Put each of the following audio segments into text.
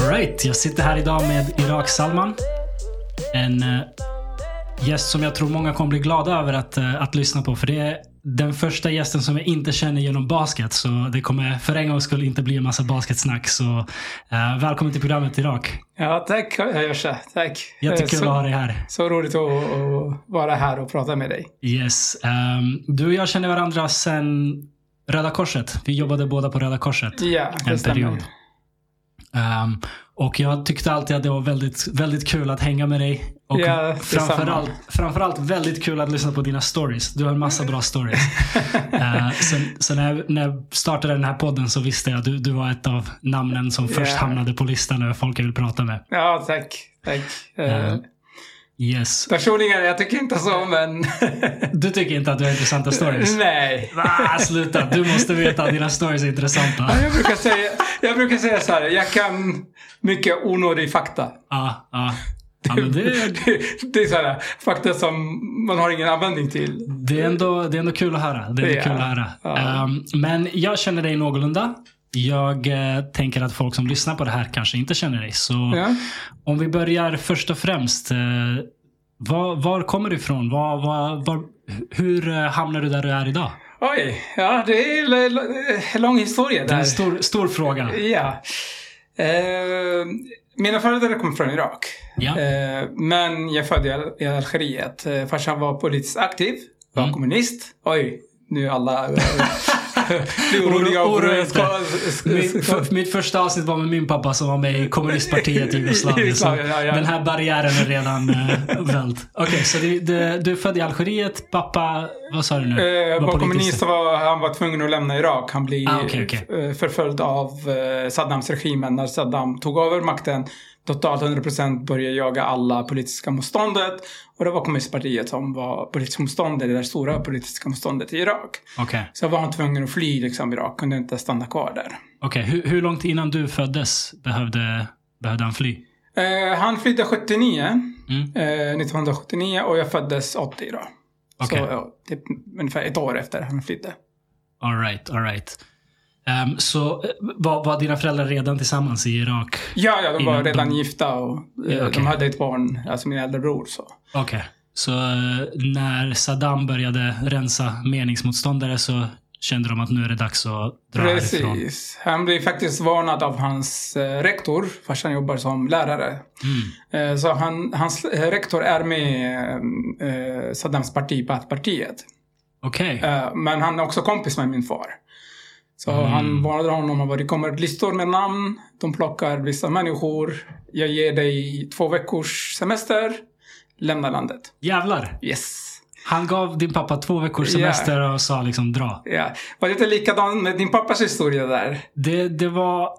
Alright, jag sitter här idag med Irak Salman. En eh, gäst som jag tror många kommer bli glada över att, eh, att lyssna på. För det är den första gästen som jag inte känner genom basket. Så det kommer för en gångs skull inte bli en massa basketsnack. Så eh, välkommen till programmet Irak. Ja, tack Josha. Tack. Eh, Jättekul så, att ha dig här. så roligt att, att vara här och prata med dig. Yes. ehm, du och jag känner varandra sedan Röda Korset. Vi jobbade båda på Röda Korset. Ja, en det stämmer. period. Ehm, och jag tyckte alltid att det var väldigt, väldigt kul att hänga med dig. Och Ja, detsamma. framförallt, framförallt väldigt kul att lyssna på dina stories. Du har en massa bra stories. Eh, så så när, jag, när jag startade den här podden så visste jag att du, du var ett av namnen som först Ja. hamnade på listan över folk jag vill prata med. Ja, tack. Tack. Eh, Ja. Yes. Personligen, jag tycker inte så, men... Du tycker inte att du har intressanta stories? Nej. Va, sluta. Du måste veta att dina stories är intressanta. Jag brukar, säga, jag brukar säga så här, jag kan mycket onödig fakta. Ja, ja. Ah, ja men det, det är så här, fakta som man har ingen användning till. Det är ändå, det är ändå kul att höra. Det är ändå Mm. Ja. kul att höra. Ja. Ehm, men jag känner dig någorlunda. Jag eh, tänker att folk som lyssnar på det här kanske inte känner dig. Så Ja. om vi börjar först och främst. eh, var, var kommer du ifrån? Var, var, var, hur eh, hamnar du där du är idag? Oj, ja, det är l- l- lång historia Det är där. en stor, stor fråga. Ja. Eh, mina föräldrar kom från Irak. Ja. Eh, men jag föddes i Al- i Algeriet. Eh, farsan var politiskt aktiv, var Mm. kommunist. Oj, nu är alla eh, blir oroliga. Oro- och- oroa er inte. ska- ska- Min, ska- för, mitt första avsnitt var med min pappa som var med i kommunistpartiet i Jugoslavien. Så Jugoslavien, ja, ja. Den här barriären är redan eh, vält. Okej, så du, du, du är född i Algeriet. Pappa, vad sa du nu? Eh, Var var politisk- kommunist och var, han var tvungen att lämna Irak. Han blev Ah, okej, okej. eh, förföljd av eh, Saddams regimen. När Saddam tog över makten totalt 100% började jaga alla politiska motståndet. Och det var kommunistpartiet som var politiska motståndet, det där stora politiska motståndet i Irak. Okej. Så var han tvungen att fly liksom Irak, kunde inte stanna kvar där. Okej, hur, hur långt innan du föddes behövde, behövde han fly? Eh, han flydde 79, Mm. eh, 1979 och jag föddes 80 då. Okej. Så ja, typ, ungefär ett år efter han flydde. All right, all right. Ehm, så eh, var, var dina föräldrar redan tillsammans i Irak? Ja, ja, de var Innan de- redan gifta och eh, Ja, okej. de hade ett barn, alltså min äldre bror. Så. Okej. Så eh, när Saddam började rensa meningsmotståndare så kände de att nu är det dags att dra härifrån? Mm. Precis. Han blev faktiskt varnad av hans eh, rektor, farsan jobbar som lärare. Mm. Eh, så han, hans eh, rektor är med eh, eh, Saddams parti, Baathpartiet. Okej. Eh, men han är också kompis med min far. Så Mm. han varnade honom om att det kommer listor med namn. De plockar vissa människor. Jag ger dig två veckors semester. Lämna landet. Jävlar. Yes. Han gav din pappa två veckors Ja. semester och sa liksom dra. Ja. Var det inte likadant med din pappas historia där? Det, det var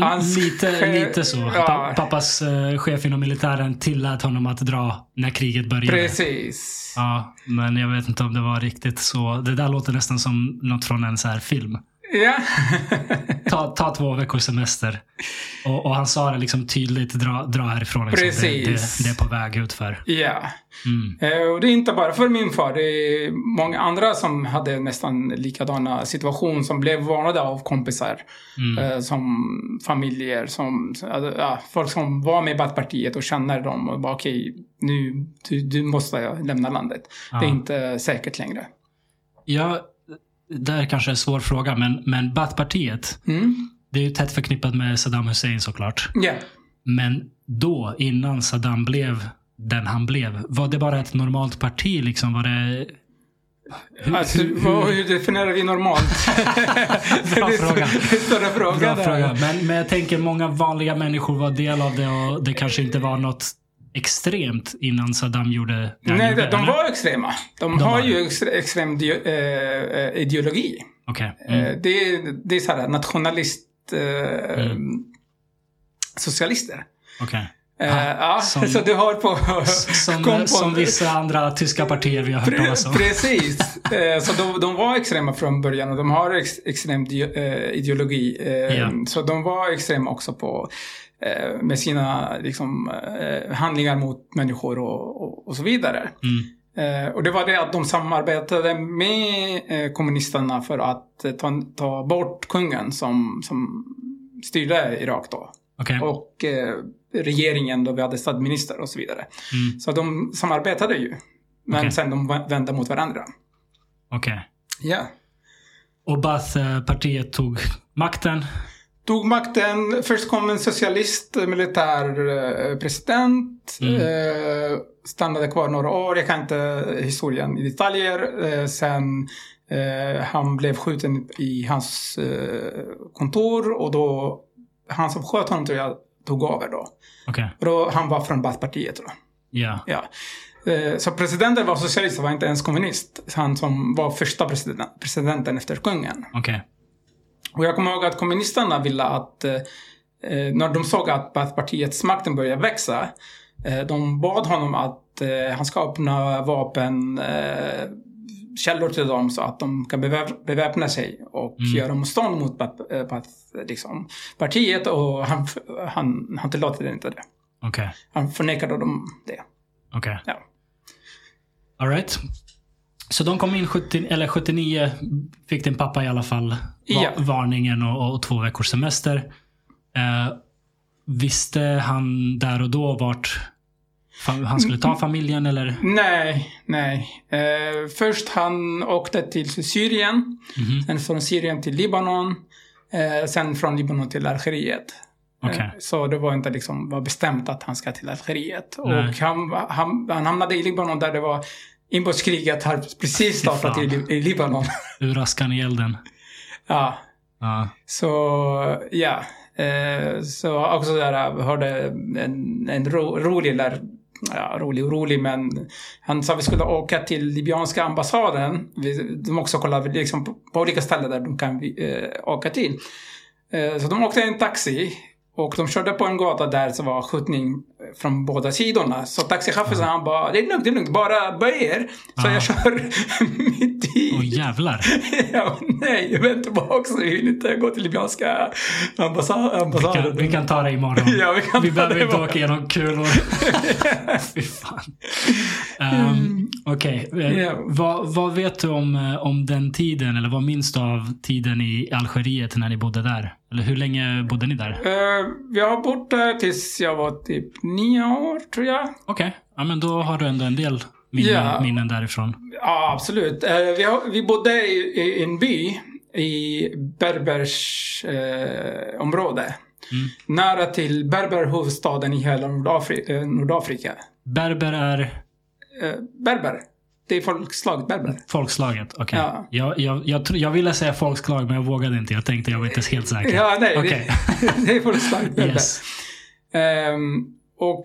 Hans lite, chef- lite så. ja. Pa, pappas eh, chef inom militären tillät honom att dra när kriget började. Precis. Ja, men jag vet inte om det var riktigt så. Det där låter nästan som något från en så här film. Ja. Ta, ta två veckors semester. Och, och han sa det liksom tydligt, dra, dra härifrån. Liksom. Det, det, Precis. det är på väg utför. ja. Mm. Eh, Och det är inte bara för min far. Det är många andra som hade nästan likadana situation som blev varnade av kompisar. Mm. eh, Som familjer, som, alltså, ja, folk som var med i Baathpartiet och känner dem och bara okej, nu, du, du måste lämna landet. Det är Ja. inte säkert längre. Ja, det här kanske är en svår fråga, men, men Baathpartiet, Mm. det är ju tätt förknippat med Saddam Hussein såklart. Ja. Men då, innan Saddam blev den han blev, var det bara ett normalt parti? Liksom? Var det... Hur, Alltså, hur, vad- hur... hur definierar vi normalt? Bra det är fråga. en större fråga. Bra där. fråga. Men, men jag tänker många vanliga människor var del av det och det kanske inte var något extremt innan Saddam gjorde det han Nej, gjorde, de, de eller? var extrema. De, De har var ju ex, extrem di, eh, eh, ideologi. Okej. Eh, Mm. det, är- det är Mm. så här nationalist... Eh, Socialister. okej. Eh, ja, Ah, som- så du har på... Som, kom som vissa andra tyska partier vi har hört talas om. Precis. Eh, Så de, de var extrema från början och de har ex, extrem di- eh, ideologi. Eh, Ja. Så de var extrema också på, eh, med sina liksom, eh, handlingar mot människor och, och, och så vidare. Mm. Eh, Och det var det att de samarbetade med eh, kommunisterna för att eh, ta, ta bort kungen som, som styrde Irak då. Okej. Och eh, regeringen då vi hade statsminister och så vidare. Mm. Så de samarbetade ju. Men Okej. sen de vä- vände mot varandra. Okej. Ja. Och Baath-partiet tog makten. Tog makten, först kom en socialist eh, militär eh, president. Mm. Eh, stannade kvar några år, jag kan inte eh, historien i detaljer. Eh, sen eh, han blev skjuten i hans eh, kontor och då, han som sköt honom tror jag tog över då. Okej. Och då han var från Baathpartiet då. Ja. Ja. Eh, Så presidenten var socialist, han var inte ens kommunist. Han som var första president, presidenten efter kungen. Okej. Och jag kommer ihåg att kommunisterna ville att, eh, eh, när de såg att Baathpartiets makten började växa, eh, de bad honom att eh, han ska öppna vapen eh, källor till dem så att de kan beväp- beväpna sig och Mm. göra motstånd mot Baath- eh, Baath- liksom, partiet och han, han, han tillåter inte det. Okej. Han förnekade dem det. Okej. Ja. Alright. Så de kom in 70, eller 79, fick din pappa i alla fall va- Ja. varningen och, och två veckors semester. Eh, visste han där och då vart fa- han skulle Mm. ta familjen eller? Nej, nej. Eh, först han åkte till Syrien, Mhm. sen från Syrien till Libanon, eh, sen från Libanon till Algeriet. Eh, Okej. Så det var inte liksom var bestämt att han ska till Algeriet. Nej. Och han, han, han hamnade i Libanon där det var inbördeskriget har precis Fy fan. startat i, Li- i Libanon. Ur askan i elden. ja, Ja. så ja. Eh, så också där jag hörde en, en ro, rolig, eller ja, rolig och rolig, men han sa vi skulle åka till Libyanska ambassaden. Vi, de också kollade liksom på, på olika ställen där de kan eh, åka till. Eh, så de åkte i en taxi och de körde på en gata där som var skjutning från båda sidorna. Så taxichauffören han bara, det är lugnt, det är lugnt, bara böj er. Så Ja. jag kör mitt i. Åh jävlar. Ja, nej, vänta bara också. Vi vill inte gå till Libyanska ambassa- Vi ambassaden. kan, vi kan ta det imorgon. Ja, vi kan Vi ta behöver det inte imorgon. åka igenom kulor. Fy fan. Um, Okej, eh, Mm. Ja. vad, vad vet du om, eh, om den tiden? Eller vad minns du av tiden i Algeriet när ni bodde där? Eller hur länge bodde ni där? Eh, jag har bott där tills jag var typ nio år, tror jag. Okej, ja, men då har du ändå en del minnen, Ja. minnen därifrån. Ja, absolut. Eh, vi, har, vi bodde i, i en by i Berbers eh, område. Mm. Nära till Berberhuvudstaden i hela Nordafri- eh, Nordafrika. Berber är Eh, Berber. Det är folkslaget berber. folkslaget. Okej. Ja. Jag, jag, jag, tro- jag ville säga folkslag, men jag vågade inte. Jag tänkte jag var inte helt säker. Ja, nej. Okej. Det, det är folkslaget berber. Yes. Ehm, och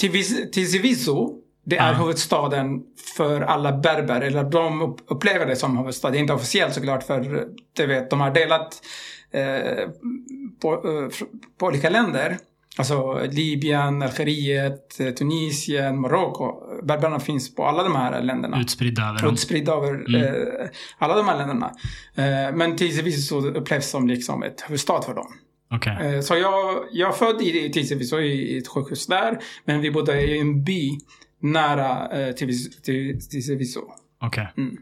Tivis- Tizivizo, det är Ja. huvudstaden för alla berber. Eller de upp- upplever det som huvudstad. Det är inte officiellt såklart för du vet, de har delat eh, på, eh, fr- på olika länder. Alltså Libyen, Algeriet, eh, Tunisien, Marocko. Berberna finns på alla de här länderna Utspridda över dem. utspridda över eh, alla de här länderna. Eh, men Tizivizo upplevs som liksom ett huvudstad för dem. Okej. Eh, Så jag, jag är född i Tiseviso i ett sjukhus där. Men vi bodde i en by nära eh, Tivis- Ti- Tiseviso. Okej. Mm.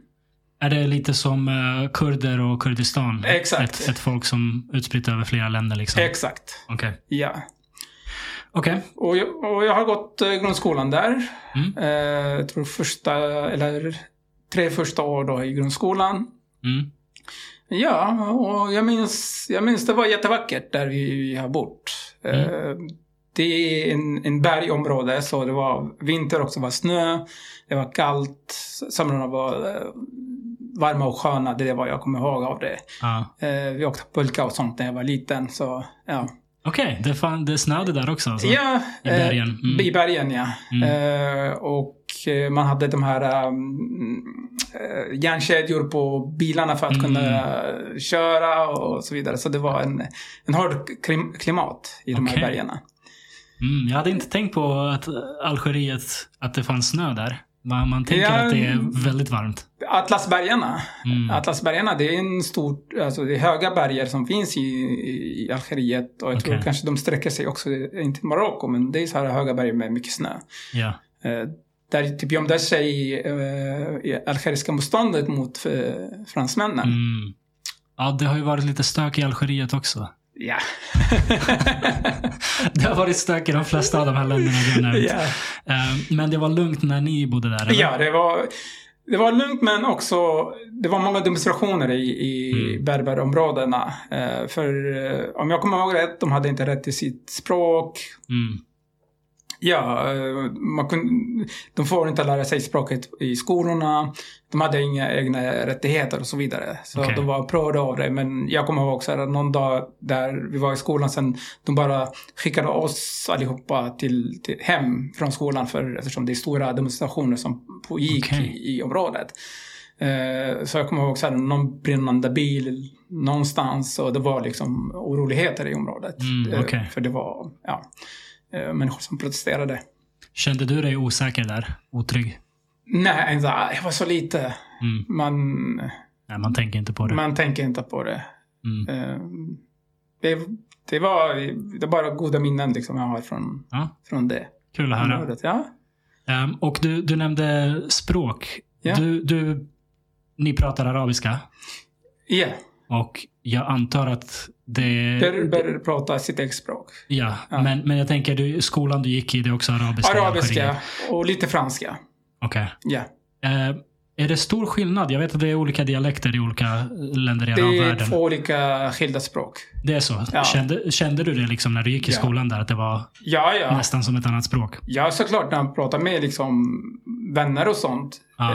Är det lite som eh, kurder och Kurdistan? Exakt. Ett, ett folk som utspritt över flera länder liksom? Okej. Exakt. Okej. Ja. Och jag, och jag har gått eh, grundskolan där. Mm. Eh, jag tror första, eller tre första år då i grundskolan. Mm. Ja, och jag minns, jag minns det var jättevackert där vi, vi har bott. Mm. Eh, Det är en, en bergområde, så det var vinter också, det var snö, det var kallt, somrarna var eh, varma och sköna, det är vad jag kommer ihåg av det. Ja. Eh, Vi åkte pulka och sånt när jag var liten, så ja. Okej, det, fan- det snöade där också alltså? ja i eh, bergen. Mm. I bergen, ja. Mm. Eh, Och eh, man hade de här um, eh, järnkedjor på bilarna för att Mm. kunna köra och så vidare. Så det var en, en hård klim- klimat i de Okej. här bergarna. Mm, jag hade inte tänkt på att Algeriet, att det fanns snö där. Man, man tänker Ja. att det är väldigt varmt. Atlasbergarna. Mm. Atlasbergarna, det är en stor, alltså det är höga berger som finns i, i Algeriet och jag tror Okej. kanske de sträcker sig också, inte till Marocko, men det är så här höga berg med mycket snö. Ja. Eh, där typ gömde sig eh, i algeriska motståndet mot eh, fransmännen. Mm. Ja, det har ju varit lite stök i Algeriet också. Ja. Det har varit stök i de flesta av de här länderna du har nämnt. ja. Eh, Men det var lugnt när ni bodde där? eller? ja, det var, det var lugnt men också det var många demonstrationer i, i Mm. berberområdena. Eh, för eh, om jag kommer ihåg rätt, de hade inte rätt till sitt språk. Mm. Ja, eh, man kun, de får inte lära sig språket i skolorna. De hade inga egna rättigheter och så vidare. Så Okej. de var upprörda av det. Men jag kommer ihåg också att någon dag där vi var i skolan sen, de bara skickade oss allihopa till, till hem från skolan för, eftersom det är stora demonstrationer som pågick Okej. i, i området. Eh, Så jag kommer ihåg så här, någon brinnande bil någonstans och det var liksom oroligheter i området. Mm, Eh, okej. För det var ja, eh, människor som protesterade. Kände du dig osäker där? Otrygg? Nej, inte, ah, jag var så lite. Mm. Man, Nej, man tänker inte på det. man tänker inte på det. Mm. Eh, Det, det var det är bara goda minnen liksom jag har från, Ja, från det. kul att höra. området, Ja. Ehm, och du, du nämnde språk. Ja. Du, du, ni pratar arabiska Eh, Ja, och jag antar att det... berber pratar sitt eget språk. Ja, Ja. Men, men jag tänker du, skolan du gick i, det är också arabiska? i Arabiska Algeriet. och lite franska. Okej. Ja. Ehm, är det stor skillnad? Jag vet att det är olika dialekter i olika eh, länder i Det är arabvärlden. två olika skilda språk. Det är så? Ja. Kände, kände du det liksom när du gick i Ja. skolan där? Att det var Ja, ja. nästan som ett annat språk? Ja, såklart när man pratar med liksom, vänner och sånt. Ja.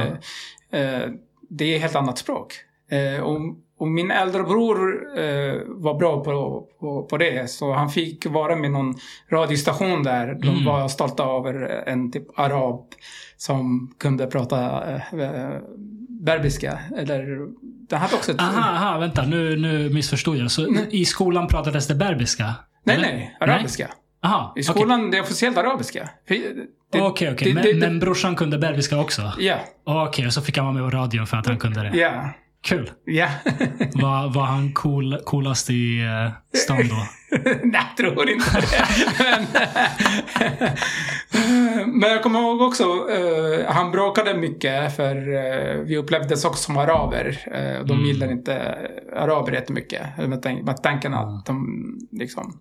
Eh, eh, det är ett helt annat språk. Eh, och, och min äldre bror eh, var bra på, på, på det. Så han fick vara med någon radiostation där. Mm. De var stolta över en typ arab som kunde prata eh, berbiska. Eller, den hade också ett... Aha, aha, vänta. Nu, nu missförstod jag. Så i skolan pratades det berbiska? Mm. Nej, Eller? nej. Arabiska. Aha, I okej. skolan, det är officiellt arabiska. Okej, okej. det- det- Men, men brorsan kunde berbiska också? Ja, Okej, och så fick han vara med på radio för att han kunde det. ja, Kul. ja. Var, var han cool, coolast i eh, stan då? Nej, jag tror inte det. Men, men jag kommer ihåg också, eh, han bråkade mycket för eh, vi upplevdes också som araber. eh, och de Mm. gillar inte araber jättemycket. Med, tank, med tanken att Mm. de liksom...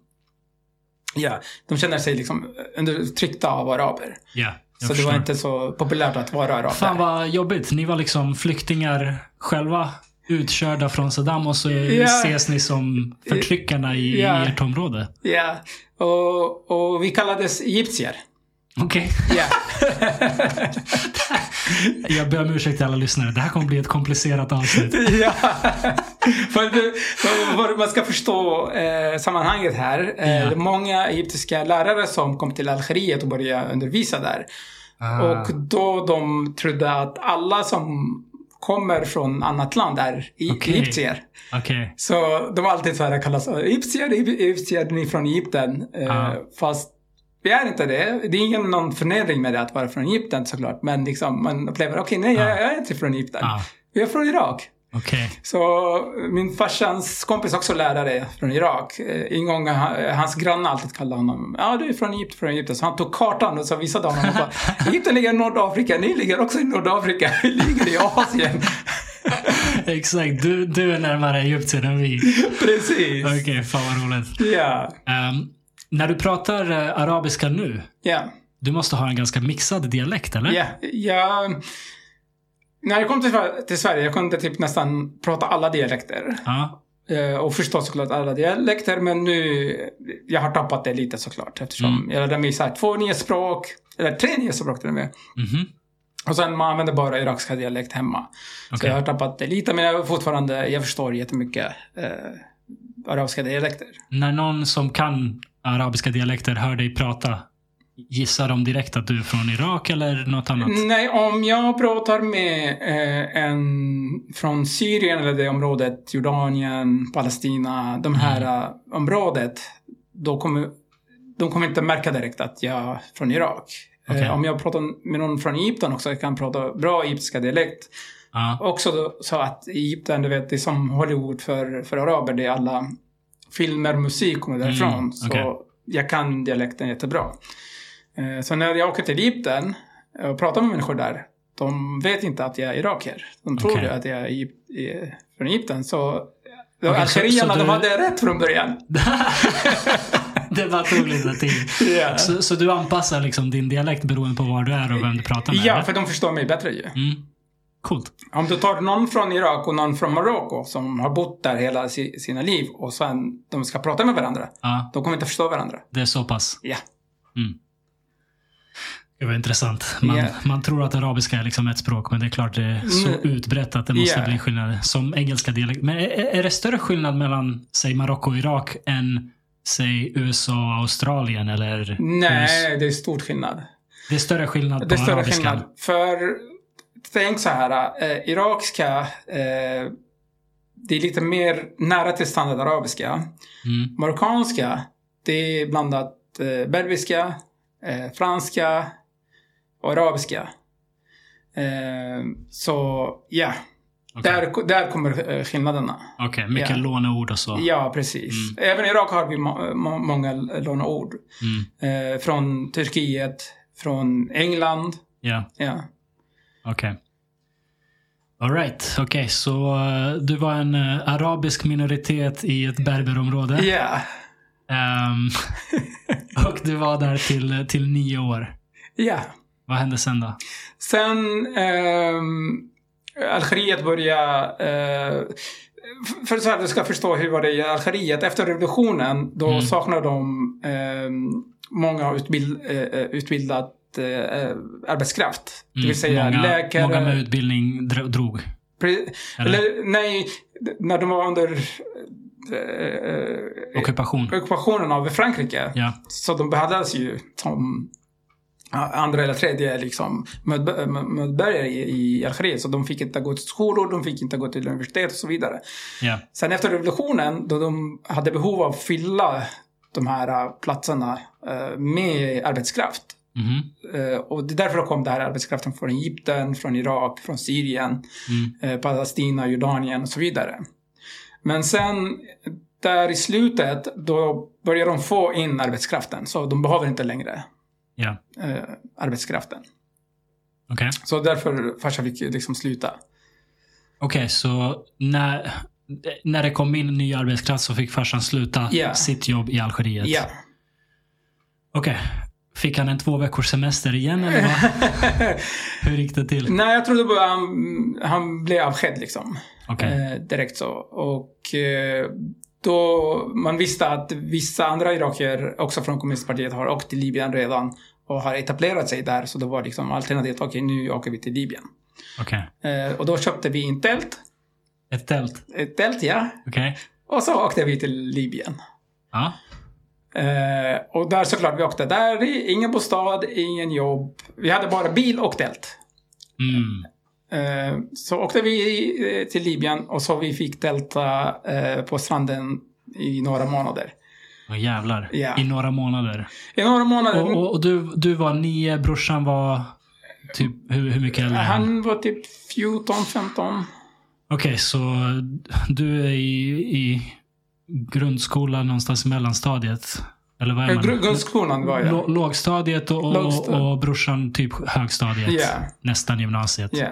Ja, de känner sig liksom undertryckta av araber. Ja, jag så det förstår. var inte så populärt att vara arab. Fan där. vad jobbigt. Ni var liksom flyktingar själva. Utkörda från Saddam och så Ja. ses ni som förtryckarna i, Ja. i ert område. Ja, och, och vi kallades egyptier. Okej. Ja. Jag ber om ursäkt till alla lyssnare. Det här kommer bli ett komplicerat avsnitt. Ja, för, att- för att man ska förstå eh, sammanhanget här. Eh, Ja. Det är många egyptiska lärare som kom till Algeriet och började undervisa där. Ah. Och då de trodde att alla som kommer från annat land är i- Okej. egyptier. Okej. Så de har alltid så här kallas "Äh, egyptier, egyptier, ni är från Egypten. Eh, Ah. Fast vi är inte det. Det är ingen någon förnedring med det att vara från Egypten såklart. Men liksom, man upplever, okej nej jag, Ah. jag är inte från Egypten. Ah, Jag är från Irak. Okej. Så min farsans kompis också lärare från Irak. eh, En gång han- hans grannar alltid kallade honom. Ja, du är från Egypten, från Egypten. Så han tog kartan och så visade honom. Och bara, Egypten ligger i Nordafrika. Ni ligger också i Nordafrika. Vi ligger i Asien. Exakt. Du, du är närmare Egypten än vi. Precis. Okej, fan vad roligt. Ja. Ehm, när du pratar eh, arabiska nu, Ja. du måste ha en ganska mixad dialekt, eller? Ja. Ja. När jag kom till, till Sverige, jag kunde typ nästan prata alla dialekter. Ja. Eh, Och förstås såklart alla dialekter, men nu... Jag har tappat det lite såklart eftersom Mm. jag lärde mig så här, två nya språk, eller tre nya språk till och med. Mhm. Och sen man använder bara irakiska dialekt hemma. Så Okej. jag har tappat det lite, men jag är fortfarande, jag förstår jättemycket eh, arabiska dialekter. När någon som kan arabiska dialekter hör dig prata, gissar de direkt att du är från Irak eller något annat? Nej, om jag pratar med eh, en från Syrien eller det området, Mm. Jordanien, Palestina, de här eh, området, då kommer de kommer inte märka direkt att jag är från Irak. Okej. Eh, om jag pratar med någon från Egypten också, jag kan prata bra egyptiska dialekt. Ja. Också då, så att Egypten, du vet, det är som Hollywood för, för araber. Det är alla filmer, musik kommer därifrån. Mm, okej. Så jag kan dialekten jättebra. Eh, Så när jag åker till Egypten och pratar med människor där, de vet inte att jag är iraker. De tror Okej. ju att jag är Egyp- eh, från Egypten. Så de Okej, så- algerierna, så de du- hade rätt från början. det bara tog lite tid. Ja. Så, så du anpassar liksom din dialekt beroende på var du är och vem du pratar med? Ja, eller? för de förstår mig bättre ju. Mm. Coolt. Om du tar någon från Irak och någon från Marocko som har bott där hela si- sina liv och sen de ska prata med varandra. Ja, De kommer inte förstå varandra. det är så pass. Ja. Det var intressant. Man, Mm. Ja. man tror att arabiska är liksom ett språk, men det är klart det är så Mm. utbrett att det måste Ja. bli skillnad. Som engelska dialekt. Men är, är det större skillnad mellan, säg Marocko och Irak än, säg USA och Australien? Eller US? Nej, det är stor skillnad. Det är större skillnad Det på är större arabiskan. skillnad. För tänk så här. Eh, irakska, eh, det är lite mer nära till standardarabiska. Mm. Marockanska, det är blandat eh, berbiska, eh, franska och arabiska. Eh, så ja, Okej, där, där kommer eh, skillnaderna. Okej, mycket Ja. låneord och så. Ja, Mm. precis. Även i Irak har vi må- må- många låneord. Mm. Eh, från Turkiet, från England. Ja. Ja. Okej. Alright, okej. Så eh, du var en eh, arabisk minoritet i ett berberområde. Ja. Ehm, och du var där till, till nio år. ja. Vad hände sen då? Sen ehm, Algeriet började... Eh, f- för så här, du ska förstå hur var det i Algeriet. Efter revolutionen, då Mm. saknade de ehm, många utbild, eh, eh, utbildat eh, eh, arbetskraft. Det Mm, vill säga många, läkare. många med utbildning dro- drog. pre- Eller? eller, nej, d- när de var under eh, eh, Ockupation. ockupationen av Frankrike. Ja. Så de behandlades ju som andra eller tredje liksom, medb- medborgare i, i Algeriet. Så de fick inte gå till skolor, de fick inte gå till universitet och så vidare. ja. Sen efter revolutionen, då de hade behov av att fylla de här eh, platserna eh, med arbetskraft. Mhm. Eh, Och det är därför kom den här arbetskraften från Egypten, från Irak, från Syrien, Mm. eh, Palestina, Jordanien och så vidare. Men sen där i slutet, då börjar de få in arbetskraften. Så de behöver inte längre Ja. eh, arbetskraften. Okej. Så därför farsan fick ju liksom sluta. Okej, så när, när det kom in ny arbetskraft så fick farsan sluta Ja. sitt jobb i Algeriet. Ja. Okej. Fick han en två veckors semester igen eller vad? Hur gick det till? Nej, jag trodde bara han, han blev avsked liksom. Okej. Eh, direkt så. Och eh, då man visste att vissa andra irakier, också från kommunistpartiet, har åkt till Libyen redan och har etablerat sig där. Så det var liksom alternativet, okej nu åker vi till Libyen. Okej. Eh, och då köpte vi en tält. Ett tält. Ett tält, ja. Okej. Och så åkte vi till Libyen. Ja. Eh, och där såklart, vi åkte där. Ingen bostad, ingen jobb. Vi hade bara bil och tält. Mm. Eh, så åkte vi eh, till Libyen och så vi fick tälta eh, på stranden i några månader. Åh, jävlar. Ja. I några månader. I några månader. Och, och, och du, du var nio, brorsan var typ hur, hur mycket äldre? är han? Han var typ 14, 15. Okej, så du är i, i grundskolan någonstans i mellanstadiet? Eller vad är Eh, man? gru- Grundskolan var jag. Lå- Lågstadiet och, och, Lågstad- och brorsan typ högstadiet. Ja. Nästan gymnasiet. Ja.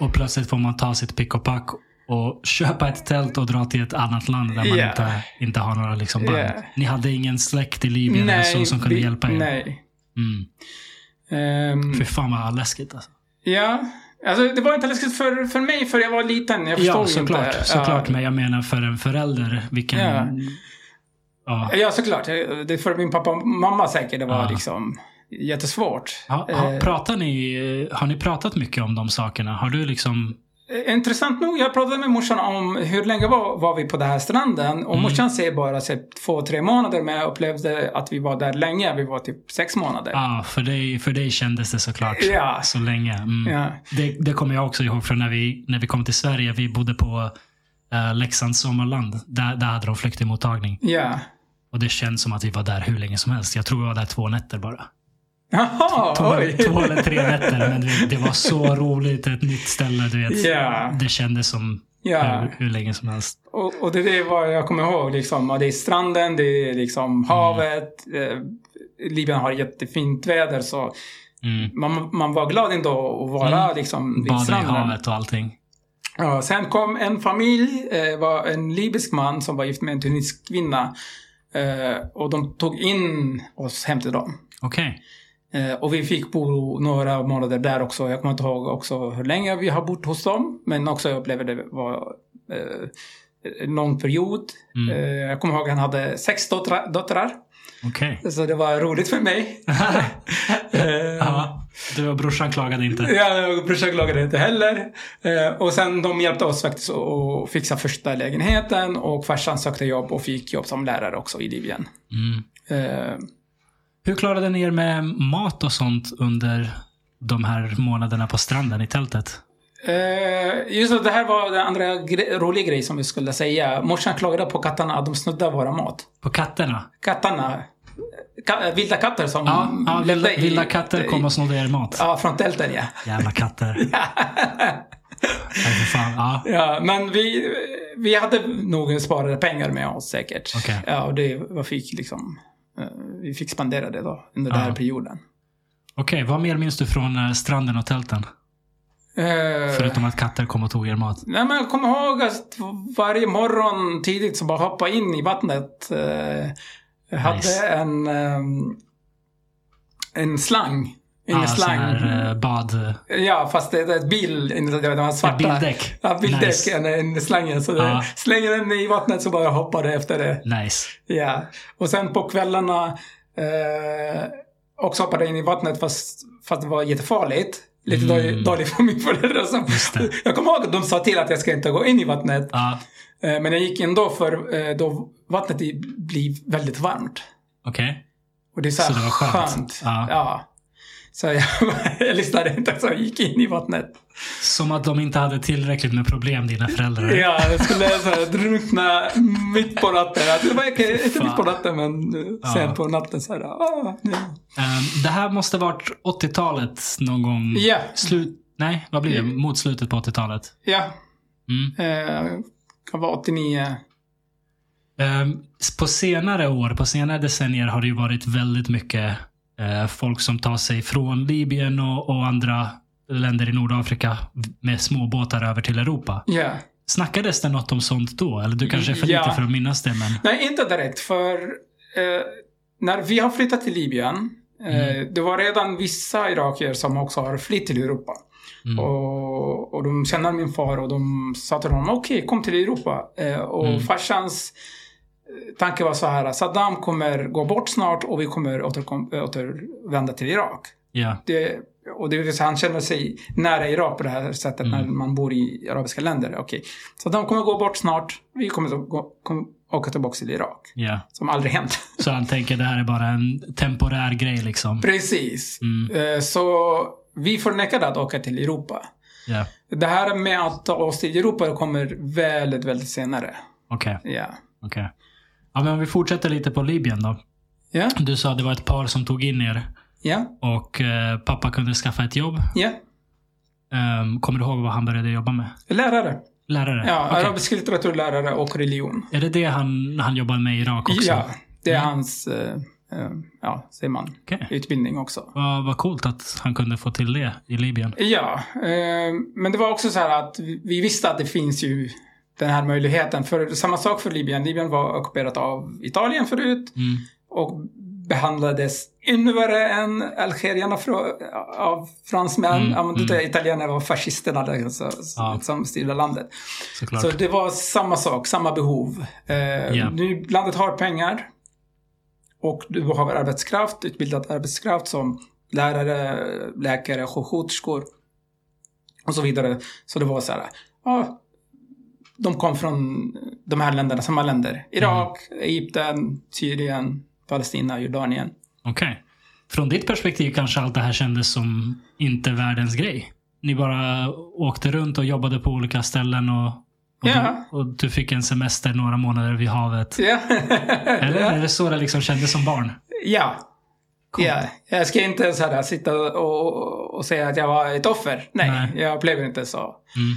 Och plötsligt får man ta sitt pick och pack och köpa ett tält och dra till ett annat land där man Ja. inte, inte har några liksom band. Ja. Ni hade ingen släkt i Libyen eller så som kunde vi- hjälpa er? Nej. Mm. Ehm, Fy fan vad läskigt alltså. ja. Alltså, det var inte läskigt för, för mig för jag var liten. Jag förstod Ja, såklart. inte. såklart. Ja. Men jag menar för en förälder, vilken... Ja. Ja. Ja. Ja, såklart. Det är för min pappa och mamma säkert. Det var Ja. liksom jättesvårt. Ha, Eh, ha, pratar ni, har ni pratat mycket om de sakerna? Har du liksom... Intressant nog, jag pratade med morsan om hur länge var, var vi på den här stranden. Och Mm. morsan säger bara så, här, två, tre månader. Men jag upplevde att vi var där länge. Vi var typ sex månader. Ja, för dig, för dig kändes det såklart Ja. så länge. Mm. Ja. Det, det kommer jag också ihåg från när vi, när vi kom till Sverige. Vi bodde på eh, Leksands sommarland. Där, där hade de flyktingmottagning. Ja. Och Och det känns som att vi var där hur länge som helst. Jag tror vi var där två nätter bara. Jaha, Två, oj! två eller tre nätter. Men det, det var så roligt. Ett nytt ställe, du vet. Ja. Det kändes som Ja, Eh, hur, hur länge som helst. och, och det, det är vad jag kommer ihåg. Liksom. Och Det är stranden, det är Mm. liksom havet. Eh, Libyen har jättefint väder så Mm. man, man var glad ändå att vara Mm. liksom, vid Bada i stranden. havet och allting. Ja, sen kom en familj, eh, var en libysk man som var gift med en tunisisk kvinna. Eh, och de tog in oss hem till dem. Okej. Eh, och vi fick bo några månader där också. Jag kommer inte ihåg också hur länge vi har bott hos dem. Men också jag upplevde det var eh, en lång period. Mm. Eh, jag kommer ihåg att han hade sex dotter- döttrar. Okej. Så det var roligt för mig. eh, Ja. Du och brorsan klagade inte. Ja, brorsan klagade inte heller. Eh, och sen de hjälpte oss faktiskt att- att fixa första lägenheten och farsan sökte jobb och fick jobb som lärare också i Libyen. Mm. Eh, Hur klarade ni er med mat och sånt under de här månaderna på stranden i tältet? eh, just det, det här var den andra gre- roliga grejen som vi skulle säga. Morsan klagade på katterna att de snuddar våra mat. På katterna? Katterna, ka, vilda katter som Ja, ja vilda, levde i- vilda katter kom och snodde er mat. Mm. Ja, från tälten ja. Jävla katter. Nej, för fan. Ja. Ja, men vi, vi hade nog sparade pengar med oss säkert. Okej. Ja, och det var fick liksom, eh, vi fick spendera det då under den här Ja. perioden. Okej, vad mer minns du från eh, stranden och tälten? Eh, Förutom att katter kom och tog er mat. Nej, men kom ihåg att varje morgon tidigt så bara hoppa in i vattnet. Eh, jag hade Nice. en, ehm, en slang. En Ah, sån slang. här eh, bad... Ja, fast det är ett bil, det var svarta. Bildäck. Ja, bildäck. Nice. Ah. En, en slangen. Så det, Ja. Slänger den i vattnet så bara hoppar det efter det. Nice. Ja, och sen på kvällarna eh, också hoppade in i vattnet fast, fast det var jättefarligt. Lite Mm. dålig, dålig för min föräldrar. Så Just det. jag kommer ihåg att de sa till att jag ska inte gå in i vattnet. Ja, Eh, men jag gick ändå för eh, då vattnet i- blir väldigt varmt. okej. Och det är så, här Så det var skönt. Ja. Ja. Så jag, jag lyssnade inte så jag gick in i vattnet. Som att de inte hade tillräckligt med problem, dina föräldrar. Ja, jag skulle så här, drunkna mitt på natten. Alltså, det var inte inte mitt Fan. på natten men eh, Ja. sen på natten så här. Ah, nej. Ehm, det här måste varit 80-talet någon gång. Ja. Slut... Nej, vad blir det? Mot slutet på 80-talet. Ja, Mm. Eh, kan vara 89. Ehm, på senare år, på senare decennier har det ju varit väldigt mycket eh, folk som tar sig från Libyen och, och andra länder i Nordafrika med småbåtar över till Europa. Ja. Snackades det något om sånt då? Eller du kanske är för Ja. lite för att minnas det, men... Nej, inte direkt. För eh, när vi har flyttat till Libyen, eh, Mm. det var redan vissa irakier som också har flytt till Europa. Mm. Och, och de känner min far och de sa till honom, okej, kom till Europa. Eh, och Mm. farsans eh, tanke var så här, Saddam kommer gå bort snart och vi kommer återkom- eh, återvända till Irak. Ja. det, och det vill säga, han känner sig nära Irak på det här sättet när Mm. man bor i arabiska länder. Okej. Så de kommer gå bort snart. Vi kommer, att gå, kommer åka tillbaka till Irak. ja. Som aldrig hänt. Så han tänker det här är bara en temporär grej liksom. Precis. Mm. Eh, Så vi förnekade att åka till Europa. Ja, Det här med att ta oss till Europa kommer väldigt, väldigt senare. okej. Ja. Okej. Ja, men om vi fortsätter lite på Libyen då. Ja, Du sa att det var ett par som tog in er ja, och eh, pappa kunde skaffa ett jobb. ja. Ehm, kommer du ihåg vad han började jobba med? Lärare. Lärare? Ja, Okej. arabisk litteraturlärare och religion. Är det det han, han jobbar med i Irak också? Ja, det är Mm. hans, eh, eh, ja, säger man, Okej. utbildning också. Vad, vad coolt att han kunde få till det i Libyen. Ja, eh, men det var också så här att vi vi visste att det finns ju den här möjligheten. För samma sak för Libyen. Libyen var ockuperat av Italien förut Mm. och behandlades ännu värre än algerierna frå- av fransmän. Mm, Mm, mm. mm. Italienarna var fascisterna där, så, Ja. som styrde landet. Såklart. Så det var samma sak, samma behov. Eh, nu, landet har pengar och du behöver arbetskraft, utbildad arbetskraft som lärare, läkare, sjuksköterskor och så vidare. Så det var så här, ja, de kom från de här länderna, samma länder. Irak, Egypten, Syrien, Palestina, Jordanien. Okej. Från ditt perspektiv kanske allt det här kändes som inte världens grej? Ni bara åkte runt och jobbade på olika ställen och Och, Ja. du, och du fick en semester några månader vid havet. Ja. Eller är det så det liksom kändes som barn? ja. Coolt. ja. Jag ska inte så här sitta och, och säga att jag var ett offer. Nej, Nej. jag blev inte så. Mm.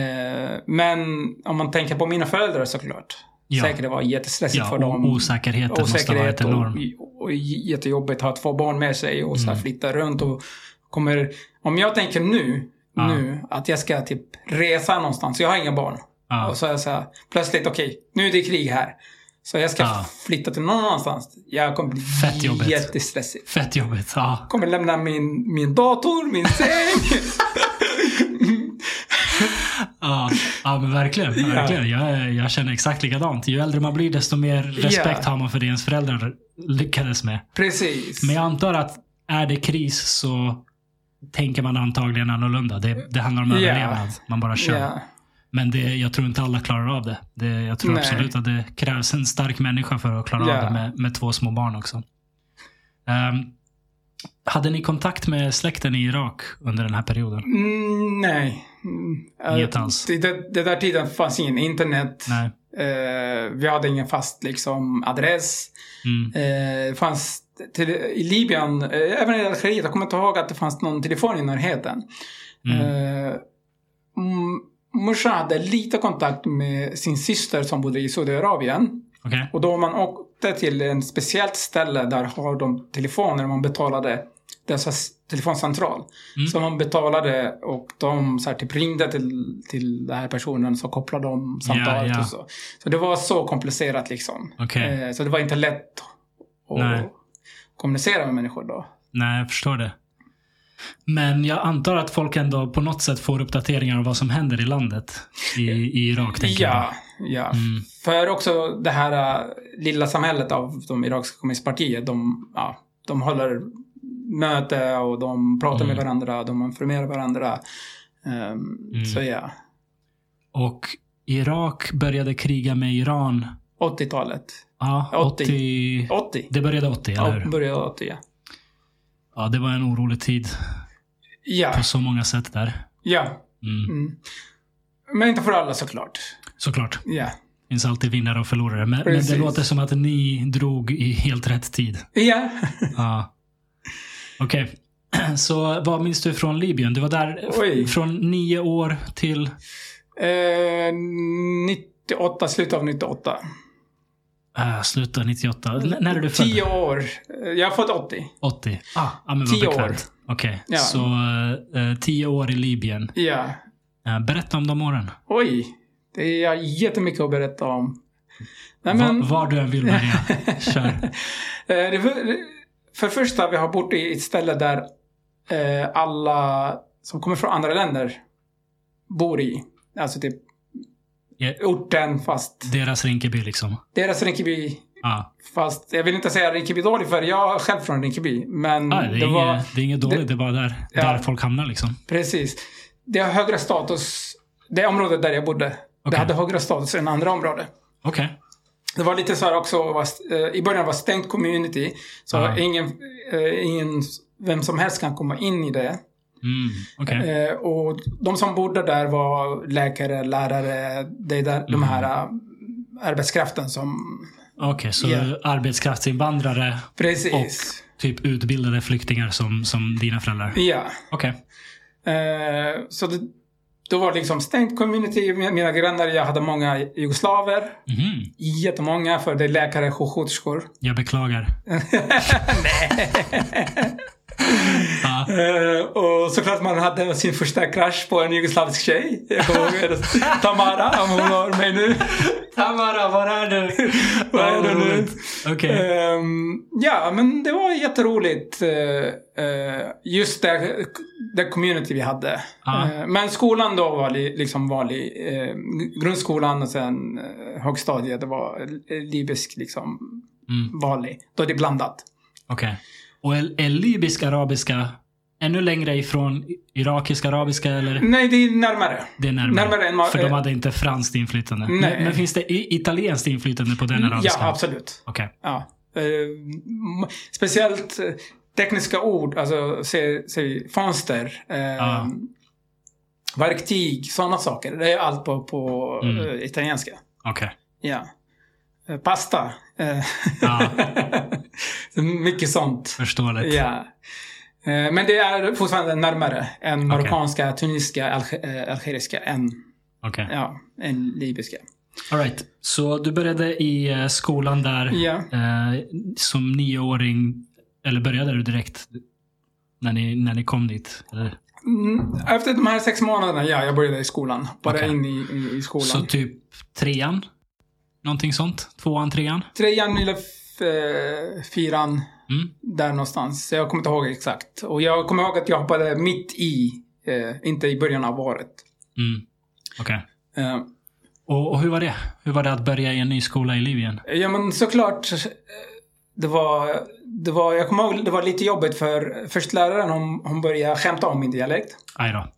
Eh, men om man tänker på mina föräldrar såklart. Ja. Säkert det var jättestressigt Ja, för och dem. osäkerheten måste ha varit Osäkerhet enorm. Mm. Och, och jättejobbigt att ha två barn med sig och så här flytta runt. Och kommer, om jag tänker nu, Ja. nu att jag ska typ resa någonstans. Jag har inga barn. Ja. Och så är jag så här, plötsligt, okej, nu är det krig här. Så jag ska Ja. flytta till någon annanstans. Jag kommer bli Fett jobbigt. jättestressig. Fett jobbigt. Ja. Kommer lämna min, min dator, min säng. Ja, ja men verkligen. Ja. verkligen. Jag, jag känner exakt likadant. Ju äldre man blir desto mer respekt har man för det ens föräldrar lyckades med. Precis. Men jag antar att är det kris så tänker man antagligen annorlunda. Det, det handlar om Ja. överlevnad. Man bara kör. Ja. Men det, jag tror inte alla klarar av det. det jag tror Nej. absolut att det krävs en stark människa för att klara Ja. av det med, med två små barn också. Ehm, hade ni kontakt med släkten i Irak under den här perioden? Mm, nej. Mm, eh, Inget alls. Det, det, det där tiden fanns ingen internet. Nej. Eh, vi hade ingen fast liksom, adress. Mm. Eh, det fanns till, I Libyen, eh, även i Algeriet, jag kommer inte ihåg att det fanns någon telefon i närheten. Mm. Eh, m- morsan hade lite kontakt med sin syster som bodde i Saudiarabien. Okej. Och då man åkte till en speciellt ställe där har de telefoner man betalade. Deras telefoncentral. Mm. Så man betalade och de så här, typ ringde till, till den här personen så kopplade de samtalet ja. och så. Så det var så komplicerat liksom. Okej. Eh, Så det var inte lätt att Nej. kommunicera med människor då. Nej, jag förstår det. Men jag antar att folk ändå på något sätt får uppdateringar om vad som händer i landet. I, i Irak, tänker Ja, ja. jag. Mm. För också det här äh, lilla samhället av de irakiska kommunistpartiet. De, ja, de håller möte och de pratar med Mm. varandra. De informerar varandra. Ehm, Mm. Så ja, Och Irak började kriga med Iran. 80-talet. Ja, 80. 80. 80? Det började 80, eller Ja, hur? började 80 ja. Ja, det var en orolig tid Ja, på så många sätt där. ja. Mm. Mm. Men inte för alla såklart. Såklart, Ja, finns alltid vinnare och förlorare. Men, men det Precis. låter som att ni drog i helt rätt tid. ja. Ja. Okej. Så vad minns du från Libyen? Du var där f- Oj. från nio år till... Eh, 98, slutet av 98. Äh, sluta 98. N- när är du född? 10 år. Eh, Jag har fått 80. 80. Ah, ja, men vad Tio år. bekvämt. Okej, Ja. så eh, tio år i Libyen. Ja. Eh, berätta om de åren. Oj. Det är jättemycket att berätta om. Nej, men, Va, var du än vill börja. Kör. eh, det, var- för det första, vi har bott i ett ställe där eh, alla som kommer från andra länder bor i. Alltså typ Ja. orten fast Deras Rinkeby liksom. deras Rinkeby Ja. Fast jag vill inte säga Rinkeby dålig för jag är själv från Rinkeby. Men Ah, det, det, är inget, var det är inget dåligt, det, det- är bara där, Ja. där folk hamnar liksom. precis. Det har högre status. Det området där jag bodde. Det Okej. hade högre status än andra områden. Okej. Det var lite så här också. Var, eh, I början var stängt community. Så Ja. ingen, eh, ingen, vem som helst kan komma in i det. Mm, okej. Eh, och de som bodde där var läkare, lärare. Det är där, de här eh, arbetskraften som... Okej, så ja. arbetskraftsinvandrare, Precis. typ utbildade flyktingar som, som dina föräldrar? Ja. Okej. Eh, så det, då var det liksom stängt community. Mina mina grannar, jag hade många jugoslaver. Mhm. Jättemånga, för det är läkare och sjuksköterskor. Jag beklagar. Ja. Eh, och såklart man hade sin första crush på en jugoslavisk tjej. Jag kommer ihåg hennes- Tamara, om hon hör mig nu. Tamara, var är du? Vad är det nu? Okej. Ehm, ja, men det var jätteroligt. eh, eh, just det, det community vi hade. Ja. Eh, men skolan då var li, liksom vanlig. eh, grundskolan och sen eh, högstadiet. Det var eh, libysk liksom Mm, vanlig. Då är det blandat. okej. Och är- är libysk arabiska ännu längre ifrån irakisk arabiska eller? Nej, det är närmare. Det är närmare. Närmare än vad- För de eh, hade inte franskt inflytande. Nej. Mm, Men, men finns det i- italienskt inflytande på den Ja, arabiska? absolut. Okej. Ja. Eh, m- speciellt eh, tekniska ord, alltså säg, säg fönster. Eh, Ja. verktyg, sådana saker. Det är allt på, på Mm. eh, italienska. Okej. Ja. Eh, Pasta. Eh, Ja, Mycket sånt. förståeligt. Ja. Eh, Men det är fortfarande närmare än marockanska, tunisiska, alge- eh, algeriska än, Okej. ja, än libyska. All right. Så du började i eh, skolan där Ja. eh, som nioåring. Eller började du direkt? När ni, när ni kom dit? Eller? Mm, Efter de här sex månaderna, ja, jag började i skolan. Bara Okej. in i, i, i skolan. Så typ trean? Någonting sånt? Tvåan, trean? Trean eller f- eh, fyran, Mm. där någonstans. Jag kommer inte ihåg exakt. Och jag kommer ihåg att jag hoppade mitt i, eh, inte i början av året. Mm. Okej. Eh, Och, och hur var det? Hur var det att börja i en ny skola i Libyen? Ja men såklart. eh, Det var, det var, jag kommer ihåg det var lite jobbigt för förstläraren hon, hon började skämta om min dialekt. Aj då.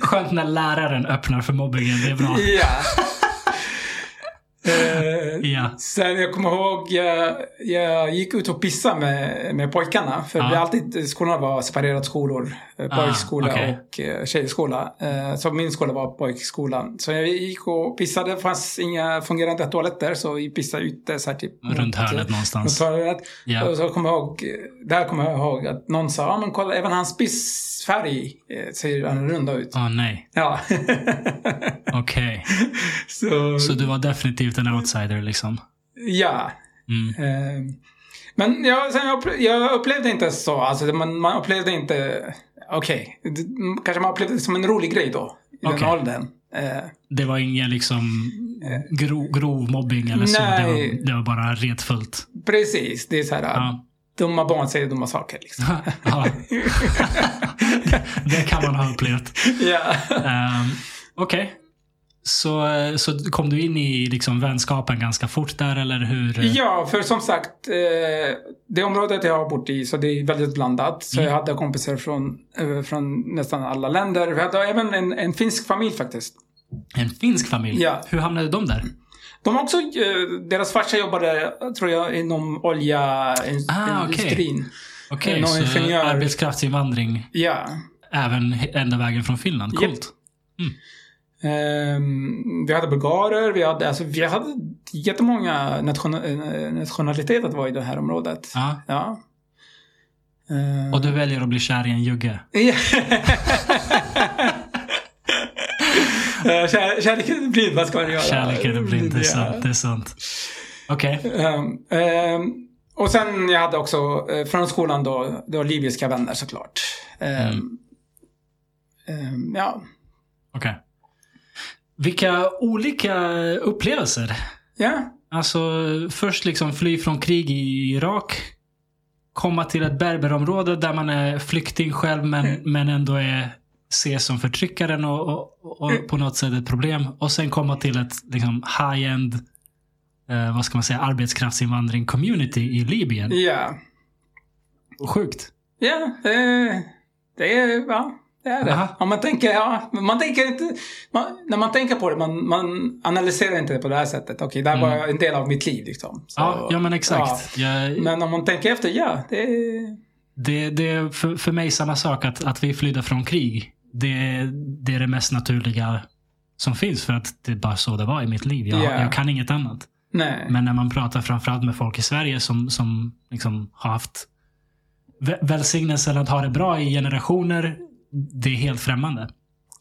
Skönt när läraren öppnar för mobbingen. Det är bra. Ja. Eh, Ja. Sen jag kommer ihåg, jag, jag gick ut och pissade med, med pojkarna. För Ja. vi alltid, skolorna var separerade skolor. Eh, Pojkskola Ah, okej. och eh, tjejskola. Eh, Så min skola var pojkskolan. Så jag gick och pissade. Det fanns inga fungerande toaletter. Så vi pissade ute så här typ. Runt hörnet Och någonstans. så, att, Ja. och så kommer jag ihåg, där kommer jag ihåg att någon sa, ja men kolla, även hans pissfärg eh, ser annorlunda ut. Åh Ah, nej. Ja. Okej. så, Så du var definitivt en outsider liksom? ja. Mm. Eh, Men jag, sen jag, upple- jag upplevde inte så, alltså det- man, man upplevde inte, okej, det- m- kanske man upplevde det som en rolig grej då, i Okej. den åldern. Eh, Det var ingen liksom grov, grov mobbing eller så. Det Nej. var, det var bara retfullt. precis, det är så här, Ja. dumma barn säger dumma saker liksom. ja. det kan man ha upplevt. ja. Ehm, Okej. Så, eh, så kom du in i liksom vänskapen ganska fort där eller hur? eh? Ja, för som sagt, eh, det området jag har bott i, så det är väldigt blandat. Så Mm. jag hade kompisar från, eh, från nästan alla länder. Vi hade även en, en finsk familj faktiskt. En finsk familj? Ja. Hur hamnade de där? De har också, eh, deras farsa jobbade, tror jag, inom Ah, okej. oljeindustrin. Okej, Någon så ingenjör. arbetskraftsinvandring Ja. även he- ända vägen från Finland. Japp. Coolt. Ehm, vi hade bulgarer, vi hade, alltså, vi hade jättemånga nationa- eh, nationaliteter var i det här området. Ja. Ja. Ehm, Och du väljer att bli kär i en jugge? Ja. Eh, Kär, kärleken är blind, vad ska man göra? Kärleken är blind, det är Ja. sant. Det är sant. Okej. Ehm, ehm, och sen jag hade också eh, från skolan då, då libyska vänner såklart. Ehm, Mm. ehm, ja. Okej. Vilka olika upplevelser. ja, Alltså först liksom fly från krig i Irak. Komma till ett berberområde där man är flykting själv men, men ändå är ses som förtryckaren och, och, och på något sätt ett problem. Och sen komma till ett liksom, high-end eh, vad ska man säga, arbetskraftsinvandring community i Libyen. ja, Sjukt. ja, eh, det är, ja, det är det. Aha. Om man tänker, ja, man tänker inte, man, när man tänker på det, man, man analyserar inte det på det här sättet. Okej, det här var en del av mitt liv liksom. Så- Mm. Ja, ja men exakt. Jag, Men om man tänker efter, ja, det är... Det, det är för, för mig samma sak att, att vi flydde från krig. Det, det är det mest naturliga som finns för att det är bara så det var i mitt liv. Jag, Ja. jag kan inget annat. Nej. Men när man pratar framförallt med folk i Sverige som, som liksom har haft vä- välsignelsen att ha det bra i generationer. Det är helt främmande.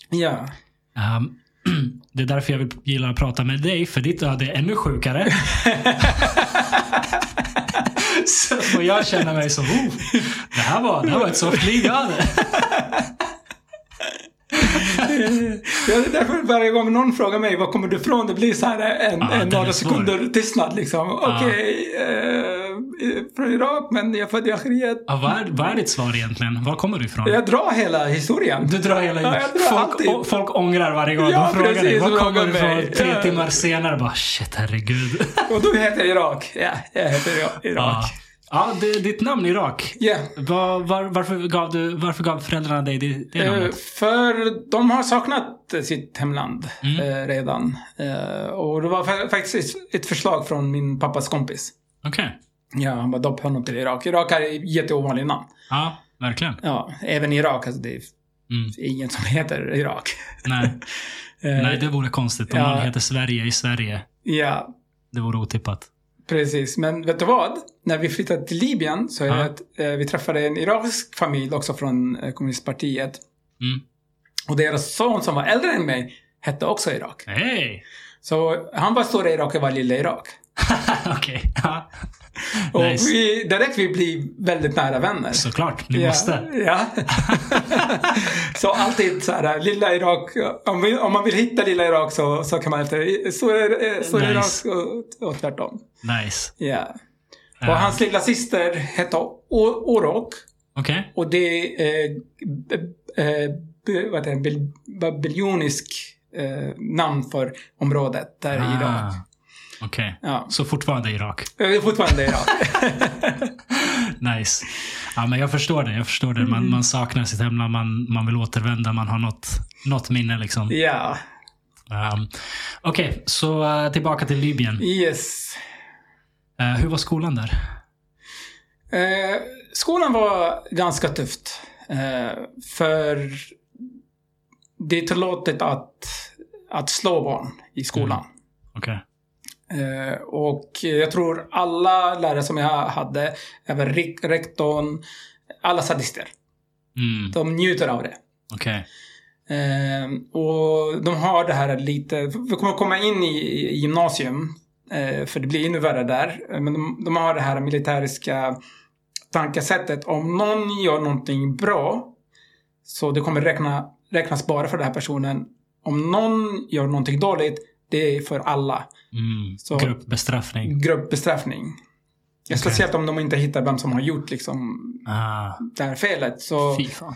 Ja. Ehm, det är därför jag vill, gillar att prata med dig, för ditt öde är ännu sjukare. så, och jag känner mig så, oh, det här var, det här var ett soft liggande. Det är därför varje gång någon frågar mig var kommer du ifrån? Det blir så här en, Ja, en Ah, den är några svår. Ah. sekunder tystnad liksom. Okej, eh, från Irak men jag är född i Algeriet. Ja, vad, är, vad är ditt svar egentligen? Var kommer du ifrån? Jag drar hela historien. Du drar hela Ja, jag drar folk, alltid. å, folk ångrar varje gång Ja, de frågar dig. precis, Var de kommer du frågar mig. ifrån? Tre Ja. timmar senare bara, shit herregud. Och då heter jag Irak. Ja, jag heter Ira- Ja, Irak. ja det, ditt namn är Irak. Ja. Var, var, varför, gav du, varför gav föräldrarna dig det, det Eh, namnet? För de har saknat eh, sitt hemland Mm. eh, redan. Eh, och det var fa- faktiskt ett- ett förslag från min pappas kompis. Okej. Ja, han bara dopp honom till Irak. Irak är ett jätteovanligt namn. Ja, verkligen. Ja, även i Irak. Alltså det är Mm. Det är ingen som heter Irak. Nej. Eh, Nej, det vore konstigt om Ja. man heter Sverige i Sverige. Ja, Det vore otippat. Precis, men vet du vad? När vi flyttade till Libyen så är Ja. det att, eh, vi träffade en irakisk familj också från eh, kommunistpartiet. Mm. Och deras son som var äldre än mig hette också Irak. Hej! Så han var stora Irak och jag var lilla Irak. Okej. Ja. Och Nice. vi, direkt vi blev väldigt nära vänner. Såklart, ni ja, måste. Ja. så alltid så här, lilla Irak. Om, vi, om man vill hitta lilla Irak så, så kan man hitta i- stora, eh, stora Nice. Irak och, och tvärtom. Nice. Eh, Ja. Ja. Och hans lilla syster hette O- Orok. Okej. Och det är eh, b- eh, b- vad heter det, bil- babylonisk eh, namn för området där i Irak. Ah. Okej. Ja. Så fortfarande Irak. Det är fortfarande Irak. Nice. Ja, men jag förstår det. Jag förstår det. Mm. Man, man saknar sitt hemland, man, man vill återvända, man har något, något minne. Liksom. ja. Um, Okej, så eh, tillbaka till Libyen. Yes. Eh, hur var skolan där? Eh, skolan var ganska tufft. Eh, för det är tillåtet att, att slå barn i Mm. skolan. Okej. Eh, och jag tror alla lärare som jag hade, även rek- rektorn, alla sadister. Mm, De njuter av det. Okej. Ehm, och de har det här lite, vi kommer komma in i, i gymnasium, eh, för det blir ännu värre där. Eh, Men de, de har det här militäriska tankesättet. Om någon gör någonting bra, så det kommer räkna, räknas bara för den här personen. Om någon gör någonting dåligt, det är för alla. Mm, Så- Gruppbestraffning. Gruppbestraffning. Okej. Speciellt om de inte hittar vem som har gjort liksom, Ah, det här felet. Så fy fan.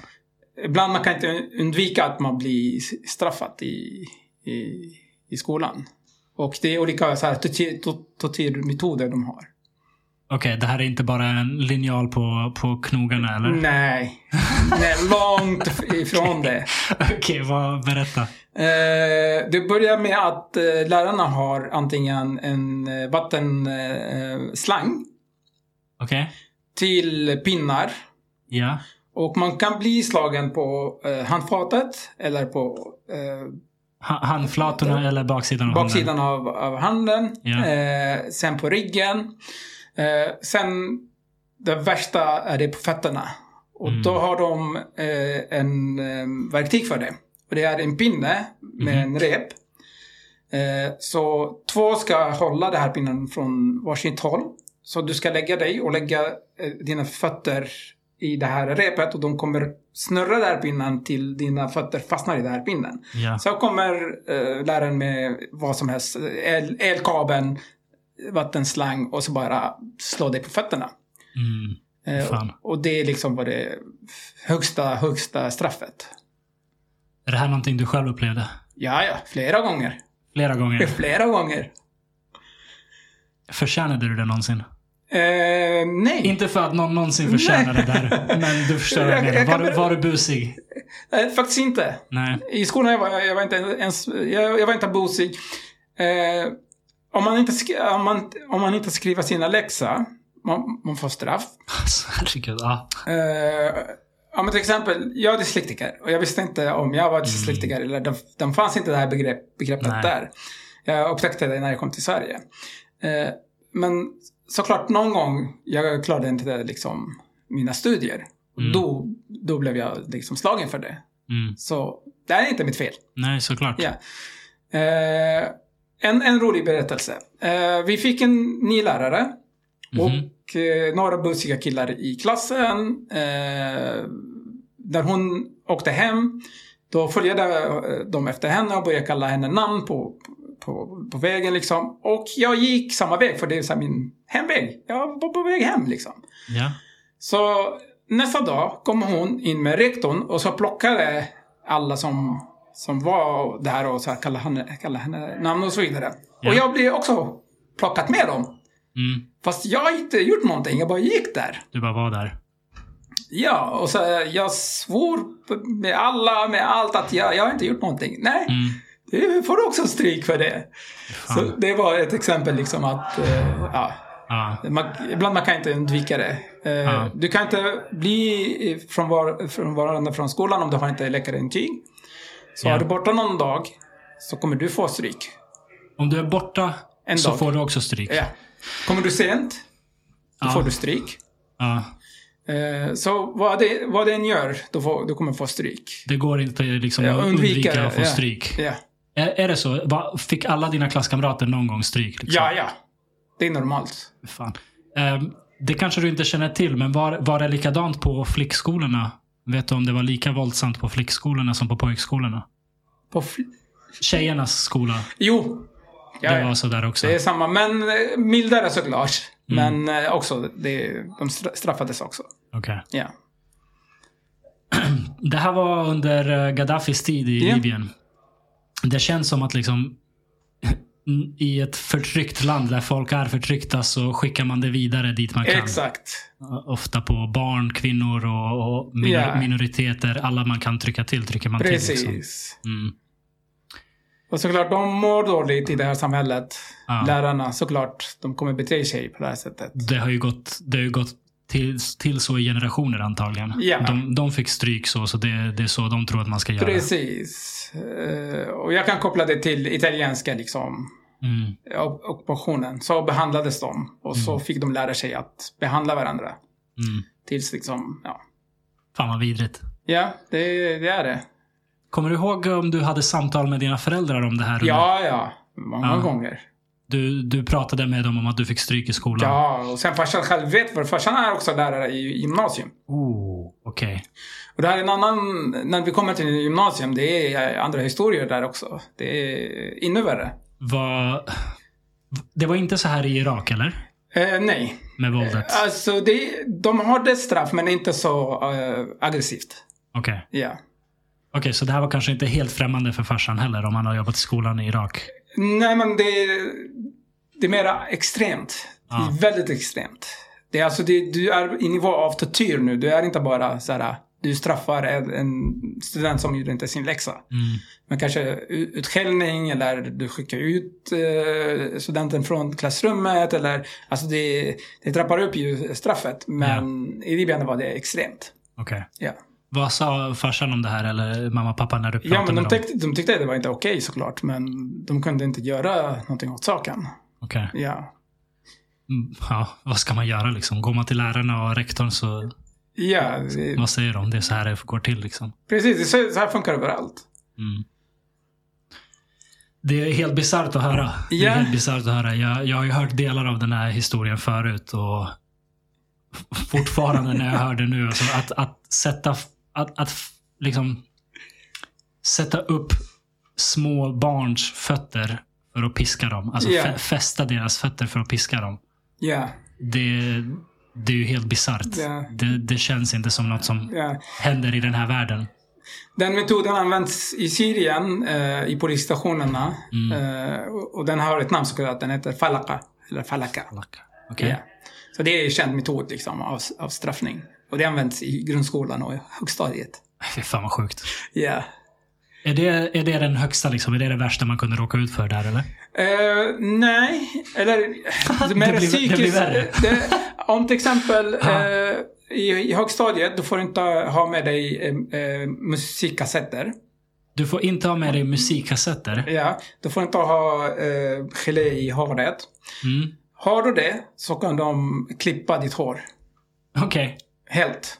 ibland man kan inte undvika att man blir straffad i, i, i skolan. Och det är olika så här tortyr- tor- tortyrmetoder de har. Okej, det här är inte bara en linjal på, på knogarna eller? Nej, Nej långt ifrån det. Okej, vad, berätta. Eh, det börjar med att eh, lärarna har antingen en eh, vattenslang Okej. till pinnar. Ja. Och man kan bli slagen på eh, handfatet eller på eh, Ha, handflatorna eller baksidan av handen? baksidan av, av handen. Ja. Eh, sen på ryggen. Eh, sen det värsta är det på fötterna. Och Mm. då har de eh, en eh, verktyg för det. Och det är en pinne med en rep. Eh, så två ska hålla den här pinnen från varsitt håll. Så du ska lägga dig och lägga eh, dina fötter i det här repet och de kommer snurra den här pinnen till dina fötter fastnar i den här pinnen. Ja. Så kommer eh, läraren med vad som helst. El, elkabeln, vattenslang och så bara slå dig på fötterna. Mm, Eh, fan. och det är liksom vad det högsta, högsta straffet. Är det här någonting du själv upplevde? Ja, ja, flera gånger. Flera gånger? Flera gånger. Förtjänade du det någonsin? Eh, nej. Inte för att någon någonsin förtjänar det där, men du förstår vad jag Jag- jag menar. Var, kan du- ber- var du busig? Eh, faktiskt inte. Nej. I skolan jag var jag var inte ens, jag, jag var inte busig. Eh, om, man inte skri- om, man, om man inte skriver sina läxa, man, man får straff. Alltså, herregud. Ja. Eh, ja, men till exempel, jag är dyslektiker och jag visste inte om jag var dyslektiker eller den, den fanns inte det här begrepp, begreppet Mm. Nej. där. Jag upptäckte det när jag kom till Sverige. Eh, men såklart någon gång, jag klarade inte det, liksom, mina studier. Mm. Då, då blev jag liksom slagen för det. Mm. Så det här är inte mitt fel. Nej, såklart. Ja. Eh, en, en rolig berättelse. Eh, vi fick en ny lärare. Mhm. Och eh, några busiga killar i klassen. Eh, när hon åkte hem, då följde eh, de efter henne och började kalla henne namn på, på, på vägen. Liksom. Och jag gick samma väg, för det är så här min hemväg. Jag var på väg hem liksom. Ja. Så nästa dag kom hon in med rektorn och så plockade alla som, som var där och så här kallade, henne, kallade henne namn och så vidare. Ja. Och jag blev också plockat med dem. Mm. Fast jag har inte gjort någonting, jag bara gick där. Du bara var där. Ja, och så jag svor med alla, med allt att jag, jag har inte gjort någonting. Nej, Mm. det får du också stryk för det. Fan. Så det var ett exempel liksom att, eh, ja, Ja. Man, ibland man kan inte undvika det. Eh, Ja. Du kan inte bli eh, från var, från varandra från skolan om du har inte läkarintyg. Så Ja. är du borta någon dag så kommer du få stryk. Om du är borta En så dag. får du också stryk. Ja. Kommer du sent, då Ja. får du stryk. Ja. Eh, Så vad det, vad det än gör, då, får, då kommer du få stryk. Det går inte liksom, Ja, att undvika att få ja. stryk. Ja. Är, är det så? Va, fick alla dina klasskamrater någon gång stryk? Liksom? ja, ja. Det är normalt. Fan. Ehm, det kanske du inte känner till, men var, var det likadant på flickskolorna? Vet du om det var lika våldsamt på flickskolorna som på pojkskolorna? På fl- Tjejernas skola, jo. Ja, det ja. var sådär också. Det är samma, men eh, mildare såklart. Mm. Men eh, också, det, de stra- straffades också. Okej. Ja. Det här var under eh, Gaddafis tid i Ja. Libyen. Det känns som att liksom i ett förtryckt land där folk är förtryckta så skickar man det vidare dit man kan. Exakt. Ofta på barn, kvinnor och, och minor- Ja. minoriteter. Alla man kan trycka till trycker man Precis. till. Liksom. Mm. Och såklart, de mår dåligt i det här samhället. Ja. Lärarna, såklart. De kommer bete sig på det här sättet. Det har ju gått, det har ju gått till, till så i generationer antagligen. Ja. De, de fick stryk så, så det, det är så de tror att man ska göra. Precis. Eh, Och jag kan koppla det till italienska liksom. Mm. ock- ockupationen. Så behandlades de. Och så fick de lära sig att behandla varandra. Mm. Tills liksom, ja. Fan vad vidrigt. Ja, det, det är det. Kommer du ihåg om du hade samtal med dina föräldrar om det här? Ja, ja. Många Ja. gånger. Du, du pratade med dem om att du fick stryk i skolan? Ja, och sen farsan själv vet, för farsan är också lärare i gymnasium. Oh, Okej. Och det här är en annan, när vi kommer till gymnasium, det är eh, andra historier där också. Det är ännu värre. Vad- Det var inte så här i Irak, eller? Eh, nej. Med våldet? Alltså, det, de har det straff, men inte så eh, aggressivt. Okej. Ja. Okej, så det här var kanske inte helt främmande för farsan heller, om han har jobbat i skolan i Irak? Nej, men det, det är mera extremt. Ja. Det är väldigt extremt. Det är alltså, det, du är i nivå av tortyr nu. Du är inte bara så här, du straffar en, en student som gjorde inte sin läxa. Mm. Men kanske u- utskällning eller du skickar ut eh, studenten från klassrummet. Eller, alltså det, det trappar upp ju straffet. Men i Libyen var det extremt. Okej. Ja, Vad sa farsan om det här, eller mamma och pappa, när du pratade ja men med de dem? tyckte, de tyckte att det var inte okej såklart. Men de kunde inte göra någonting åt saken. Okej. Ja, Mm, Ja, vad ska man göra liksom? Går man till lärarna och rektorn så, ja det, vad säger de? Det är så här det går till liksom. precis. det är Så, så här funkar det överallt. Mm. Det är helt bisarrt att höra. Det Ja. är helt bisarrt att höra. Jag, jag har ju hört delar av den här historien förut och f- fortfarande när jag hör det nu, alltså att, att sätta f- att, att f- liksom sätta upp små barns fötter för att piska dem. Alltså Ja. fä- fästa deras fötter för att piska dem. Ja, Det, det är ju helt bisarrt. Ja. Det, det känns inte som något som ja. händer i den här världen. Den metoden används i Syrien eh, i polisstationerna. Mm. Eh, och, och den har ett namn såklart. Den heter falaka. Eller falaka. Okej. Ja. Så det är en känd metod liksom, av, av straffning. Och det används i grundskolan och i högstadiet. Fy fan vad sjukt. Ja. Är det, är det den högsta liksom? Är det det värsta man kunde råka ut för där eller? Eh, nej, eller det, blir- det blir värre. det, om till exempel Ja. eh, i, i högstadiet, du får inte ha med dig eh, eh, musikkassetter. Du får inte ha med dig musikkassetter. Ja, du får inte ha eh, gelé i håret. Mm. Har du det så kan de klippa ditt hår Okej. helt.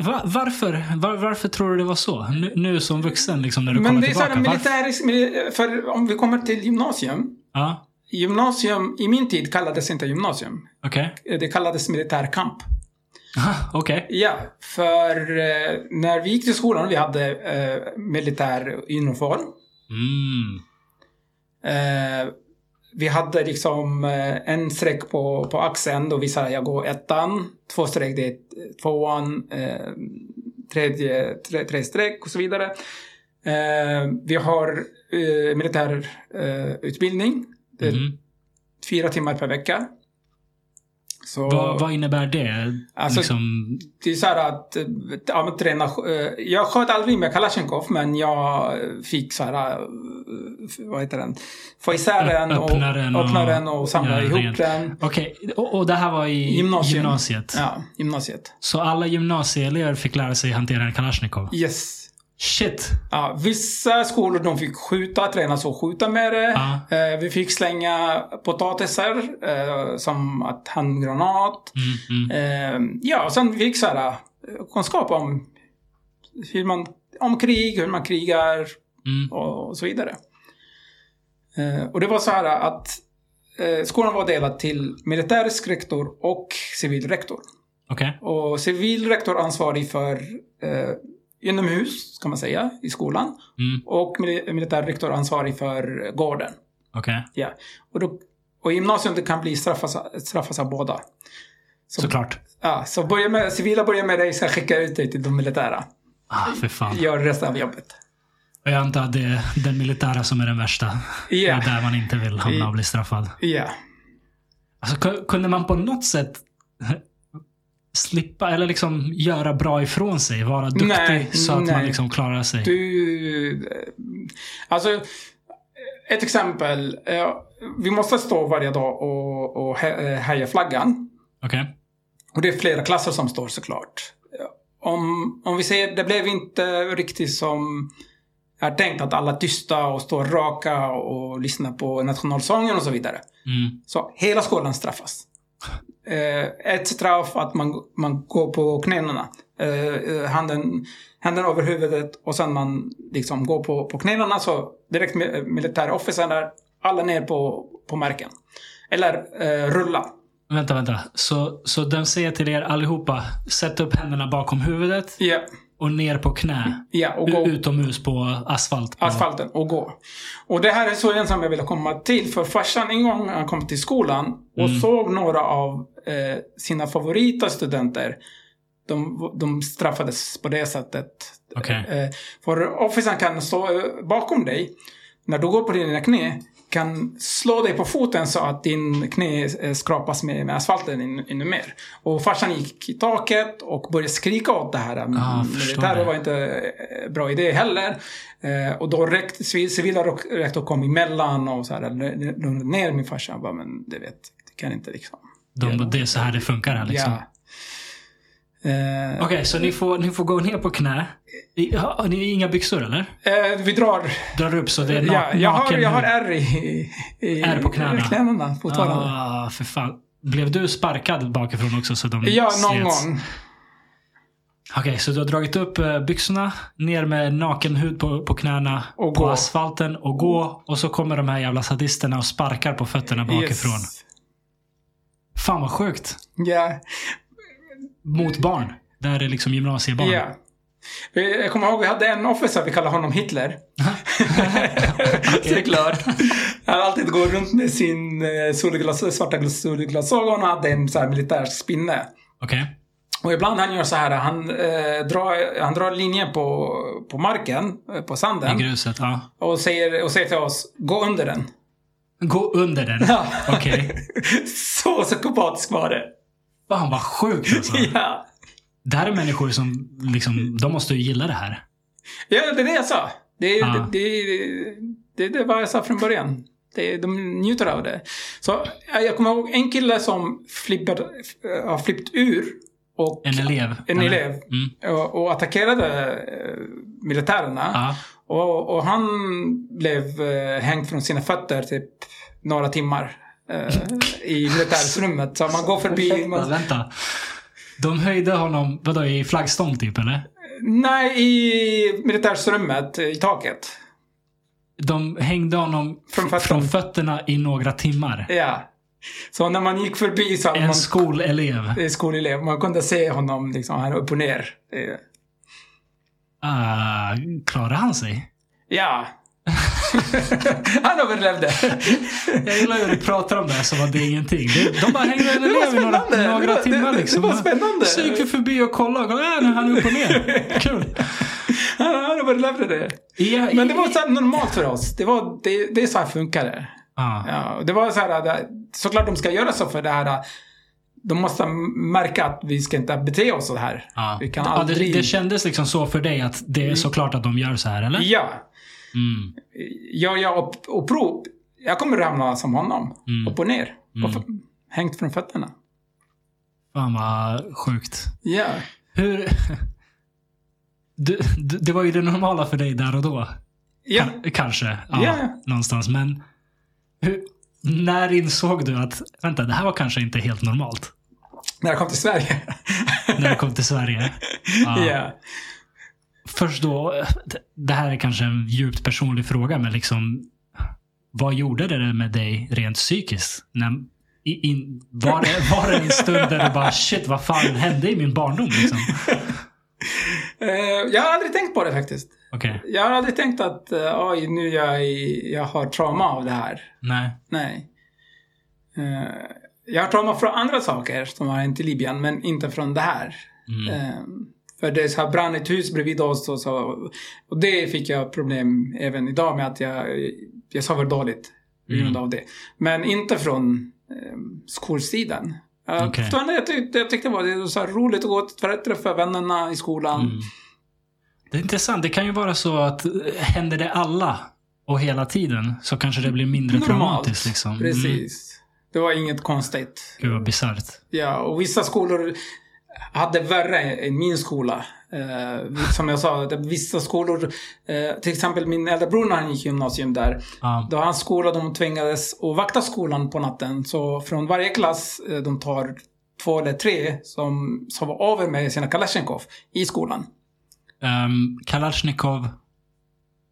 Va, varför? Var, varför tror du det var så? Nu, nu som vuxen liksom när du Men kollar det är så tillbaka. här varför? militärisk, mili- för om vi kommer till gymnasium. Ja, Gymnasium, i min tid kallades inte gymnasium. okej. Det kallades militärkamp. Aha, Okej. Ja, för eh, när vi gick till skolan, vi hade eh, militär uniform. Mm. Eh, vi hade liksom eh, en streck på, på axeln, då visade jag går ettan. Två streck, det är tvåan. Eh, tredje, tre, tre streck och så vidare. Eh, vi har eh, militär eh, utbildning. Det är Mm. fyra timmar per vecka. Så, Vad, vad innebär det? Alltså, liksom, Det är så här att, eh, ja, men träna, eh, jag sköt aldrig med Kalashnikov men jag fick så här, eh, vad heter den, få isär Ö- den och, öppna den och- öppna den och samla ja, ihop rent. den. Okej, och, och det här var i Gymnasium. gymnasiet. Ja, gymnasiet. Så alla gymnasieelever fick lära sig hantera en Kalashnikov? Yes. Shit! Ja, vissa skolor de fick skjuta, träna så skjuta med det. Ja. Eh, vi fick slänga potatisar eh, som att handgranat. Mm, mm. Eh, ja, och sen fick så här eh, kunskap om hur man, om krig, hur man krigar Mm. och, och så vidare. Eh, och det var så här att eh, skolan var delad till militärisk rektor och civil rektor. Okej. Och civil rektor ansvarig för eh, inomhus, kan man säga, i skolan. Mm. Och mil- militär rektor ansvarig för gården. Okej. Ja. Och, då, och i gymnasiet det kan bli straffas, straffas av båda. Så- Såklart. Ja, så börja med, civila börjar med dig, sen skicka ut dig till de militära. Ah, för fan. Gör resten av jobbet. Och jag antar att det är den militära som är den värsta. Det Ja, är där man inte vill hamna och bli straffad. ja. Alltså, ku- kunde man på något sätt slippa eller liksom göra bra ifrån sig? Vara duktig Nej, så att man nej. liksom klarar sig? Du... eh, Alltså, ett exempel. eh, Vi måste stå varje dag och, och he- eh, heja flaggan. Okej. Och det är flera klasser som står såklart. Eh, Om, om vi säger, det blev inte riktigt som jag tänkt att alla tysta och står raka och lyssnar på nationalsången och så vidare. Mm. Så hela skolan straffas. Eh, ett straff att man, man går på knäna. Eh, eh, handen, handen över huvudet och sen man liksom går på, på knäna så direkt mi- militärofficern där, alla ner på, på marken. Eller eh, rulla. Vänta, vänta. Så, så de säger till er allihopa, sätt upp händerna bakom huvudet Ja, och ner på knä. ja, och U- gå Utomhus på asfalt. På, asfalten och gå. Och det här är så ensam jag ville komma till. För farsan en gång han kom till skolan och Mm. såg några av eh, sina favorita studenter. De, de straffades på det sättet. Okej. Eh, för officern kan stå eh, bakom dig. När du går på dina knä kan slå dig på foten så att din knä eh, skrapas med, med asfalten in- ännu mer. Och farsan gick i taket och började skrika åt det här. Ah, Men förstår det här det. var inte eh, bra idé heller. Eh, och då räckte, civil- civila rok- rektor kom emellan och så här, eh, lugnade ner min farsa. Han bara, men du vet, det kan inte liksom. De, det är så här det funkar här liksom. Ja. Eh, Okej, så ni får, ni får gå ner på knä. I- Har ni inga byxor eller? eh, vi drar Drar upp så det är na- ja, jag, har, naken jag har hud. ärr i, i, i Ärr på knäna. knäna fortfarande. ah, för fan. Blev du sparkad bakifrån också så de ja, någon slets? gång. Okej, så du har dragit upp eh, byxorna, ner med naken hud på, på knäna, Och på gå. asfalten och gå. Och så kommer de här jävla sadisterna och sparkar på fötterna bakifrån. Yes. Fan vad sjukt. Ja, Mot barn. Där är liksom gymnasiebarn. ja. Vi- Jag kommer ihåg vi hade en officer, vi kallade honom Hitler. Såklart. Han alltid går runt med sin eh, solglas, svarta glas- solglasögon och hade en så här militär spinne. Okej. Och ibland han gör så här, han, eh, drar, han drar linjen på, på marken, eh, på I sanden. gruset, ja. Och säger, och säger till oss, gå under den. Gå under den. Ja. Okej. så psykopatisk var det. Fan vad sjukt alltså. Ja. Det här är människor som liksom, de måste ju gilla det här. ja, det är det jag sa. Det, är Ja. det, det, det, det var jag sa från början. Det, de njuter av det. Så ja, jag kommer ihåg en kille som flippade, f- har flippt ur och, En elev. En eller? elev. Mm. och, och attackerade eh, militärerna. Ja. Och, och han blev eh, hängd från sina fötter typ några timmar eh, i militärrummet. Så man går förbi... Vänta, Man, vänta. De höjde honom, vadå i flaggstång typ eller? nej, i militärrummet, i taket. De hängde honom Från fötterna. från fötterna i några timmar. Ja. Så när man gick förbi så hade En man skolelev. eh, skolelev, man kunde se honom liksom här upp och ner. Eh, Ah, klarade han sig? Ja. Han överlevde. Jag gillar hur du pratar om det här som att det är ingenting. Det- De bara hängde en Det var elev i spännande. några, Det några var- timmar det- det liksom. var spännande. Så gick vi förbi och kollade. Och, kollade, äh, nu är han upp och ner. Kul. Han, han överlevde det. I- Men det var så här normalt för oss. Det, var, det, det är så eh, här funkar det. Ah. Ja, och det var så här, det- såklart de ska göra så för det här. eh, de måste märka att vi ska inte bete oss så här. Ja. Vi kan Ja, aldrig- det, det kändes liksom så för dig att det är såklart att de gör så här, eller? Ja, Mm. gör jag upp- uppror, jag kommer ramla som honom. Mm. Upp och ner. Mm. Och f- hängt från fötterna. Fan vad sjukt. Ja. Hur... Du, du, det var ju det normala för dig där och då. Ja. Kan- Kanske. Ja, Ja. Någonstans. Men hur, när insåg du att, vänta, det här var kanske inte helt normalt? När jag kom till Sverige. När du kom till Sverige. Ja. Ja. Först då, d- det här är kanske en djupt personlig fråga, men liksom vad gjorde det där med dig rent psykiskt? När, i, in, var, det, var det en stund där du bara shit, vad fan hände i min barndom? Liksom? Eh, jag har aldrig tänkt på det faktiskt. Okej, Jag har aldrig tänkt att eh, oj, nu är jag, i, jag har trauma av det här. nej. Nej. Eh, jag har trauma från andra saker som har hänt i Libyen, men inte från det här. Mm. Eh, för det så här brann ett hus bredvid oss och, så, och det fick jag problem även idag med att jag, jag sover dåligt på grund Mm. av det. Men inte från eh, skolsidan. Jag, Okej. förstår inte, jag, tyckte, jag tyckte det var, det var så här roligt att gå och träffa vännerna i skolan. Mm. Det är intressant. Det kan ju vara så att eh, händer det alla och hela tiden så kanske det blir mindre traumatiskt. Liksom. Mm. Precis. Det var inget konstigt. Gud vad bisarrt. Ja, och vissa skolor hade värre än min skola. Eh, som jag sa, det- vissa skolor, eh, till exempel min äldre bror när han gick i gymnasium där. Ja. Då hans skola, de tvingades att vakta skolan på natten. Så från varje klass, eh, de tar två eller tre som, som var över med sina Kalashnikov i skolan. Ehm, Kalashnikov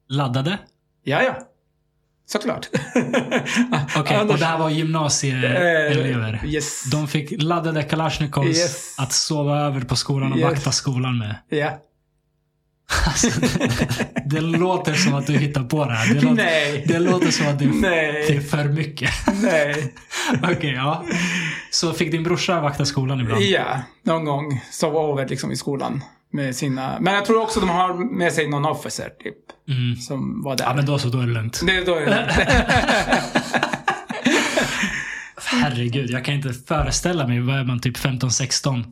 laddade. Ja, ja. Såklart. Okej, Okej, och det här var gymnasieelever. Eh, Yes. De fick laddade Kalashnikovs Yes. att sova över på skolan och Yes. vakta skolan med. Ja. Alltså, det, det låter som att du hittar på det här. Det låter, Nej. det låter som att det, Nej. det är för mycket. Nej. Okej, ja. Så fick din brorsa vakta skolan ibland? Ja, någon gång sov över liksom i skolan. Med sina, men jag tror också de har med sig någon officer typ. Mm. Som var där. Ja, men då så, då är det lugnt. det, då är det. Herregud, jag kan inte föreställa mig. Vad är man, typ 15-16?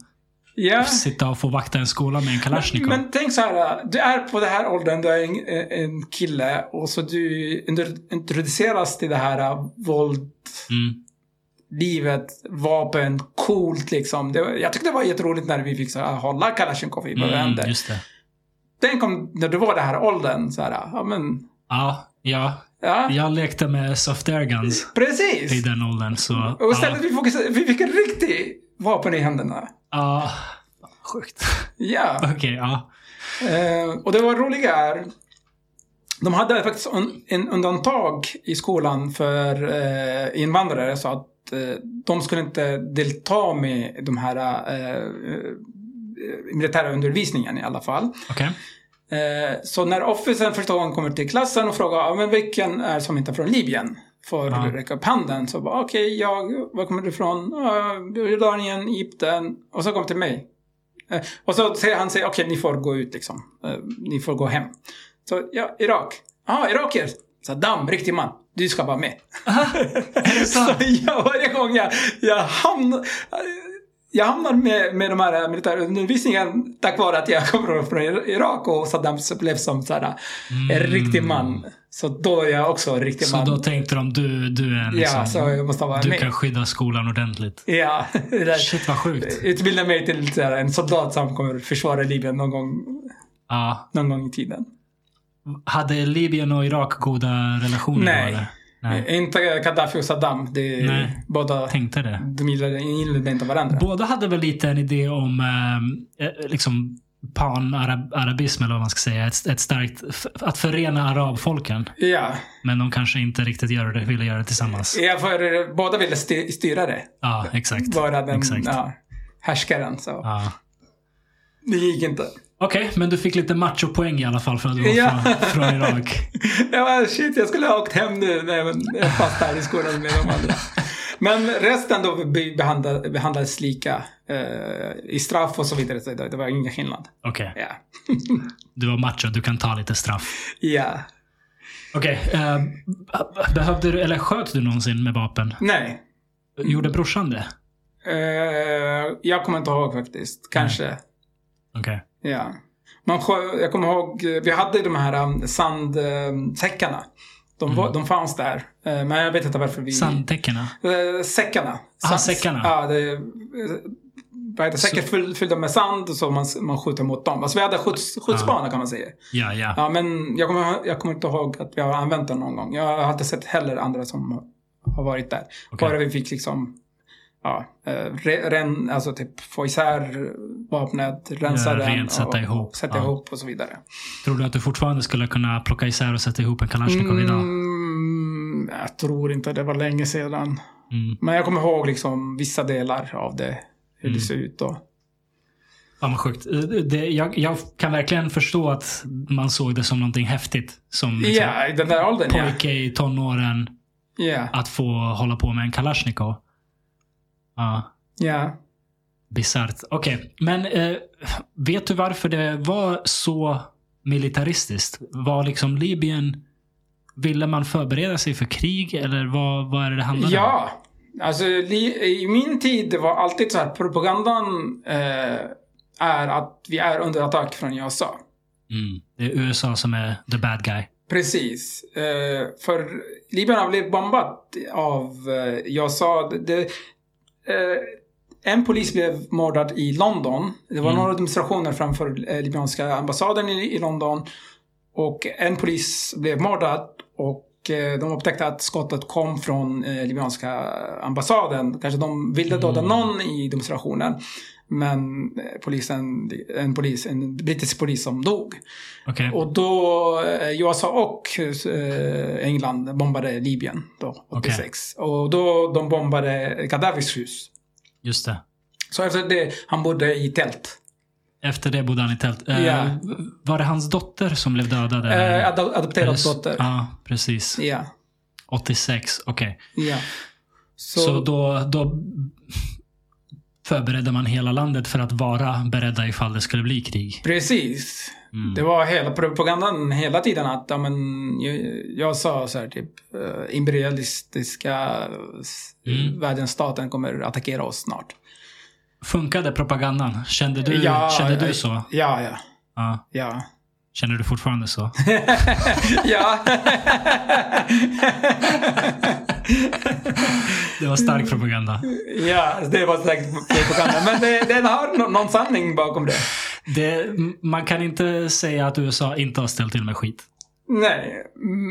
ja. Sitta och få vakta en skola med en Kalashnikov. Men tänk så här. äh, Du är på den här åldern, du är en, en kille och så du inter- introduceras till det här uh, våldlivet, Mm. vapen, coolt liksom. Det, var- jag tyckte det var jätteroligt när vi fick så här, hålla Kalashnikov i våra Mm, händer. just det. Tänk om när du var den här åldern så här. Ja, men. Ja, ja. Ja, Jag lekte med soft air guns precis. i den åldern. Så, Och istället vi, fokuserade, vi fick en riktig vapen i händerna. ja, ja. Sjukt. Ja. Okej, ja. Eh, och det var roliga är. De hade faktiskt un, en undantag i skolan för eh, invandrare så att eh, de skulle inte delta med de här eh, eh, militära undervisningen i alla fall. Okej. Eh, så när officern första gången kommer till klassen och frågar ah, men vilken är som inte är från Libyen? Får Ja. räcka upp handen. Så bara okej, jag, var kommer du ifrån? "Ah, Jordanien, Egypten. Och så kom till mig. Eh, och så säger han sig, okej ni får gå ut liksom. Eh, ni får gå hem. Så ja, Irak. Ja, ah, irakier. Saddam, riktig man. Du ska vara med. Är det Så sant? jag, varje gång jag, jag hamnar... Jag hamnar med, med de här eh, militärundervisningen tack vare att jag kommer från Ir- Irak och Saddam blev som så här, en Mm. riktig man. Så då är jag också en riktig Så man. då tänkte de, du, du är en ja, så liksom, jag måste vara Du med. kan skydda skolan ordentligt. Ja, det där. Eh, Shit vad sjukt. Utbilda mig till så här, en soldat som kommer försvara Libyen någon gång, Ja. någon gång i tiden. Hade Libyen och Irak goda relationer Nej. då? eller? Nej. Eh, Inte Gaddafi och Saddam. Det är Nej. båda, Tänkte det. de gillade, gillade inte varandra. Båda hade väl lite en idé om eh, eh, liksom pan-arabism eller vad man ska säga. Ett, ett starkt, f- att förena arabfolken. ja. Men de kanske inte riktigt gör det, ville göra det tillsammans. ja, för eh, båda ville sti- styra det. Ja, exakt. vara den Exakt. ja, härskaren. Så. Ja. Det gick inte. Okej, men du fick lite machopoäng i alla fall för att du var Ja. från, från Irak. Jag bara, shit, jag skulle ha åkt hem nu när jag när jag fast här i skolan med de andra. Men resten då be- behandla- behandlades lika eh, i straff och så vidare. Så det det var ingen skillnad. Okej, Ja. du var macho. Du kan ta lite straff. Ja. Okej, eh, behövde du, eller sköt du någonsin med vapen? Nej. Gjorde brorsan det? Eh, jag kommer inte ihåg faktiskt. Kanske. Okej. Ja. Man, skö- jag kommer ihåg, eh, vi hade de här um, sandsäckarna. De, var- Mm. de fanns där. Eh, men jag vet inte varför vi... Sandtäckena. Eh, säckarna. Ah, Sand- säckarna. Ja, det, eh, vad heter, säckar fyll- fyllda med sand och så man, man skjuter mot dem. Alltså vi hade skjuts, skjutsbana kan man säga. Ja, ja. Ja, men jag kommer, jag kommer inte ihåg att vi har använt den någon gång. Jag har inte sett heller andra som har varit där. Okej. Bara vi fick liksom ja, eh, re, ren, alltså typ få isär vapnet, rensa Ja, den. rent, sätta och, ihop. Sätta Ja. ihop och så vidare. Tror du att du fortfarande skulle kunna plocka isär och sätta ihop en Kalashnikov idag? Mm, jag tror inte det var länge sedan. Mm. Men jag kommer ihåg liksom vissa delar av det. Hur Mm. det ser ut då. Fan vad sjukt. Eh, Det, jag, jag kan verkligen förstå att man såg det som någonting häftigt. Som Ja, liksom, i den där åldern ja. pojke i tonåren Ja, att få hålla på med en Kalashnikov. Ja, ja. bisarrt. Okej, men eh, vet du varför det var så militaristiskt? Var liksom Libyen... Ville man förbereda sig för krig eller vad, vad är det det handlar om? Ja. Alltså, li, i min tid det var alltid så här, propagandan eh, är att vi är under attack från USA. Mm. Det är USA som är the bad guy. Precis. Eh, för Libyen har blivit bombat av eh, USA. Det, det, eh, en polis blev mördad i London. Det var Mm. några demonstrationer framför eh, libyanska ambassaden i, i London. Och en polis blev mördad och eh, de upptäckte att skottet kom från eh, libyanska ambassaden. Kanske de ville döda Mm. någon i demonstrationen. Men eh, polisen, en polis, en brittisk polis som dog. Okej. Och då, eh, USA och eh, England bombade Libyen då, 86. Och då de bombade Gaddafis hus. Just det. Så efter det, han bodde i tält. Efter det bodde han i tält. Eh, Ja. v- Var det hans dotter som blev dödad? eller? Eh, ad- adopterad Eller- dotter. Ja, precis. Ja. 86, okej. ja. Så, då, då förberedde man hela landet för att vara beredda ifall det skulle bli krig. Precis. Mm. Det var hela propagandan hela tiden att ja, men, jag, jag sa så här typ eh, imperialistiska Mm. mm. världens staten kommer attackera oss snart. Funkade propagandan? Kände du, kände du så? eh, Ja, ja, Ja. ja. Känner du fortfarande så? ja. Det var stark propaganda. ja, Alltså, det var säkert propaganda. Men det, den har nå- någon sanning bakom det. Det, man kan inte säga att USA inte har ställt till med skit. Nej,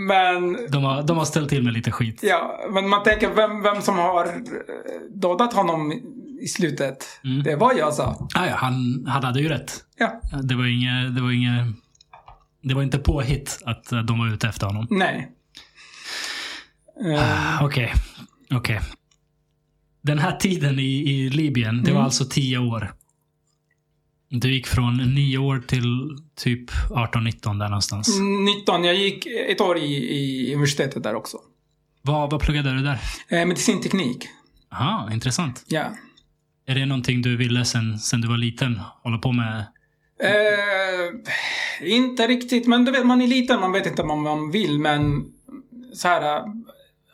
men De har, de har ställt till med lite skit. Ja, men man tänker vem, vem som har eh, dödat honom i slutet. Mm. Det var jag sa. Ah, ja, han, han hade ju rätt. Ja, Det var inget... Det var inget... Det var inte påhitt att eh, de var ute efter honom. nej. Eh, Ah, Okej. Okej. Den här tiden i, i Libyen, det var Mm. alltså 10 år. Du gick från 9 år till typ 18-19 där någonstans. 19, jag gick ett år i, i universitetet där också. Vad, vad pluggade du där? Eh, medicinteknik. Aha, intressant. Ja. Är det någonting du ville sen, sen du var liten hålla på med? Eh, inte riktigt, men du vet, man är liten, man vet inte vad man vill, men så här, eh,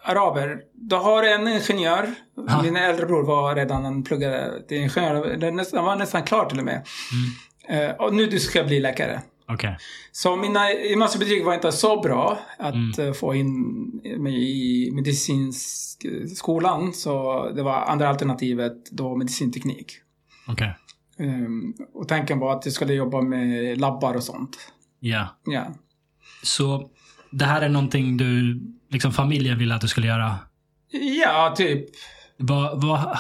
araber. Du har en ingenjör. Ja. Min äldre bror var redan, han pluggade till ingenjör. Den nästan- Han var nästan klar till och med. Mm. Eh, och nu du ska bli läkare. Okej. Så mina gymnasiebetyg var inte så bra att Mm. eh, få in mig i medicinskolan. Så det var andra alternativet då medicinteknik. Okej. Ehm, och tanken var att jag skulle jobba med labbar och sånt. Ja. Ja. Så det här är någonting du, liksom familjen ville att du skulle göra? Ja, typ. Vad, vad,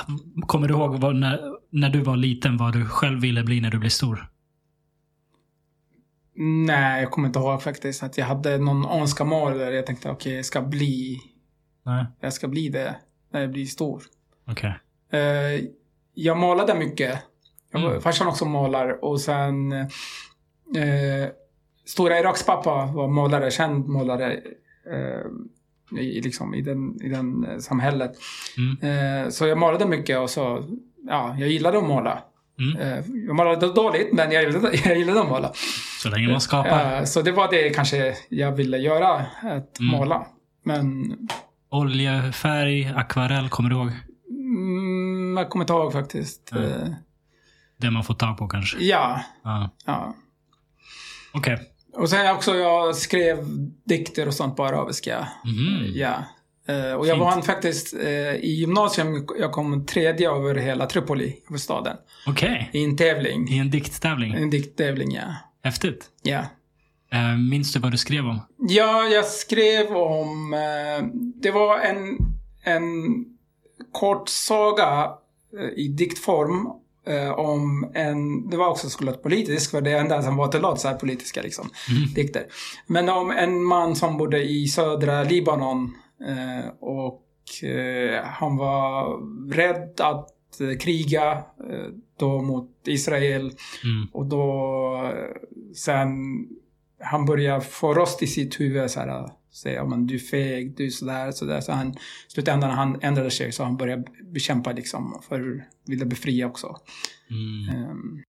kommer du ihåg vad, när, när du var liten vad du själv ville bli när du blev stor? Nej, jag kommer inte ihåg faktiskt att jag hade någon önskemål där jag tänkte okej, jag ska bli, Nej. jag ska bli det när jag blir stor. Okej. Eh, jag målade mycket. Jag, Mm. Farsan också målar och sen eh, Stora Iraks pappa var målare, känd målare eh, i, liksom, i, den, i den eh, samhället. Mm. Eh, så jag målade mycket och så, ja, jag gillade att måla. Mm. Eh, jag målade dåligt, men jag gillade, jag gillade att måla. Så länge man skapar. Eh, så det var det kanske jag ville göra, att Mm. måla. Men Oljefärg, akvarell, kommer du ihåg? mm, men jag kommer inte ihåg faktiskt. Mm. Eh, Det man får tag på kanske. Ja, Ja. ja. Okej. Och sen också, jag skrev dikter och sånt på arabiska. Mhm. Ja. Eh, och jag Fint. vann faktiskt eh, i gymnasium, jag kom tredje över hela Tripoli, över staden. Okej. I en tävling. I en dikttävling. En dikttävling, ja. Häftigt. ja. Eh, Minns du vad du skrev om? Ja, jag skrev om... eh, Det var en, en kort saga eh, i diktform eh, om en... Det var också såklart politisk, för det enda som var tillåt så här politiska liksom, Mhm. dikter. Men om en man som bodde i södra Libanon eh, och eh, han var rädd att eh, kriga eh, då mot Israel Mm. och då eh, sen han börjar få röst i sitt huvud så här. Säga, men du är feg, du är sådär, sådär. Så han, i slutändan han ändrade sig så han började bekämpa liksom för ville befria också. Mm. ehm,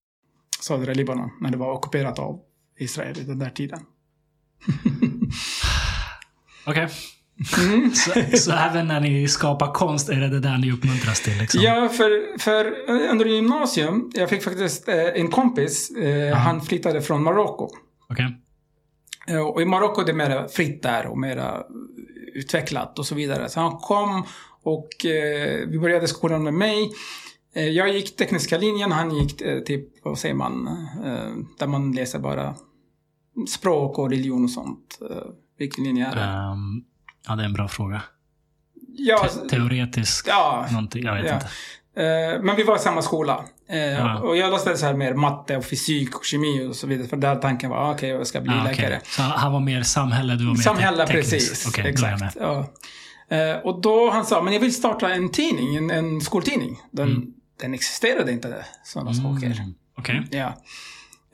södra Libanon när det var ockuperat av Israel i den där tiden. Okej. Mm. Så, så även när ni skapar konst är det det där ni uppmuntras till? Liksom? Ja, för, för eh, under gymnasium, jag fick faktiskt eh, en kompis, eh, han flyttade från Marocko. Okej. Eh, Och i Marocko är det mer fritt där och mer utvecklat och så vidare. Så han kom och eh, vi började skolan med mig. Eh, jag gick tekniska linjen, han gick eh, typ, vad säger man, eh, där man läser bara språk och religion och sånt. Eh, vilken linje är det? Ehm, ja, det är en bra fråga. Ja, Te- teoretisk ja, någonting. Jag vet Ja. inte. Eh, men vi var i samma skola. Eh, Ja. Och jag läste så här mer matte och fysik och kemi och så vidare. För där tanken var, ah, okej, jag ska bli Ah, okej. läkare. Så han var mer samhälle, du var mer te- Samhälle, teknisk. precis. Okej, då är jag med. Exakt. Ja. Eh, och då han sa, men jag vill starta en tidning, en, en skoltidning. Den, Mm. den existerade inte, sådana saker. Mm. Okej. Ja.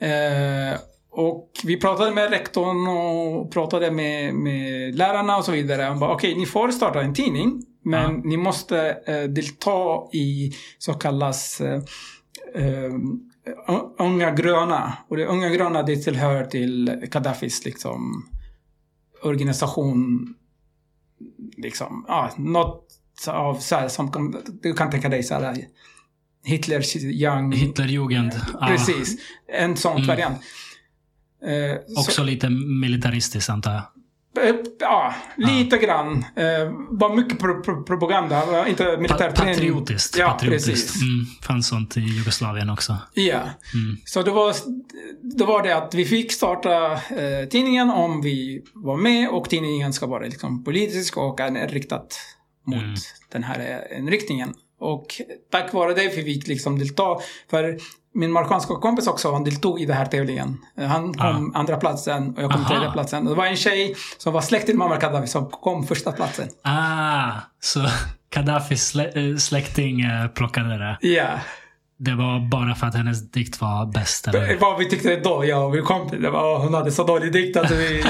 Eh, och vi pratade med rektorn och pratade med, med lärarna och så vidare. Han bara, okej, ni får starta en tidning, men Ja. ni måste eh, delta i så kallas eh, eh, Unga gröna. Och det Unga gröna det tillhör till Gaddafis liksom, organisation. Liksom, ja, något av så här, som kan, du kan tänka dig så här, Hitlers young... Hitlerjugend. Ah, Precis. En sån Mm. variant. Eh, Också lite militaristiskt antar jag. så, eh, ja, lite grann. Eh, bara mycket pro pro propaganda, va? inte Pa militär träning. patriotiskt. Ja, patriotiskt. precis. Mm, fanns sånt i Jugoslavien också. Ja. Mm. Så det var, då var det att vi fick starta eh, tidningen om vi var med och tidningen ska vara liksom politisk och är riktad mot Mm. den här eh, inriktningen. Och tack vare det fick vi liksom delta. För min marockanska kompis också, han deltog i den här tävlingen. Eh, Han kom andra platsen och jag kom Ah. Aha. tredje platsen. Och Det var en tjej som var släkt till Muammar Gaddafi som kom första platsen. Ah, så Gaddafis slä, eh, släkting eh, plockade det. Ja. Det var bara för att hennes dikt var bäst, eller? Det- Vad vi tyckte då, jag och min kompis. Det var, "Åh, hon hade så dålig dikt. Att vi,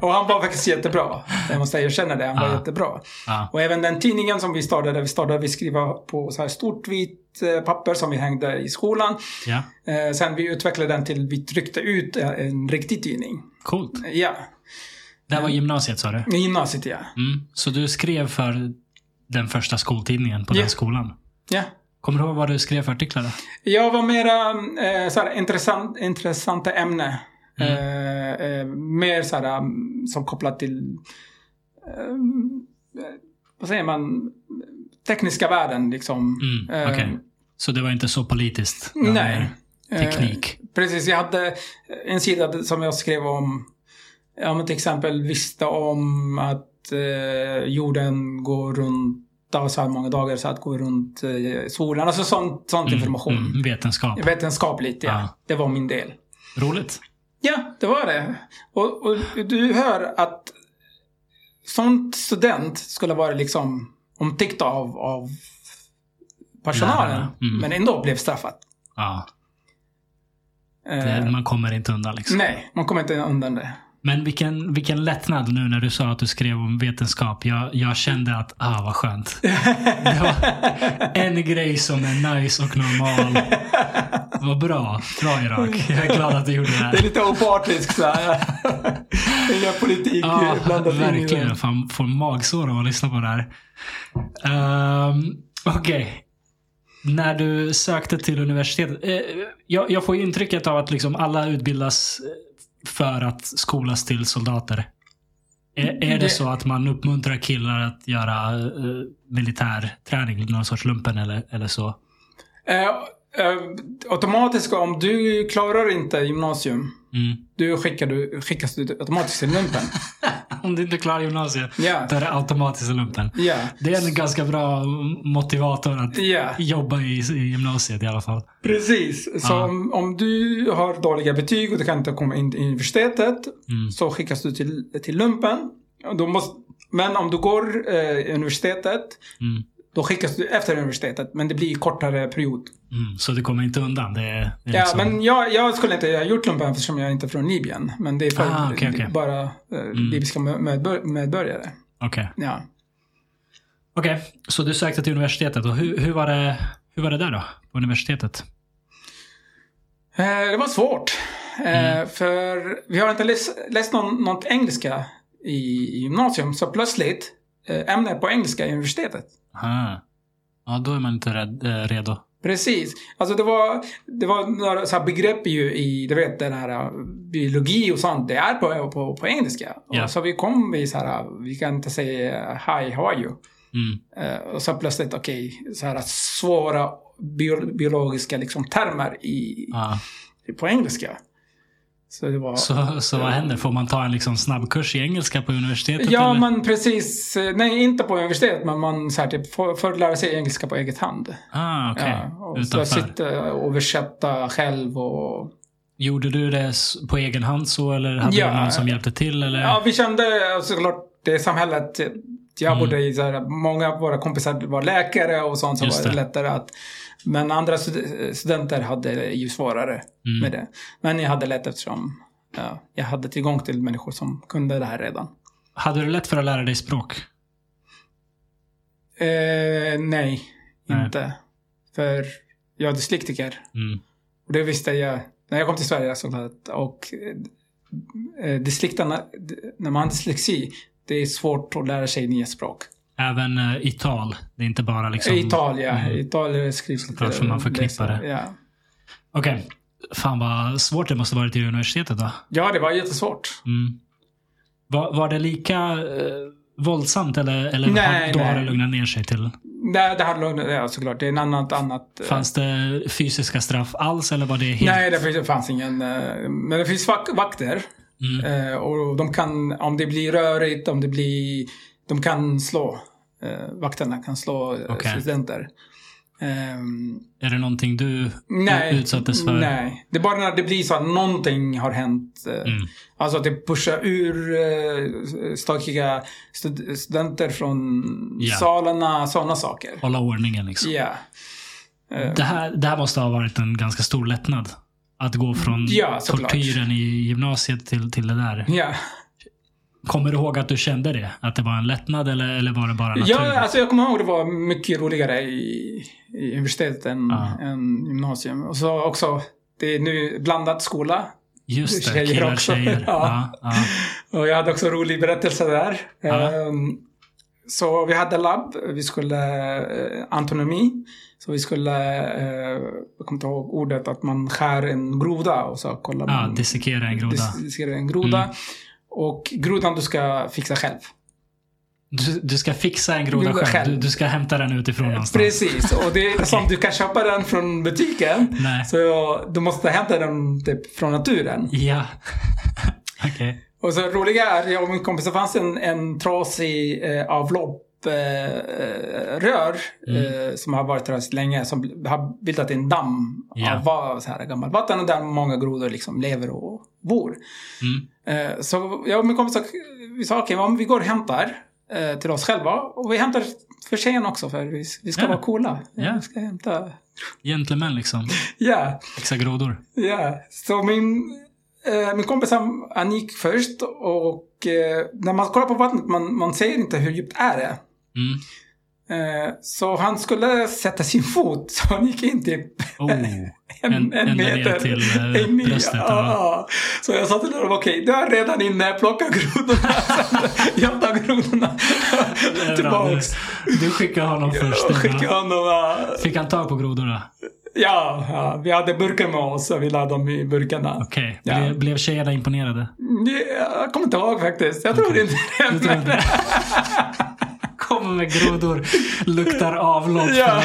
och han var faktiskt jättebra. Jag måste säga, jag känner det. Han var Ja. jättebra. Ja. Och även den tidningen som vi startade. Vi startade, vi skrev på så här stort vitt eh, papper som vi hängde i skolan. ja. Eh, sen vi utvecklade den till vi tryckte ut eh, en riktig tidning. Coolt. Ja, Det här var gymnasiet sa du? i gymnasiet ja. Mm. Så du skrev för den första skoltidningen på Ja. den skolan? ja. Kommer du ihåg vad du skrev för artiklar? Då? Jag var mera eh, så här, intressant, intressanta ämnen. Mm. Eh, eh, mer så här, mm, som kopplat till, eh, vad säger man, tekniska världen liksom. Mm, Eh, okej. Så det var inte så politiskt? Det var Nej. mer Teknik? Eh, precis, jag hade en sida som jag skrev om, ja men till exempel visste om att eh, jorden går runt det var så här många dagar så att gå runt eh, solen. Alltså sånt, sånt information. Mm, mm, vetenskap. Vetenskapligt, ja. Ja. Det var min del. Roligt. Ja, det var det. Och, och du hör att sånt student skulle vara liksom omtyckt av, av personalen. Lärarna, mm. Men ändå blev straffad. Ja, Eh, det, man kommer inte undan liksom. nej, man kommer inte undan det. Men vilken, vilken lättnad nu när du sa att du skrev om vetenskap. Jag, jag kände att, ah vad skönt. Det var en grej som är nice och normal. Vad bra. Bra Irak. Jag är glad att du gjorde det Det är här. lite opartiskt så här. Inga politik Ja, blandat in i verkligen. det. Fan, får magsår av att lyssna på det här. Ehm, Okej. när du sökte till universitetet. Eh, jag, jag får ju intrycket av att liksom alla utbildas eh, för att skolas till soldater. Är, är det Det- så att man uppmuntrar killar att göra eh, militärträning, någon sorts lumpen eller, eller så? Eh, eh, automatiskt, om du klarar inte gymnasium, Mm. du skickar du, skickas du automatiskt till lumpen. Om du inte klarar gymnasiet, Ja. då är det automatiskt lumpen. Ja. Det är en ganska bra motivator att Ja. jobba i, i gymnasiet i alla fall. Precis. Så Ja. om, om du har dåliga betyg och du kan inte komma in i universitetet Mm. så skickas du till, till lumpen. Och Då måste, men om du går eh, universitetet, Mm. då skickas du efter universitetet. Men det blir kortare period. Mm. Så du kommer inte undan. Det är, det är Ja, liksom- men jag, jag skulle inte ha gjort lumpen eftersom jag inte är från Libyen. Men det är för Ah, okej, Mm. okej. bara eh, libyska medbör- medborgare. Okej. Ja. Okej, så du sökte till universitetet. Och hur, hur, var det, hur var det där då? På universitetet? Eh, Det var svårt. Eh, Mm. För vi har inte läst, läst någon, något engelska i, i gymnasium. Så plötsligt eh, ämne på engelska i universitetet. Aha. Ja, då är man inte rädd, eh, redo. Precis. Alltså det var, det var några så här begrepp ju i, du vet den här eh, biologi och sånt. Det är på, på, på engelska. Ja. Och så vi kom vi så här, vi kan inte säga hi, how are you? Mm. Eh, och så plötsligt, okej, så här svåra bio, biologiska liksom termer i, Ja. på engelska. Så det var... Så, så vad händer? Får man ta en liksom snabbkurs i engelska på universitetet? Ja, eller? men precis. eh, Nej, inte på universitetet, men man så här, typ, får, får lära sig engelska på eget hand. Ah, okej. Ja, och så Utanför. sitta och översätta själv och... Gjorde du det s- på egen hand så eller hade Ja. du någon som hjälpte till? Eller? Ja, vi kände eh, såklart det samhället. eh, Jag Mm. bodde i så här, många av våra kompisar var läkare och sånt, så Just var det det. lättare att... Men andra stud- studenter hade ju svårare Mm. med det. Men jag hade lätt eftersom ja, jag hade tillgång till människor som kunde det här redan. Hade du lätt för att lära dig språk? Eh, nej, Nej. inte. För jag är dyslektiker. Mm. Och det visste jag när jag kom till Sverige såklart. Och eh, dyslektarna, när man har dyslexi, det är svårt att lära sig nya språk. Även eh, i tal? Det är inte bara liksom... I Italien, Mm. i Italien skrivs lite... Såklart, för man förknippar läser- det. Ja. Okej. Fan vad svårt det måste varit i universitetet då. ja, det var jättesvårt. Mm. Var, var det lika eh, våldsamt eller, eller Nej, har, då har det nej. lugnat lugnat ner sig till? Det, det här lugnade ja, såklart. Det är en annat... annat eh, Fanns det fysiska straff alls eller var det helt... Nej, det finns- det fanns ingen... eh, Men det finns vak- vakter. Mm. Eh, och de kan, om det blir rörigt, om det blir... De kan slå. Eh, vakterna kan slå eh, Okej. studenter. Ehm, Är det någonting du nej, utsattes för? nej. Det är bara när det blir så att någonting har hänt. Eh, Mm. Alltså att det pushar ur eh, stökiga stud- studenter från Ja. salarna, sådana saker. Hålla ordningen liksom. Ja. Eh, Det, här, det här måste ha varit en ganska stor lättnad. Att gå från Ja, såklart. tortyren i gymnasiet till, till det där. Ja. Kommer du ihåg att du kände det? Att det var en lättnad eller, eller var det bara naturligt? Ja, alltså jag kommer ihåg det var mycket roligare i, i universitetet än, Ja. än gymnasium. Och så också, det är nu blandat skola. Just det, tjejer killar också. tjejer. Ja. Ja, ja. Och jag hade också en rolig berättelse där. Ja. Ehm, så vi hade labb, vi skulle eh, antonomi. Så vi skulle, eh, jag kommer inte ihåg ordet, att man skär en groda och så kollar ja, man. dissekera en groda. dis- dissekerar en groda. Mm. Och grodan du ska fixa själv. Du, du ska fixa en groda Groda själv. själv. Du, du ska hämta den utifrån någonstans. Precis, och det är som du kan köpa den från butiken. Nej. Så du måste hämta den typ från naturen. Ja. Okej. Och så roliga är, jag och min kompis, det fanns en, en trasig eh, avlopp eh, eh, rör Mm. eh, som har varit trasigt länge som bl- har bildat en damm Ja. av va- så här gammalt vatten och där många grodor liksom lever och bor. Mm. Eh, så jag och min kompis sa, vi sa okej, okay, vi går och hämtar eh, till oss själva och vi hämtar för tjejen också för vi, vi ska Ja. vara coola. Ja. Vi ska hämta. Gentlemän liksom. Ja. Fixa grodor. Ja, så min, eh, min kompis han, han gick först och eh, när man kollar på vattnet man, man ser inte hur djupt är det. Mm. Eh, Så han skulle sätta sin fot, så han gick in typ till Oh, en, en meter till eh, En meter, bröstet. ja, ja. ja. Så jag sa till honom, okej, du är redan inne, plocka grodorna. Sen jag tar grodorna Det är bra. tillbaks. Du, du skickar honom först. Och det är bra. skickade honom, ja. Fick han tag på grodorna? ja, ja, vi hade burkar med oss och vi la dem i burkarna. Okej. Ja. Ble, blev tjejerna imponerade? Jag kommer inte ihåg faktiskt, jag tror inte Du tror inte? Kommer med grodor, luktar avlopp. Ja,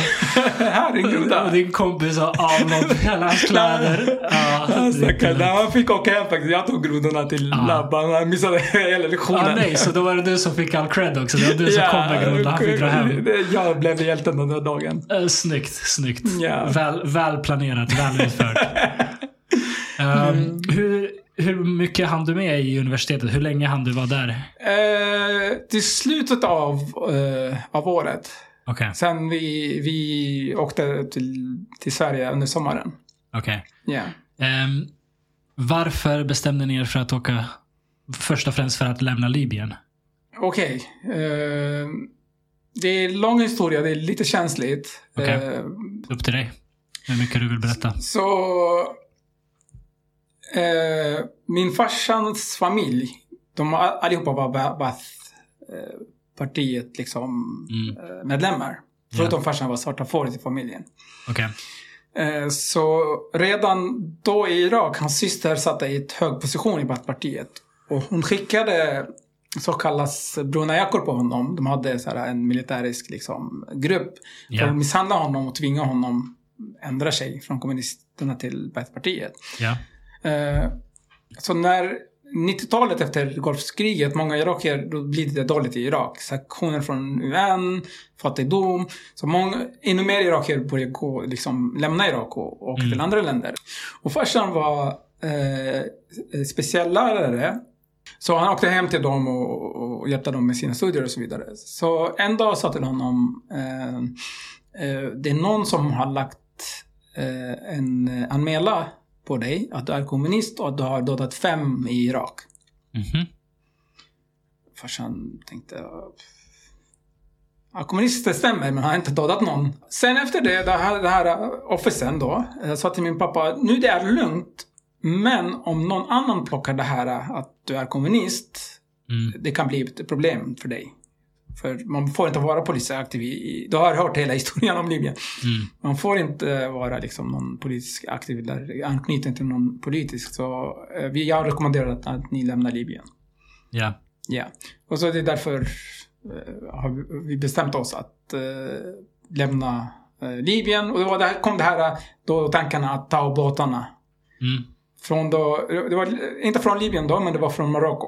här är Och grodan. din kompis har avlopp i alla hans kläder. Ja, det är Stackarn, lätt. han fick åka hem faktiskt. Jag tog grodorna till Ja. labban, han missade hela lektionen. ah, nej, så då var det du som fick all cred också. Det var du som kom med grodorna. Han fick dra hem. Jag blev hjälten den där dagen. Eh, Snyggt, snyggt. Ja. Väl, väl planerat, väl utfört. Ehm, hur, hur mycket hann du med i universitetet? Hur länge hann du vara där? Eh, till slutet av, eh, av året. Okej. Sen vi, vi åkte till, till Sverige under sommaren. okej. Ja. Ehm, varför bestämde ni er för att åka först och främst för att lämna Libyen? Okej. eh, det är en lång historia, det är lite känsligt. Okej. Eh, Upp till dig. Hur mycket du vill berätta. så... eh, min farsans familj, de all- allihopa var Ba- Baath-partiet liksom, Mm. eh, medlemmar. Ja. Förutom farsan var svarta fåret i familjen. Okej. Eh, Så redan då i Irak, hans syster satt i ett hög position i Baathpartiet. Och hon skickade så kallas brunajacor på honom. De hade så här en militärisk liksom, grupp. För att Ja. misshandla honom och tvinga honom ändra sig från kommunisterna till Baathpartiet. Ja. Eh, Så när 90-talet efter Gulfkriget, många irakier, då blir det dåligt i Irak. Sanktioner från UN, fattigdom. Så många, ännu mer irakier börjar gå, liksom, lämna Irak och åka Mm. till andra länder. Och farsan var eh, speciallärare. Så han åkte hem till dem och, och- och hjälpte dem med sina studier och så vidare. Så en dag sa till honom, eh, eh, det är någon som har lagt eh, en eh, anmälan på dig att du är kommunist och att du har dödat fem i Irak. Mhm. Farsan tänkte... "Ja, pff." Ja, kommunister stämmer, men han har inte dödat någon. Sen efter det, det här, det här officen då, eh, sa till min pappa, nu det är lugnt, men om någon annan plockar det här eh, att du är kommunist, Mm. det kan bli ett problem för dig. För man får inte vara polisaktiv i- i... Du har hört hela historien om Libyen. Mm. Man får inte vara liksom någon politisk aktiv eller anknuten till någon politisk. Så eh, vi- jag rekommenderar att, att ni lämnar Libyen. Ja. Ja. Och så det är därför eh, har vi- vi bestämt oss att eh, lämna eh, Libyen. Och det var där kom det här eh, då tankarna att ta båtarna. Mm. Från då, det var eh, inte från Libyen då, men det var från Marocko.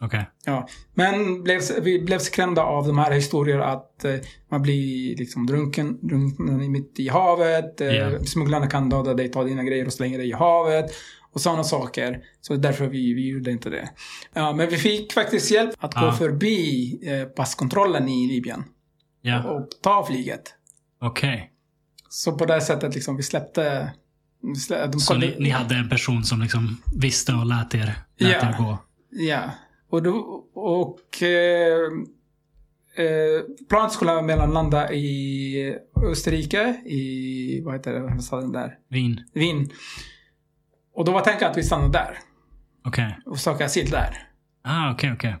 Okej. Ja, men blev, vi blev skrämda av de här historierna att eh, man blir liksom drunken, drunken i mitt i havet. Eh, Ja. Smugglarna kan döda dig, ta dina grejer och slänga dig i havet. Och sådana saker. Så därför vi, vi gjorde inte det. Ja, men vi fick faktiskt hjälp att gå Ah. förbi eh, passkontrollen i Libyen. Ja. Och ta flyget. Okej. Så på det sättet liksom vi släppte... vi slä- de Så kollade- ni, ni hade en person som liksom visste och lät er, lät Ja. er gå? Ja. Och, då, och eh, eh, planet skulle mellanlanda i Österrike, i vad heter det, staden där? Vin? Wien. Och då var tanken att vi stannade där Okej. och sökte asyl där. Ah, okej, okej.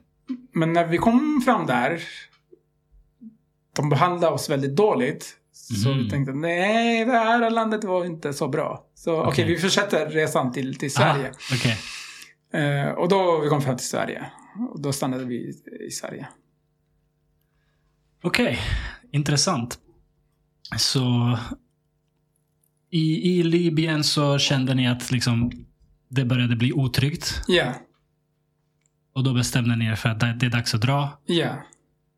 Men när vi kom fram där, de behandlade oss väldigt dåligt. Så Mhm. vi tänkte, nej, det här landet var inte så bra. Så okej, Okej. vi fortsätter resan till, till Ah, Sverige. Okej. Eh, och då vi kom fram till Sverige. Och då stannade vi i- i Sverige. Okej, intressant. Så i, i Libyen så kände ni att liksom det började bli otryggt Ja. och då bestämde ni er för att det det är dags att dra. Ja.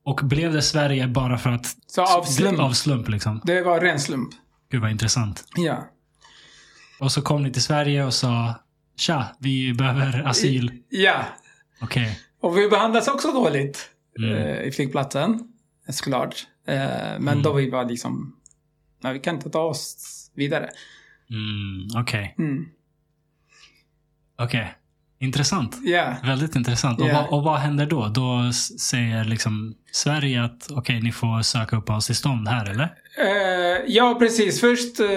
Och blev det Sverige bara för att... Så av slump. Av slump liksom. Det var ren slump. Gud vad intressant. Ja. Och så kom ni till Sverige och sa Tja, vi behöver asyl. Ja. Okej. Och vi behandlas också dåligt Mm. eh, i flygplatsen. eh, Såklart. Eh, men Mm. då vi var liksom... Nej, vi kan inte ta oss vidare. Mm, Okej. Mm. Okej. Intressant. Yeah. Väldigt intressant. Ja. Och, vad, och vad händer då? Då s- säger liksom Sverige att okej, ni får söka uppehållstillstånd här eller? Eh, ja, precis. Först eh,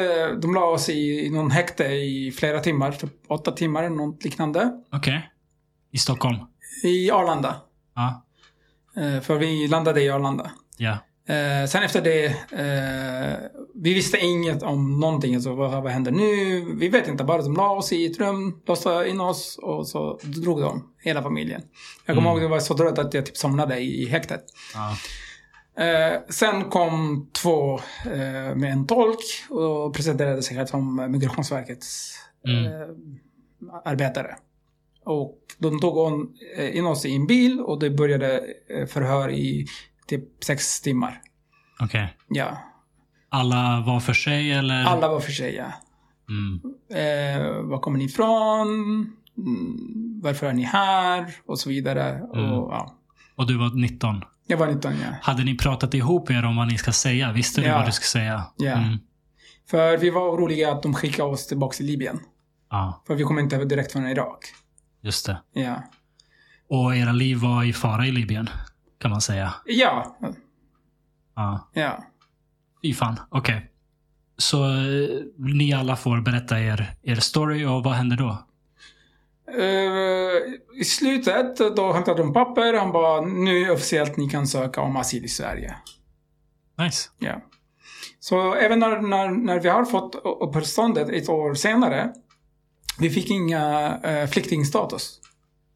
de la oss i någon häkte i flera timmar. Typ åtta timmar eller något liknande. Okej. I Stockholm? I Arlanda. Ja. Eh, för vi landade i Arlanda. Ja. Eh, sen efter det, eh, vi visste inget om någonting. Alltså, vad, vad händer nu? Vi vet inte. Bara de la oss i ett rum, låste in oss och så drog de. Hela familjen. Jag kommer Mm. ihåg att jag var så trött att jag typ somnade i, i häktet. ja. Eh, sen kom två eh, med en tolk och presenterade sig här som Migrationsverkets Mm. eh, arbetare. Och de tog on, eh, in oss i en bil och det började eh, förhör i typ sex timmar. Okej. Ja, Alla var för sig eller? alla var för sig. Ja. Mm. Eh, var kommer ni ifrån? Mm, varför är ni här? Och så vidare. Mm. Och, ja. Och du var 19? Jag var 19 ja. Hade ni pratat ihop er om vad ni ska säga? Visste du Ja. vad du ska säga? Ja. Mm. För vi var oroliga att de skickade oss tillbaka till Libyen. Ja, För vi kom inte direkt från Irak. just det. Ja. Och era liv var i fara i Libyen, kan man säga. Ja. Ja. Ja. Fy fan, okej. Så eh, ni alla får berätta er, er story och vad händer då? Eh, I slutet då hämtade de papper. Han bara nu är officiellt ni kan söka om asyl i Sverige. Nice. Ja. Så även när, när, när vi har fått uppehållstillståndet ett år senare. Vi fick inga eh, flyktingstatus.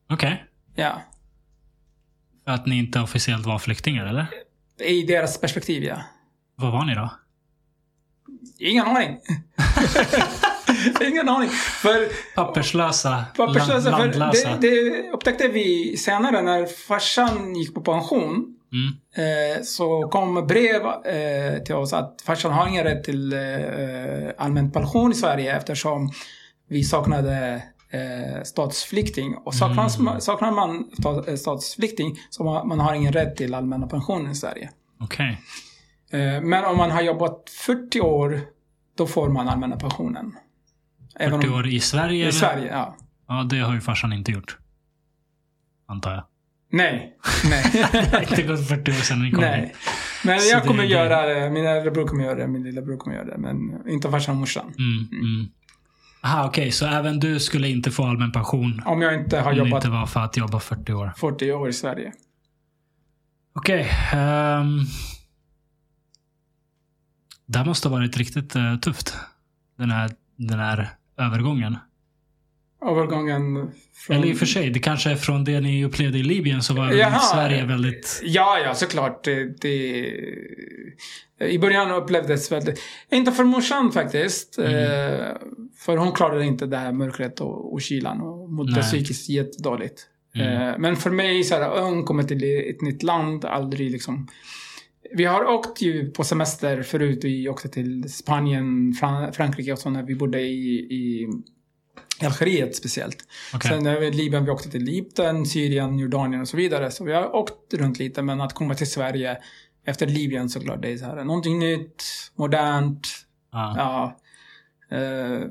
Okej. Ja. Att ni inte officiellt var flyktingar, eller? I deras perspektiv ja. Vad var ni då? Ingen aning. Ingen aning. För Papperslösa? papperslösa. land, För landlösa? det, det upptäckte vi senare när farsan gick på pension. Mm. Eh, så kom brev eh, till oss att farsan har ingen rätt till eh, allmän pension i Sverige eftersom vi saknade eh, statsflykting. Och saknas, Mm. saknar man sta- eh, statsflykting så man, man har ingen rätt till allmänna pensionen i Sverige. Okej. Eh, men om man har jobbat 40 år då får man allmänna pensionen. Även 40 om, år i Sverige? eller? I Sverige, ja. Ja, det har ju farsan inte gjort. Antar jag. Nej. Nej. Det har inte gått 40 år sedan ni kom hit. Nej. Men Så jag det- kommer det- göra det. Min äldre bror kommer göra det. Min lilla bror kommer göra det. Men inte farsan och morsan. Mm, mm. Aha, okej. Så även du skulle inte få allmän pension Om jag inte har om det jobbat inte var för att jobba 40 år? 40 år i Sverige. Okej. ehm. det här måste ha varit riktigt eh, tufft. Den här, den här övergången. Övergången från... Eller i och för sig, det kanske är från det ni upplevde i Libyen så var Jaha. Jaha. Sverige väldigt... Ja, ja, såklart. Det, det... I början upplevdes väldigt... Inte för morsan faktiskt. Mm. Eh, För hon klarade inte det här mörkret och, och kylan. Och mådde Nej. psykiskt jättedåligt. Mm. Eh, Men för mig, så här, ung, kommer till ett nytt land, aldrig liksom... Vi har åkt ju på semester förut. Vi åkte till Spanien, Fran- Frankrike och så när vi bodde i, i Algeriet speciellt. Okej. Sen över Libyen, vi åkte till Egypten, Syrien, Jordanien och så vidare. Så vi har åkt runt lite, men att komma till Sverige efter Libyen såklart, det är så här, någonting nytt, modernt. Ja. Ja. Eh,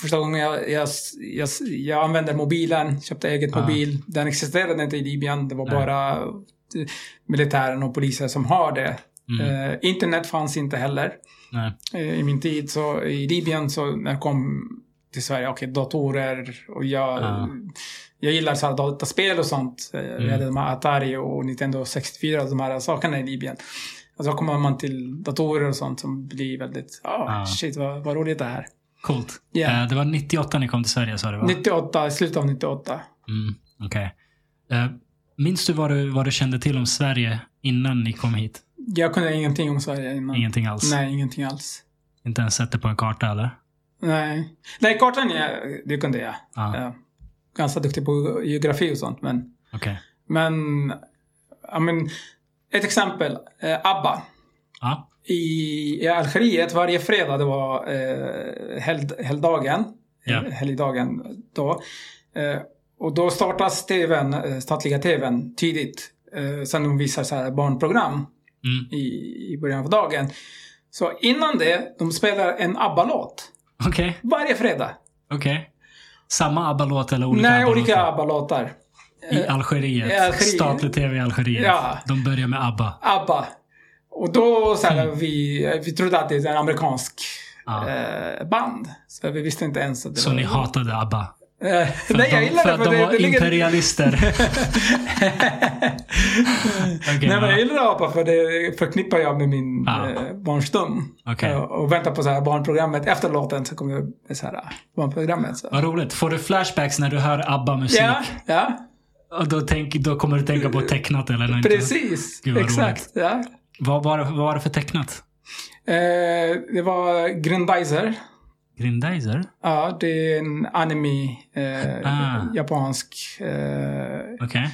första gången jag, jag, jag, jag använde mobilen, köpte eget Ah. mobil. Den existerade inte i Libyen, det var Nej. bara eh, militären och polisen som har det. Mm. Eh, internet fanns inte heller Nej. eh, i min tid. Så i Libyen så när jag kom till Sverige, okej datorer och jag, Ja. jag gillar så här dataspel och sånt. Eh, Vi Ah. Mm. hade de här Atari och Nintendo 64 och de här sakerna i Libyen. Och så kommer man till datorer och sånt som blir väldigt, ja Ja. shit vad, vad roligt det här. Coolt. Ja. Ah. Eh, det var 98 ni kom till Sverige sa du va? 98, slutet av 98. Mm, okej. Eh, minns du vad, du vad du kände till om Sverige innan ni kom hit? Jag kunde ingenting om Sverige innan. Ingenting alls? Mm. Nej, ingenting alls. Inte ens sett det på en karta eller? Nej, Nej kartan, ja, det kunde jag. Ja, Ja. Ganska duktig på geografi och sånt, men okej. Men, ja, men ett exempel, eh, ABBA. Ja, I, I Algeriet varje fredag, det var eh, helg, helgdagen, Ja. eh, helgdagen då. Eh, och då startas TVn, eh, statliga TVn tidigt. Eh, sen de visar så här barnprogram mm, i, i början av dagen. Så innan det, de spelar en ABBA-låt okej, varje fredag. okej. samma ABBA-låt eller olika Nej, olika ABBA-låtar? ABBA-låtar. I Algeriet. I Algeriet. Statlig TV i Algeriet. Ja. De börjar med ABBA. ABBA. Och då så här, vi, vi trodde att det är en amerikansk Mm. Ja. eh, band. Så vi visste inte ens att det Så var... ni hatade ABBA? Eh, För nej, att jag de, gillar för det. att för de det, var det ligger... imperialister. Okej, Nej, men ja. jag gillar apa för det förknippar jag med min Ja. eh, barnsdom. Okej. Eh, och väntar på så här barnprogrammet. Efter låten så kommer jag med så här, eh, barnprogrammet. Så. Vad roligt. Får du flashbacks när du hör ABBA-musik? Ja, ja, Och då, tänk, då kommer du tänka på tecknat eller något. precis. Gud, vad Exakt. Ja. Vad var, det- vad var det för tecknat? Eh, det var Grindizer. Grindizer? Ja, det är en anime, eh, Ah. japansk. Eh, Okej.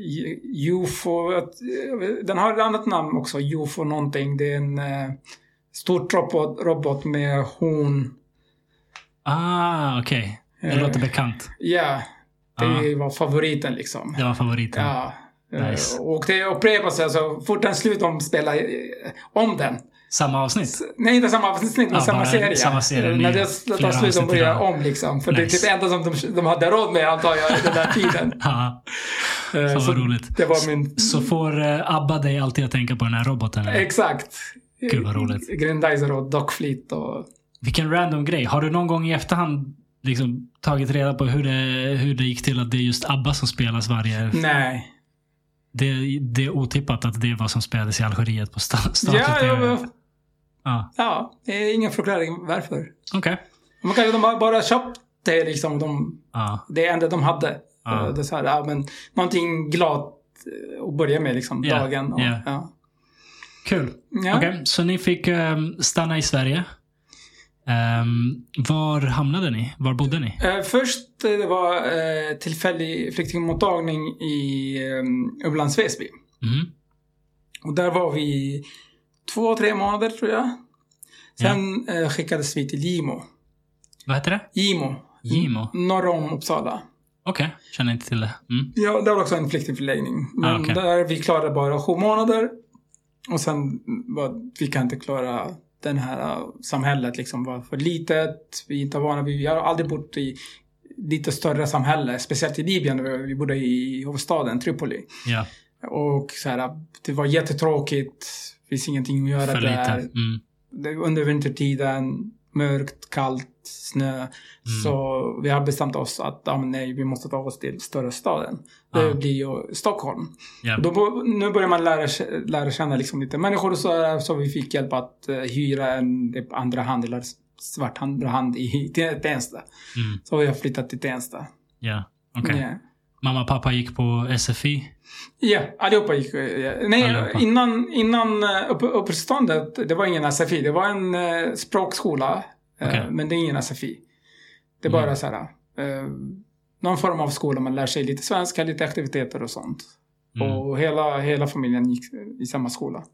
Ju- UFO, att- den har ett annat namn också, UFO någonting. Det är en eh, stor robot, robot med horn. Ah, okej. Det Eh. låter bekant. Ja, det Ah. var favoriten liksom. Det var favoriten. Ja. Eh, Nice. Och det upprepas alltså, fort den slut de spelar eh, om den. Samma avsnitt? Nej, inte samma avsnitt, men Ja, samma bara serie. samma serie, Eh, nya. När det Flera tar slut de avsnitt i börjar rad. om liksom. För det är Nice. typ det enda som de, de hade råd med antar jag, i den där tiden. Ja. Eh, vad så roligt. Det var min... Så får eh, ABBA dig alltid att tänka på den här roboten? eller? Exakt. Gud, vad roligt. Grindizer och Doc Fleet och Vilken random grej. Har du någon gång i efterhand liksom tagit reda på hur det, hur det gick till att det är just ABBA som spelas varje... Nej. Det, det är otippat att det var som spelades i Algeriet på sta- statlig Ja, TV. ja, men- Ja, ja, det är ingen förklaring varför. okej. Man kanske de har bara köpt det liksom. De, Ja. det enda de hade. Ja. Eh, Det är så här, ja, men någonting glatt eh, att börja med liksom Ja, dagen. Och, ja. Ja. Kul. Ja. Okej, så ni fick ehm, stanna i Sverige. Ehm, var hamnade ni? Var bodde ni? Eh, först eh, det var eh, tillfällig flyktingmottagning i eh, Upplands Väsby. Mm. Och där var vi två, tre månader tror jag. Sen eh, skickades vi till Gimo. Vad heter det? Gimo. Gimo? Norr om Uppsala. Okej, känner inte till det. Mm. Ja, det var också en flyktingförläggning. Men Ah, okej. där vi klarade bara sju månader. Och sen var, vi kan inte klara den här uh, samhället liksom var för litet. Vi är inte vana vid, jag har aldrig bott i lite större samhälle. Speciellt i Libyen, där vi bodde i huvudstaden Tripoli. Ja, Och så här, uh, det var jättetråkigt. Det finns ingenting att göra för lite. där. Mm. Det var Under vintertiden, mörkt, kallt, snö. Mm. Så vi har bestämt oss att ja, men nej, vi måste ta oss till större staden. Det Ah. blir ju Stockholm. Ja. Då, bo- nu börjar man lära, k- lära känna liksom lite människor och så, här, så vi fick hjälp att eh, hyra en typ, andra hand eller s- svart andra hand i Te- Tensta. Mm. Så vi har flyttat till Tensta. Ja, okej. Ja. Mamma och pappa gick på SFI. Ja, allihopa gick... eh, Nej, Allihopa. innan, innan eh, upp, uppståndet, det var ingen SFI. Det var en eh, språkskola, eh, Okej. men det är ingen SFI. Det är bara Mm. så här, eh, någon form av skola man lär sig lite svenska, lite aktiviteter och sånt. Mm. Och hela, hela familjen gick eh, i samma skola.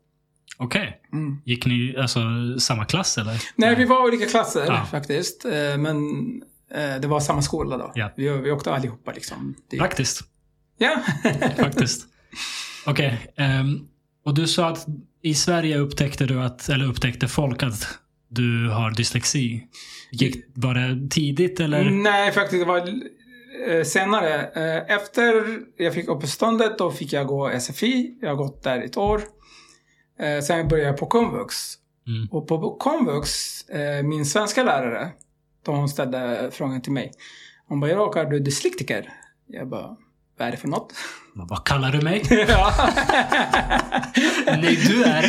Okej. Mm. Gick ni alltså samma klass eller? Nej, vi var olika klasser Ja. faktiskt, eh, men eh, det var samma skola då. Ja. Vi, vi åkte allihopa liksom. dit. Praktiskt. Ja. Faktiskt. Okej. ehm, och du sa att i Sverige upptäckte du att, eller upptäckte folk att du har dyslexi. Gick, var det tidigt eller? Nej, faktiskt. Det var eh, senare. Eh, Efter jag fick uppehållstillståndet då fick jag gå SFI. Jag har gått där ett år. Eh, Sen började jag på komvux. Mm. Och på komvux, eh, min svenska lärare, då hon ställde frågan till mig. Hon bara, "Jarak, är du dyslektiker? Jag bara, vad är det för något? Vad- Vad kallar du mig? Ja. Nej, du är.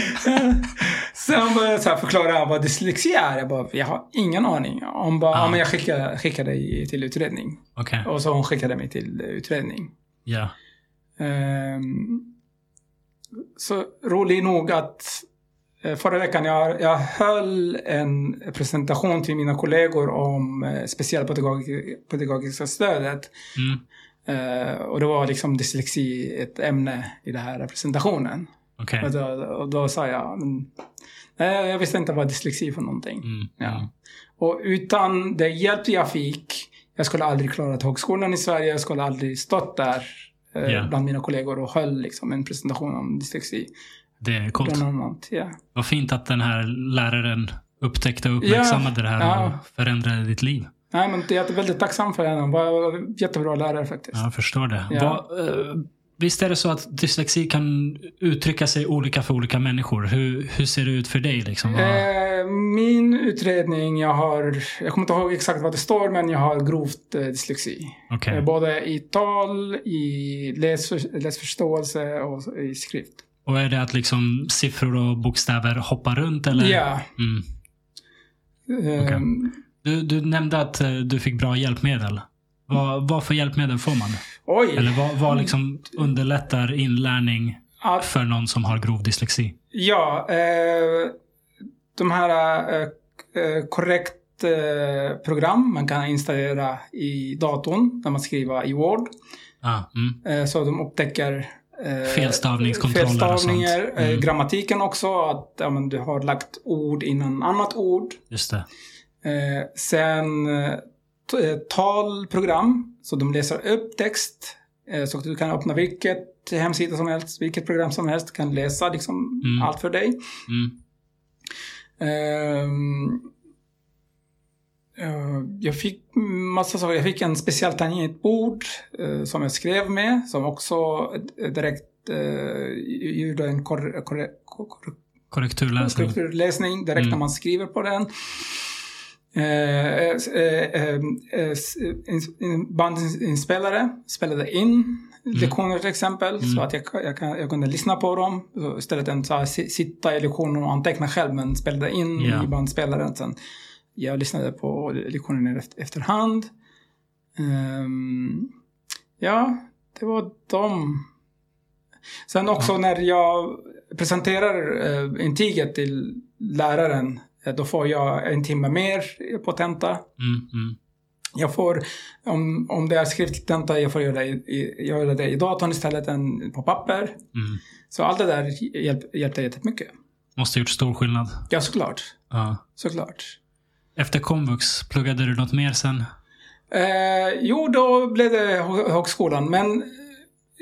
Sen började jag så här förklara vad dyslexi är. Jag bara, jag har ingen aning. Hon bara, Ah. ja, men jag skickar, skickar dig till utredning. Okej. Och så hon skickade mig till eh, utredning. Ja. Ehm, så rolig nog att eh, förra veckan jag, jag höll en presentation till mina kollegor om eh, specialpedagogiska pedagogiska stödet. Mm. Eh, och det var liksom dyslexi ett ämne i den här presentationen. Okej. Och, då, och då sa jag, "Men, nej, jag visste inte vad dyslexi var för någonting. Mm. Ja. Och utan den hjälp jag fick, jag skulle aldrig klarat högskolan i Sverige, jag skulle aldrig stått där eh, Ja. bland mina kollegor och höll liksom, en presentation om dyslexi. Det är coolt. Bland annat, ja. Vad fint att den här läraren upptäckte och uppmärksammade det här Ja. och förändrade ditt liv. Nej, men det är jag väldigt tacksam för henne. Hon var en jättebra lärare faktiskt. Jag förstår det. Ja. Vad, eh, visst är det så att dyslexi kan uttrycka sig olika för olika människor? Hur, hur ser det ut för dig? Liksom? Vad- Eh, min utredning, jag har, jag kommer inte ihåg exakt vad det står, men jag har grovt eh, dyslexi. Okej. Eh, Både i tal, i läsför, läsförståelse och i skrift. Och är det att liksom siffror och bokstäver hoppar runt? Eller? Ja. Mm. Ehm, Okej. Du, du nämnde att eh, du fick bra hjälpmedel. Vad, vad för hjälpmedel får man? Oj! Eller vad, vad liksom underlättar inlärning Ja, för någon som har grov dyslexi? Ja, eh, de här eh, k- eh, korrekt eh, program man kan installera i datorn när man skriver i Word. Ah, mm. Eh, så de upptäcker eh, Felstavningskontroller och sånt. felstavningar, eh, Mm. grammatiken också, att ja, men, du har lagt ord innan annat ord. Just det. Eh, sen eh, t- eh, talprogram, så de läser upp text. Eh, så att du kan öppna vilket hemsida som helst, vilket program som helst, kan läsa liksom Mm. allt för dig. Mm. Ehm, eh, jag fick massa saker. Jag fick en speciell tangentbord eh, som jag skrev med, som också eh, direkt eh, gjorde en korre, korre, korre, Korrekturläsning. strukturläsning direkt när Mm. man skriver på den. Eh, eh, eh, eh, s- ins- in- Bandinspelare spelade in lektioner till exempel så att jag, jag, kan, jag kunde lyssna på dem. Så istället än så här, si- sitta i lektionen och anteckna själv men spelade in Ja. i bandspelaren sen. Jag lyssnade på lektionen i eft- efterhand. Ehm, ja, det var dem. Sen också när jag presenterar eh, intyget till läraren, eh, då får jag en timme mer på tenta. Mm, mm. Jag får, om, om det är skriftlig tenta, jag får göra det, i- i, jag gör det i datorn istället än på papper. Mm. Så allt det där hjälp, hjälpte jättemycket. Måste ha gjort stor skillnad. Ja, såklart. Ja. Såklart. Efter komvux, pluggade du något mer sen? Eh, jo, då blev det hö- högskolan. Men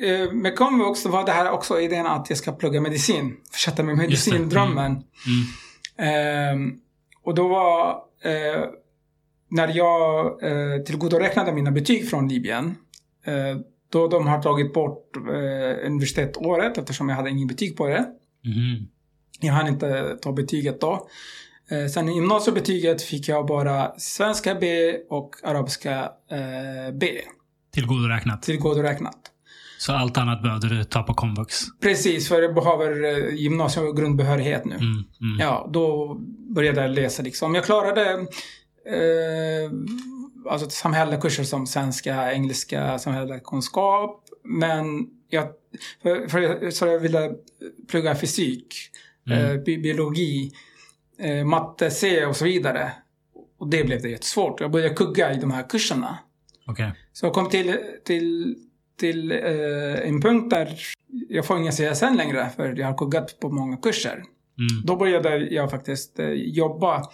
eh, med komvux var det här också idén att jag ska plugga medicin. Fortsätta med Just det. medicindrömmen. Mm. Ehm, och då var... Eh, när jag eh, tillgodoräknade mina betyg från Libyen, eh, då de har tagit bort eh, universitetsåret eftersom jag hade ingen betyg på det. Mhm. Jag hann inte ta betyget då. Eh, sen i gymnasiebetyget fick jag bara svenska B och arabiska eh, B Tillgodoräknat. tillgodoräknat. Så allt annat behövde du ta på komvux? Precis, för jag behöver eh, gymnasie och grundbehörighet nu. Mm, mm. Ja, då började jag läsa liksom. Jag klarade eh, alltså samhälleliga kurser som svenska, engelska, samhällskunskap. Men jag, för, för, jag- så jag ville plugga fysik, Mm. eh, bi- biologi, eh, matte C och så vidare. Och det blev det jättesvårt. Jag började kugga i de här kurserna. Okej. Så jag kom till, till, till eh, en punkt där jag får ingen CSN längre för jag har kuggat på många kurser. Mm. Då började jag faktiskt eh, jobba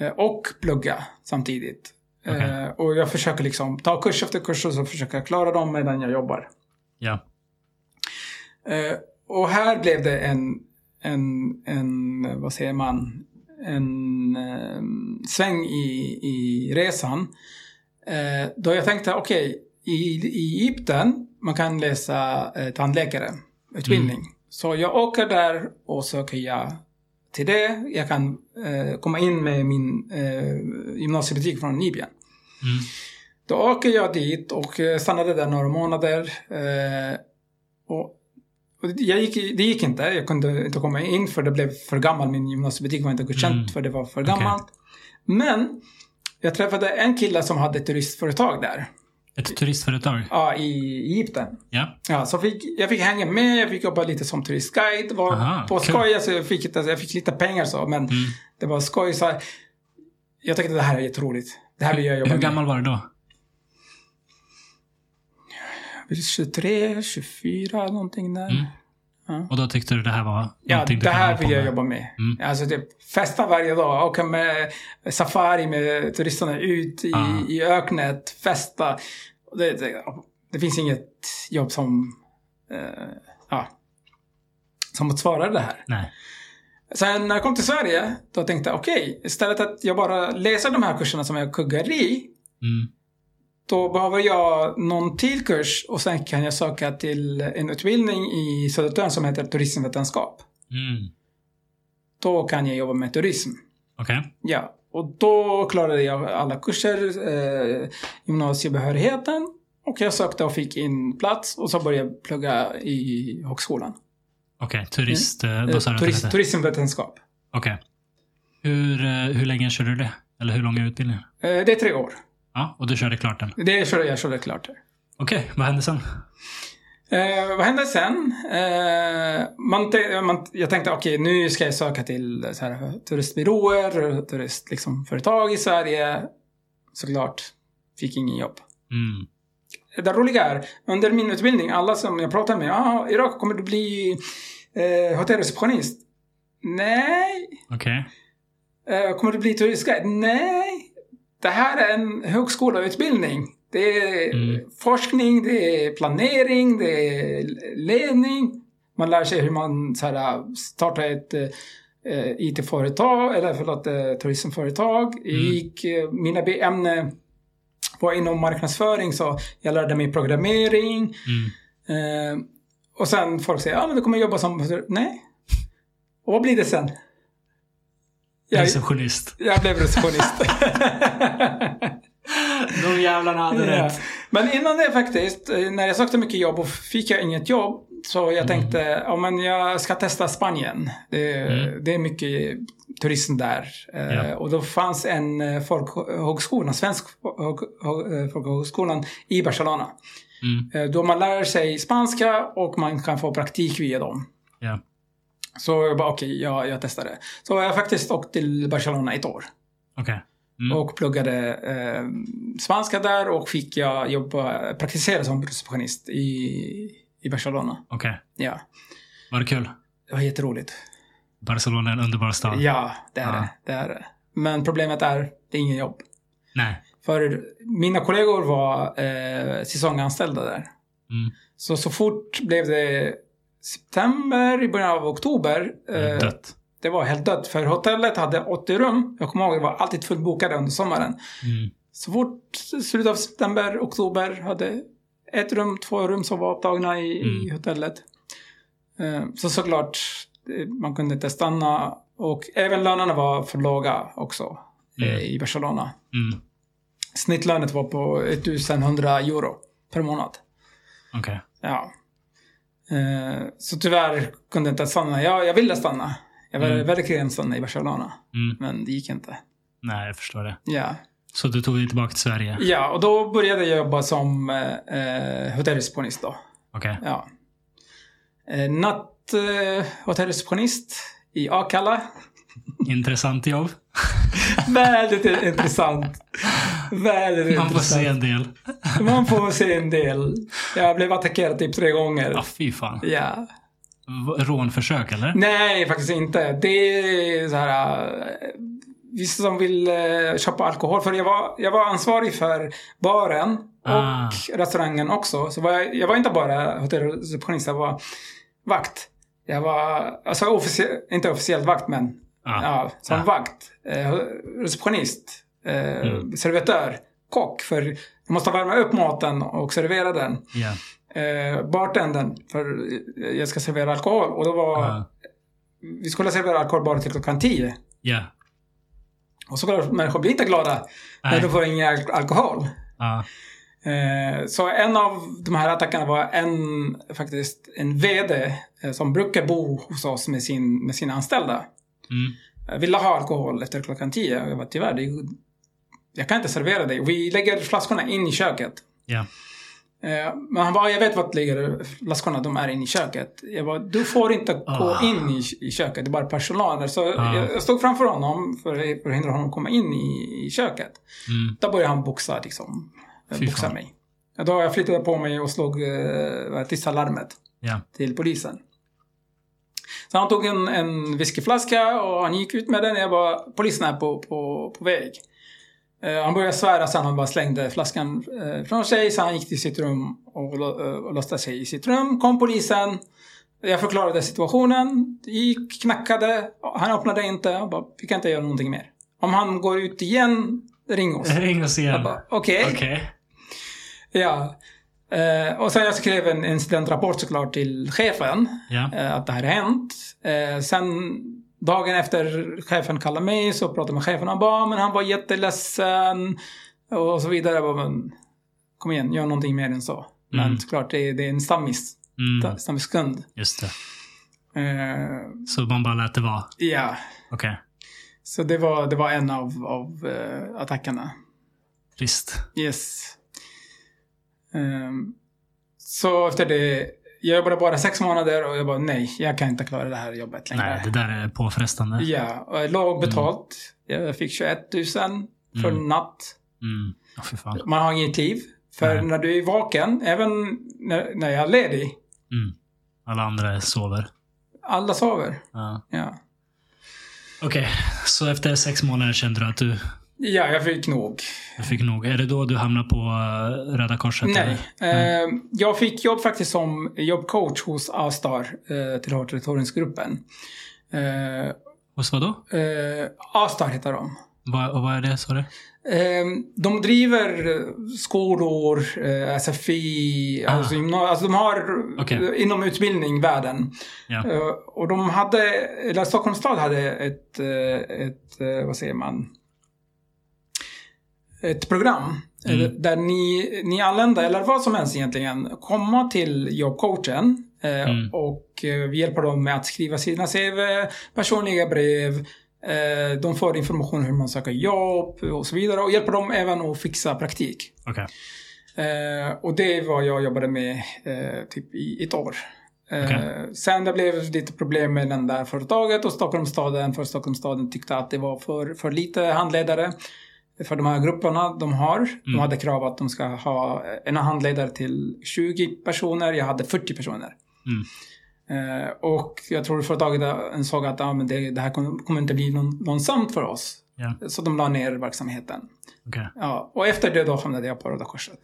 eh, och plugga samtidigt. Okej. Eh, och jag försöker liksom ta kurs efter kurs och så försöker jag klara dem medan jag jobbar. Ja. Eh, och här blev det en, en, en vad säger man, en eh, sväng i, i resan. Eh, då jag tänkte, okej, i, i Egypten man kan läsa eh, tandläkareutbildning. Så jag åker där och söker jag till det. Jag kan eh, komma in med min eh, gymnasiebetyg från Libyen. Mm. Då åker jag dit och eh, stannade där några månader. Eh, och, och jag gick, det gick inte. Jag kunde inte komma in för det blev för gammal. Min gymnasiebetyg var inte godkänt Mm. för det var för Okej. gammalt. Men jag träffade en kille som hade ett turistföretag där. Ett turistföretag? Ja, i Egypten. Ja. Mm. Ja, så fick, jag fick hänga med. Jag fick jobba lite som turistguide. Var Aha, på kul. skoj. Alltså, jag, fick, inte- jag fick lite pengar så, men Mm. det var skoj. Så här. jag tyckte det här är jätteroligt. Det här vill jag jobba Hur med. gammal var du då? Jag blir 23, 24 någonting där. Mm. Ja. Och då tyckte du det här var Ja, någonting du det kan här hålla på vill jag med. jobba med. Mm. Alltså typ festa varje dag, åka med safari med turisterna ut i, Ah. i öknet, festa. Det, det, det finns inget jobb som, eh, ja, som motsvarar det här. Nej. Sen när jag kom till Sverige, då tänkte jag okej, istället att jag bara läser de här kurserna som jag kuggar i, Mm. då behöver jag någon till kurs och sen kan jag söka till en utbildning i Södertörn som heter turismvetenskap. Mm. Då kan jag jobba med turism. Okej. Ja, och då klarade jag alla kurser, eh, gymnasiebehörigheten och jag sökte och fick in plats och så började jag plugga i högskolan. Okej, turist... eh, Eh, Vad sa du att det turist, hette? turismvetenskap. Okej. Hur, eh, hur länge körde du det? Eller hur lång är utbildningen? Eh, det är tre år. Ja, och du körde klart den. Det körde jag körde klart. där. Okej, vad hände sen? Eh, vad hände sen? Eh, man te- man, jag tänkte okej, nu ska jag söka till så här, turistbyråer, turistföretag liksom, företag i Sverige. Såklart, fick ingen jobb. Mm. Det roliga är, under min utbildning, alla som jag pratar med, ah, Irak kommer du bli eh, hotellreceptionist? Nej. Okej. Eh, kommer du bli turistguide? Nej. Det här är en högskoleutbildning. Det är Mm. forskning, det är planering, det är ledning. Man lär sig hur man så här, äh, startar ett eh, IT-företag, eller förlåt, eh, turismföretag. Jag Mm. gick, eh, mina B- ämnen var inom marknadsföring, så jag lärde mig programmering. Mm. Eh, och sen folk säger, ja ah, men du kommer jobba som... Nej. Och vad blir det sen? Jag, Receptionist. jag blev receptionist. De jävlarna hade Ja. rätt. Men innan det faktiskt, eh, när jag sökte mycket jobb och fick jag inget jobb, så jag tänkte, ja men jag ska testa Spanien. Det, Mm. det är mycket turism där. Eh, Ja. Och då fanns en eh, folkhögskola, svensk folk- eh, folkhögskolan i Barcelona. Mm. Eh, Då man lär sig spanska och man kan få praktik via dem. Ja. Så jag bara okej, jag, jag testar det. Så jag har faktiskt åkt till Barcelona ett år Okej. Mm. och pluggade eh, spanska där och fick jag jobba, praktisera som receptionist i, i Barcelona. Okej. Ja, Var det kul? det var jätteroligt. Barcelona är en underbar stad. Ja, det är Ja. det. Det är det. Men problemet är, det är ingen jobb. Nej. För mina kollegor var eh, säsonganställda där. Mm. Så, så fort blev det september, i början av oktober. eh, Dött. det var helt dött. För hotellet hade 80 rum. Jag kommer ihåg, det var alltid fullbokade under sommaren. Mm. Så fort slutet av september, oktober hade ett rum, två rum som var upptagna i, i Mm. hotellet. Eh, Så såklart, eh, man kunde inte stanna. Och även lönerna var för låga också eh, Mm. i Barcelona. Mm. Snittlönet var på 1100 euro per månad. Okej. Ja. Eh, Så tyvärr kunde jag inte stanna. Jag, jag ville stanna. Jag ville Mm. verkligen stanna i Barcelona. Mm. Men det gick inte. Nej, jag förstår det. Ja. Så du tog dig tillbaka till Sverige? Okej. ja, och då började jag jobba som eh, eh, hotellreceptionist då. Ja. Eh, natt eh, hotellreceptionist i Akalla. Intressant jobb. Väldigt intressant. Väldigt Man får intressant. se en del. Man får se en del. Jag blev attackerad typ tre gånger. Ja, fy fan. Ja. V- Rånförsök eller? Nej, faktiskt inte. Det är så här... eh, Vissa som vill eh, köpa alkohol. För jag var, jag var ansvarig för baren och Ah. restaurangen också. Så var jag, jag var inte bara hotellreceptionist, jag var vakt. Jag var, alltså officie, inte officiellt vakt men, Ja. ja, som Ah. vakt. Eh, receptionist, eh, Mm. servitör, kock. För jag måste värma upp maten och servera den. Ja. Eh, bartendern, för jag ska servera alkohol. Och då var Ja. vi skulle servera alkohol bara till klockan 10. Ja. Och såklart, människor blir inte glada när Nej. de får ingen al- alkohol. Ja. Eh, så en av de här attackerna var en, faktiskt en VD eh, som brukar bo hos oss med, sin, med sina anställda. Mm. Eh, ville ha alkohol efter klockan 10. Och Jag bara, tyvärr, det är, ju- jag kan inte servera dig. Vi lägger flaskorna in i köket. Ja. Eh, Men han bara, jag vet vart ligger flaskorna, de är inne i köket. Jag bara, du får inte Ah. gå in i, i köket, det är bara personal där. Så Ah. jag, jag stod framför honom för att förhindra honom att komma in i, i köket. Mm. Då började han boxa liksom. Eh, Fy Boxa fan. mig. Ja, Då jag flyttade på mig och slog eh, tissalarmet Ja. till polisen. Så han tog en, en whiskyflaska och han gick ut med den. Jag bara, polisen är på, på, på väg. Eh, han började svära sen han bara slängde flaskan eh, från sig. Så han gick till sitt rum och, lo- eh, och låste sig i sitt rum. Kom polisen. Jag förklarade situationen, gick, knackade, han öppnade inte. Jag bara, vi kan inte göra någonting mer. Om han går ut igen, ring oss. Ring oss igen. Jag bara, Okej. Mm. Okej. Ja. Eh, och sen jag skrev en incidentrapport såklart till chefen. Ja. eh, att det här har hänt. Eh, sen dagen efter chefen kallade mig så pratade jag med chefen. Han bara, "Ah, men han var jätteledsen. Och så vidare. Jag bara, men, kom igen, gör någonting mer än så. Mm. Men såklart, det, är- det är en stammis. Mm, Stammiskund. just det. Eh, Så man bara lät det vara. ja, Okej. så det var, det var en av, av eh, attackerna. Trist. Yes. Ehm, så efter det, jag jobbade bara sex månader och jag bara nej, jag kan inte klara det här jobbet längre. Nej, det där är påfrestande. Ja, och jag låg betalt. Jag fick 21 000 för Mm. natt. Mm. Åh, fy fan. Man har inget liv. För Nej. när du är vaken, även när, när jag är ledig, Mm. Alla andra sover. alla sover. Ja. Ja, Okej, så efter sex månader kände du att du, ja jag fick nog. du fick nog. Är det då du hamnar på eh, Röda Korset? Nej. eller? Eh, jag fick jobb faktiskt som jobbcoach hos A-star, eh, till Hatretoringsgruppen. Eh, Hos vad då? eh, A-star heter de. Vad, och vad är det, sa du? Eh, de driver eh, skolor, eh, SFI, Ah. alltså, gymna- alltså de har Okej. eh, inom utbildning världen. Ja. Eh, och de hade, eller Stockholms stad hade ett, eh, ett eh, vad säger man, ett program Mm. eh, där ni, ni anlända, eller vad som helst egentligen, komma till jobbcoachen eh, Mm. och eh, vi hjälper dem med att skriva sina CV, personliga brev, eh, de får information hur man söker jobb och så vidare och hjälper dem även att fixa praktik. Okej. Eh, och det var jag jobbade med eh, typ i ett år. Eh, Okej. Sen det blev lite problem med det där företaget och Stockholmsstaden. För Stockholmsstaden tyckte att det var för, för lite handledare för de här grupperna de har. De Mm. hade krav att de ska ha en handledare till 20 personer. Jag hade 40 personer. Mm. Eh, och jag tror företaget insåg att ah, men det, det här kommer, kommer inte bli lön- lönsamt för oss. Ja. Så de la ner verksamheten. Okej. Ja, och efter det då hamnade jag på Röda Korset.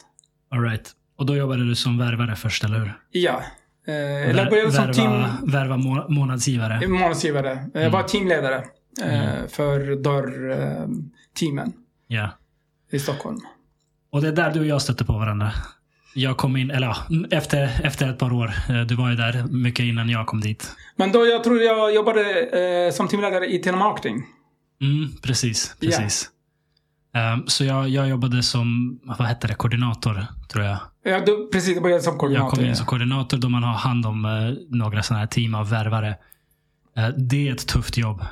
All right. Och då jobbade du som värvare först, eller hur? Ja. Eh, eller jag började som team, Mm. värva, värva må, månadsgivare. månadsgivare. Jag Mm. var teamledare eh, för dörrteamen Ja. i Stockholm. Och det är där du och jag stötte på varandra. Jag kom in, eller ja, efter, efter ett par år. Eh, Du var ju där mycket innan jag kom dit. Men då jag tror jag jobbade eh, som teamledare i telemarketing. Mm, precis. precis. Ehm, så jag, jag jobbade som, vad hette det, koordinator tror jag. Ja, du, precis, jag började som koordinator. Jag kom in som koordinator då man har hand om eh, några sådana här team av värvare. Eh, det är ett tufft jobb.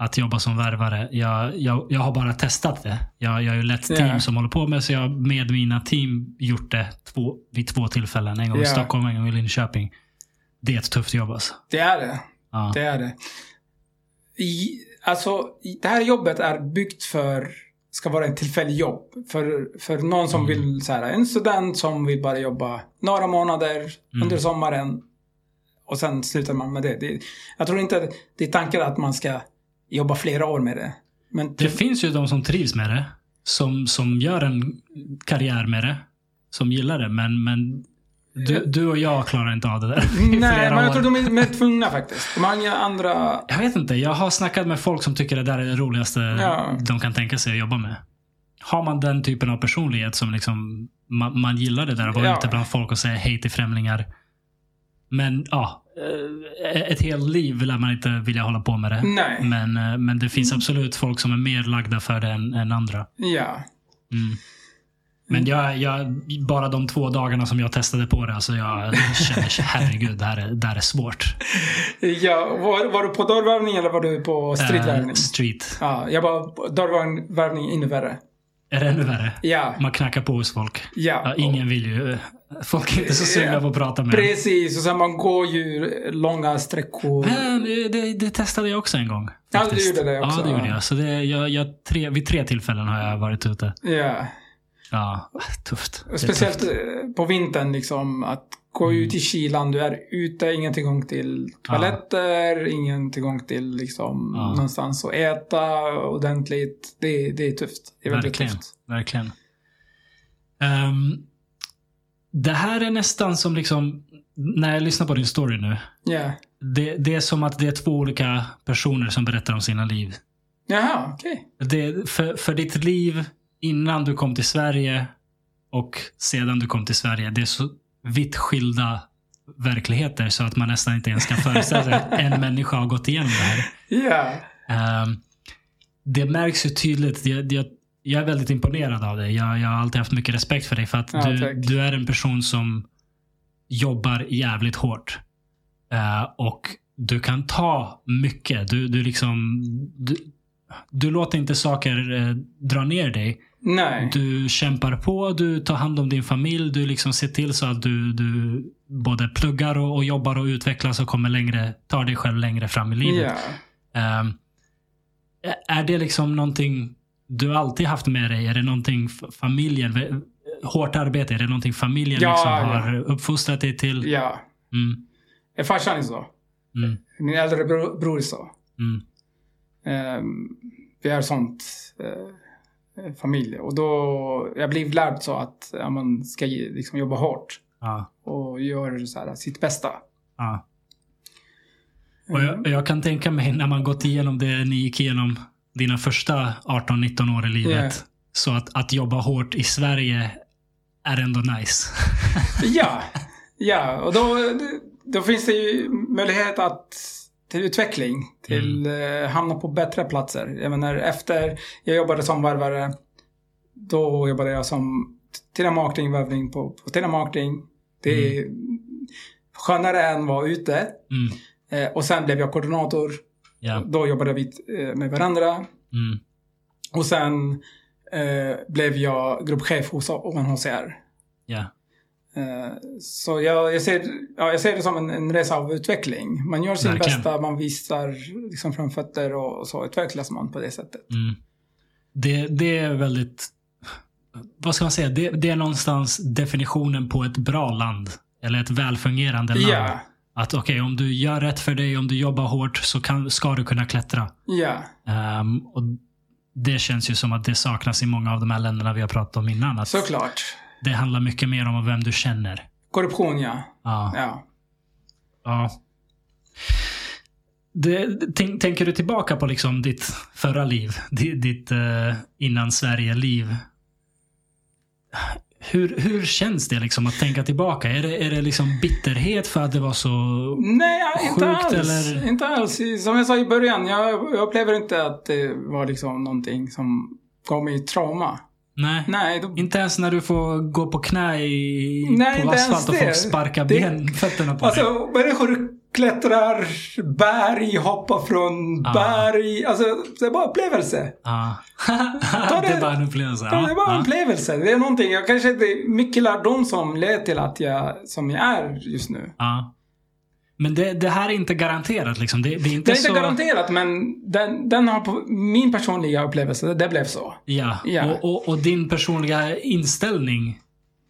Att jobba som värvare. Jag, jag, jag har bara testat det. Jag, jag har ju lett Ja. team som håller på med så jag har med mina team gjort det två, vid två tillfällen. En gång Ja. i Stockholm en gång i Linköping. Det är ett tufft jobb alltså. Det är det. Ja. Det är det. I, alltså, i- det här jobbet är byggt för ska vara ett tillfälligt jobb. För, för någon Mm. som vill, så här, en student som vill bara jobba några månader Mm. under sommaren och sen slutar man med det. det. Jag tror inte att det är tanken att man ska jobba flera år med det. Men Det finns ju de som trivs med det. Som, som gör en karriär med det. Som gillar det. Men, men du, du och jag klarar inte av det där. i nej, flera men år. jag tror de är mer tvungna faktiskt. De har inga andra... Jag vet inte. Jag har snackat med folk som tycker det där är det roligaste Ja. de kan tänka sig att jobba med. Har man den typen av personlighet som liksom, man, man gillar det där att vara Ja. ute bland folk och säga hej till främlingar. Men ja, eh, ett helt liv lär man inte vilja hålla på med det. Nej. Mm. Men, eh, men det finns absolut folk som är mer lagda för det än, än andra. Ja. Mm. Men jag, jag, bara de två dagarna som jag testade på det, alltså jag känner herregud, det här är, det här är svårt. ja. Var, var du på dörrvärvning eller var du på Eh, streetvärvning? street. Ja, jag bara dörrvärvning ännu värre. Är det ännu värre? Ja. Man knackar på hos folk. Ja. Ja, ingen vill ju... eh, Folk är inte så sugna på att prata med en. Precis, och sen man går ju långa sträckor. Men Eh, det, det, det testade jag också en gång. Ja, du faktiskt. gjorde det också, Ja, det gjorde ja. jag. Så det, jag, jag tre, vid tre tillfällen har jag varit ute. Ja. Ja, tufft. Det är Och speciellt tufft. Mm. eh, på vintern liksom. Att gå ut i kylan, du är ute, ingen tillgång till Ah. toaletter, ingen tillgång till liksom Ja. någonstans att äta ordentligt. Det, det är tufft. Det är väldigt Verkligen. tufft. Verkligen. Ehm, det här är nästan som liksom när jag lyssnar på din story nu. Yeah. Det, det är som att det är två olika personer som berättar om sina liv. Jaha, okej. Det, för, för ditt liv innan du kom till Sverige och sedan du kom till Sverige, det är så vitt skilda verkligheter så att man nästan inte ens kan föreställa sig att en människa har gått igenom det här. Yeah. Ehm, det märks ju tydligt. Jag, jag, jag är väldigt imponerad av dig. Jag, jag har alltid haft mycket respekt för dig för att Ja, du, tack. du är en person som jobbar jävligt hårt. Eh, och du kan ta mycket. Du, du liksom... Du, du låter inte saker eh, dra ner dig. Nej. Du kämpar på, du tar hand om din familj, du liksom ser till så att du, du både pluggar och, och jobbar och utvecklas och kommer längre, tar dig själv längre fram i livet. Yeah. Ehm, är det liksom någonting du alltid haft med dig? Är det någonting f- familjen, hårt arbete, är det någonting familjen Ja, liksom ja. har uppfostrat dig till? Ja. Mm, Farsan är så. mm, Min äldre bro, bror är så. mm, Ehm, vi är sånt eh, familj. Och då, jag blev lärd så att ja, man ska ge- liksom, jobba hårt ja, och göra så här, sitt bästa. Eh, ja. Och jag, Mm. jag kan tänka mig när man gått igenom det ni gick igenom dina första 18-19 år i livet. Yeah. Så att, att jobba hårt i Sverige är ändå nice. Ja, ja. och då, då finns det ju möjlighet att till utveckling, till Mm. eh, hamna på bättre platser. Jag menar efter jag jobbade som varvare, då jobbade jag som telemarketing, varvning på, på telemarketing. Det är skönare än att vara ute. Mm, Eh, och sen blev jag koordinator. ja, Då jobbade vi eh, med varandra. mm, Och sen eh, blev jag gruppchef hos UNHCR. ja, Eh, Så jag, jag, ser, ja, jag ser det som en, en resa av utveckling. Man gör sin Verkligen. bästa, man visar liksom framfötter och, och så utvecklas man på det sättet. Mm. Det, det är väldigt... Vad ska man säga? Det, det är någonstans definitionen på ett bra land. Eller ett välfungerande land. Ja, Att okej, om du gör rätt för dig, om du jobbar hårt så kan, ska du kunna klättra. ja, Ehm, och det känns ju som att det saknas i många av de här länderna vi har pratat om innan. Att såklart. det handlar mycket mer om vem du känner. Korruption, ja. Ja. ja. Ja. Det, tänk, tänker du tillbaka på liksom ditt förra liv? Ditt, ditt eh, innan Sverige-liv? Hur, hur känns det liksom att tänka tillbaka? Är det, är det liksom bitterhet för att det var så... Nej, ja, inte Sjukt, alls. eller? Inte alls. I- Som jag sa i början, jag, jag upplever inte att det var liksom någonting som gav mig trauma. Nej. Nej, då, Inte ens när du får gå på knä i, Nej, på inte ens asfalt och det. folk sparkar Det- ben, fötterna på dig? Alltså människor klättrar berg, hoppar från Ah. berg. Alltså det är bara upplevelse. Ja. Ta det är det- bara en upplevelse. Ja, Ja, det var en ja. upplevelse. Det är någonting. Jag kanske det är mycket lärdom som leder till att jag, som jag är just nu. Ja. Men det, det här är inte garanterat. Liksom. Det, det är inte Det är inte så... garanterat, men den, den har på, min personliga upplevelse, det, det blev så. Ja, Ja. Och, och, och din personliga inställning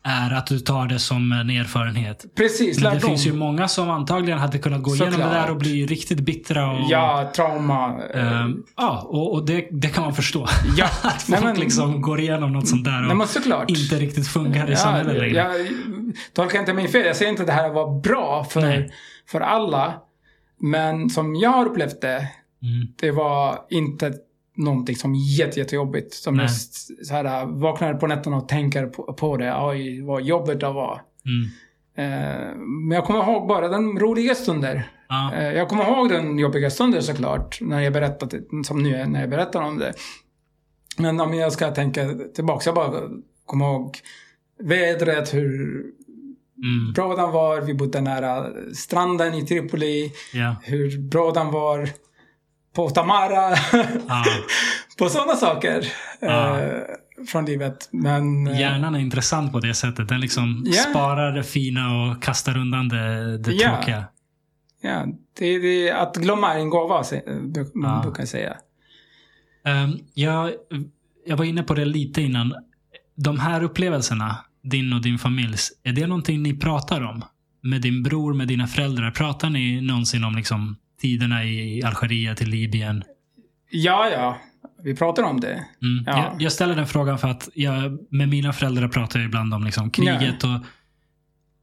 är att du tar det som en erfarenhet. Precis, Men lärdom. det finns ju många som antagligen hade kunnat gå igenom det Såklart. där och bli riktigt bittra. Och, Ja, trauma. eh, ehm, ja, och, och det, det kan man förstå. ja. Att folk Nej, men- liksom går igenom något sånt där och Nej, men såklart. inte riktigt funkar i samhället längre. jag, tolkar inte min fel. Jag säger inte att det här var bra för, Nej. för alla. Men som jag har upplevt det, Mm, det var inte någonting som jätte, jättejobbigt. Som Nej. just så här, äh, vaknar på nätterna och tänker på, på det. Oj, vad jobbigt det var. mm. Eh, men jag kommer ihåg bara den roliga stunder. Ja, Eh, jag kommer ihåg den jobbiga stunden såklart. När jag berättat, som nu är när jag berättar om det. Men om jag ska tänka tillbaka. Jag bara kommer ihåg vädret, hur mm, bra den var. Vi bodde nära stranden i Tripoli. ja, Hur bra den var på Tamara. ja. på sådana saker. Ja. Eh, från livet. Men eh, Hjärnan är intressant på det sättet. Den liksom Ja. sparar det fina och kastar undan det, det Ja. tråkiga. ja, det, det, att glömma är en gåva, se- bruk- man Ja. brukar säga. Ehm, jag, jag var inne på det lite innan. De här upplevelserna, din och din familjs, är det någonting ni pratar om? Med din bror, med dina föräldrar? Pratar ni någonsin om liksom, tiderna i Algeriet, i Libyen? Ja, ja. Vi pratar om det. Mm. Ja. Jag, jag ställer den frågan för att jag, med mina föräldrar pratar jag ibland om liksom, kriget. Och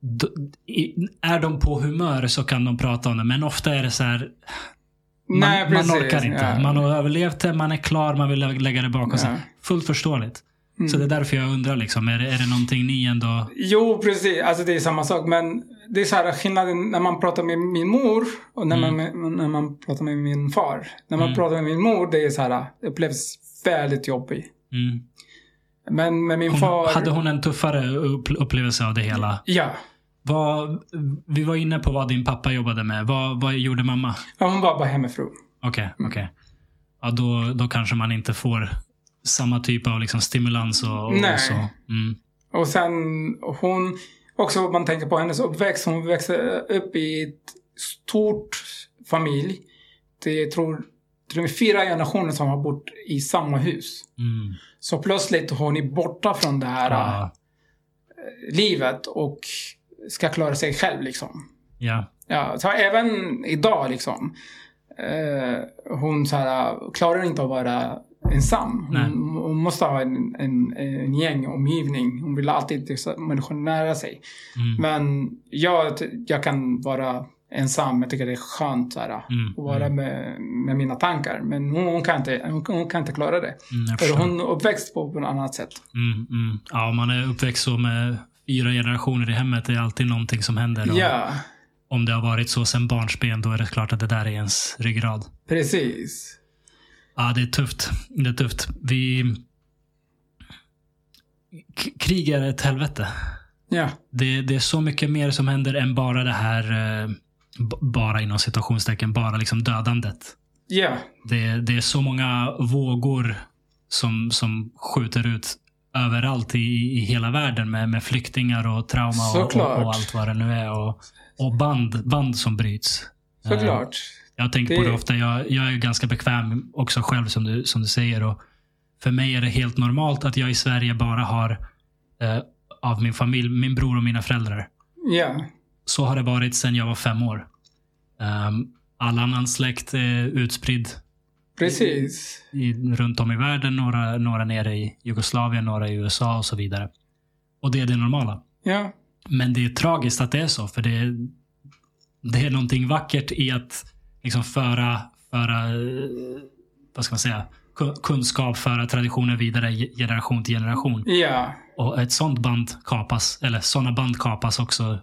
d- i- är de på humör så kan de prata om det. Men ofta är det så här, man, Nej, precis. man orkar inte. Ja. Man har överlevt det, man är klar, man vill lä- lägga det bakom sig. Ja. Mm. Fullt förståeligt. Så det är därför jag undrar, liksom, är, det, är det någonting ni ändå... Jo, precis. Alltså det är samma sak. Men det är så här skillnaden när man pratar med min mor och när, Mm. man, när man pratar med min far. När man pratar med min mor, det är så här, det upplevs väldigt jobbig. Mm. Men med min Hon, far... Hade hon en tuffare upp, upplevelse av det hela? Ja. Vad, vi var inne på vad din pappa jobbade med. Vad, vad gjorde mamma? ja. Hon var bara hemmafru. Okej, Mm. okej. Ja, då, då kanske man inte får samma typ av liksom stimulans och, och Nej. så. Mm. Och sen hon... Också om man tänker på hennes uppväxt. Hon växte upp i ett stort familj. Det är, jag tror till och med fyra generationer som har bott i samma hus. Mm. Så plötsligt hon är borta från det här... Ja, livet och ska klara sig själv. Liksom. ja. Ja, så även idag liksom. Eh, hon så här, klarar inte att vara ensam. Nej. Hon, hon måste ha en, en, en gäng omgivning. Hon vill alltid liksom, människor nära sig. Mm. Men jag, jag kan vara ensam. Jag tycker det är skönt så här, Mm, att vara med, med mina tankar. Men hon, hon, kan inte, hon, hon kan inte klara det. Mm, jag För förstår. hon är uppväxt på ett annat sätt. Mm, mm. Ja, om man är uppväxt så med fyra generationer i hemmet. Det är alltid någonting som händer. Och Ja, Om det har varit så sedan barnsben, då är det klart att det där är ens ryggrad. precis. Ja, det är tufft. Det är tufft. Vi... K- Krig är ett helvete. Ja, Det, det är så mycket mer som händer än bara det här, eh, b- bara inom citationstecken, bara liksom dödandet. ja. Det, det är så många vågor som, som skjuter ut överallt i, i hela världen med, med flyktingar och trauma och, och, Såklart. och allt vad det nu är. Och, och band, band som bryts. Såklart. Jag har tänkt Det- på det ofta. Jag, jag är ju ganska bekväm också själv som du, som du säger. Och för mig är det helt normalt att jag i Sverige bara har eh, av min familj, min bror och mina föräldrar. Ja. Så har det varit sedan jag var fem år. Ehm, all annan släkt är utspridd Precis. i, runt om i världen. Några, några nere i Jugoslavien, några i USA och så vidare. Och det är det normala. Ja. Men det är tragiskt att det är så, för det är, det är någonting vackert i att liksom föra, föra eh, vad ska man säga, ku- kunskap, föra traditioner vidare ge- generation till generation. Ja. Och ett sånt band kapas, eller sådana band kapas också.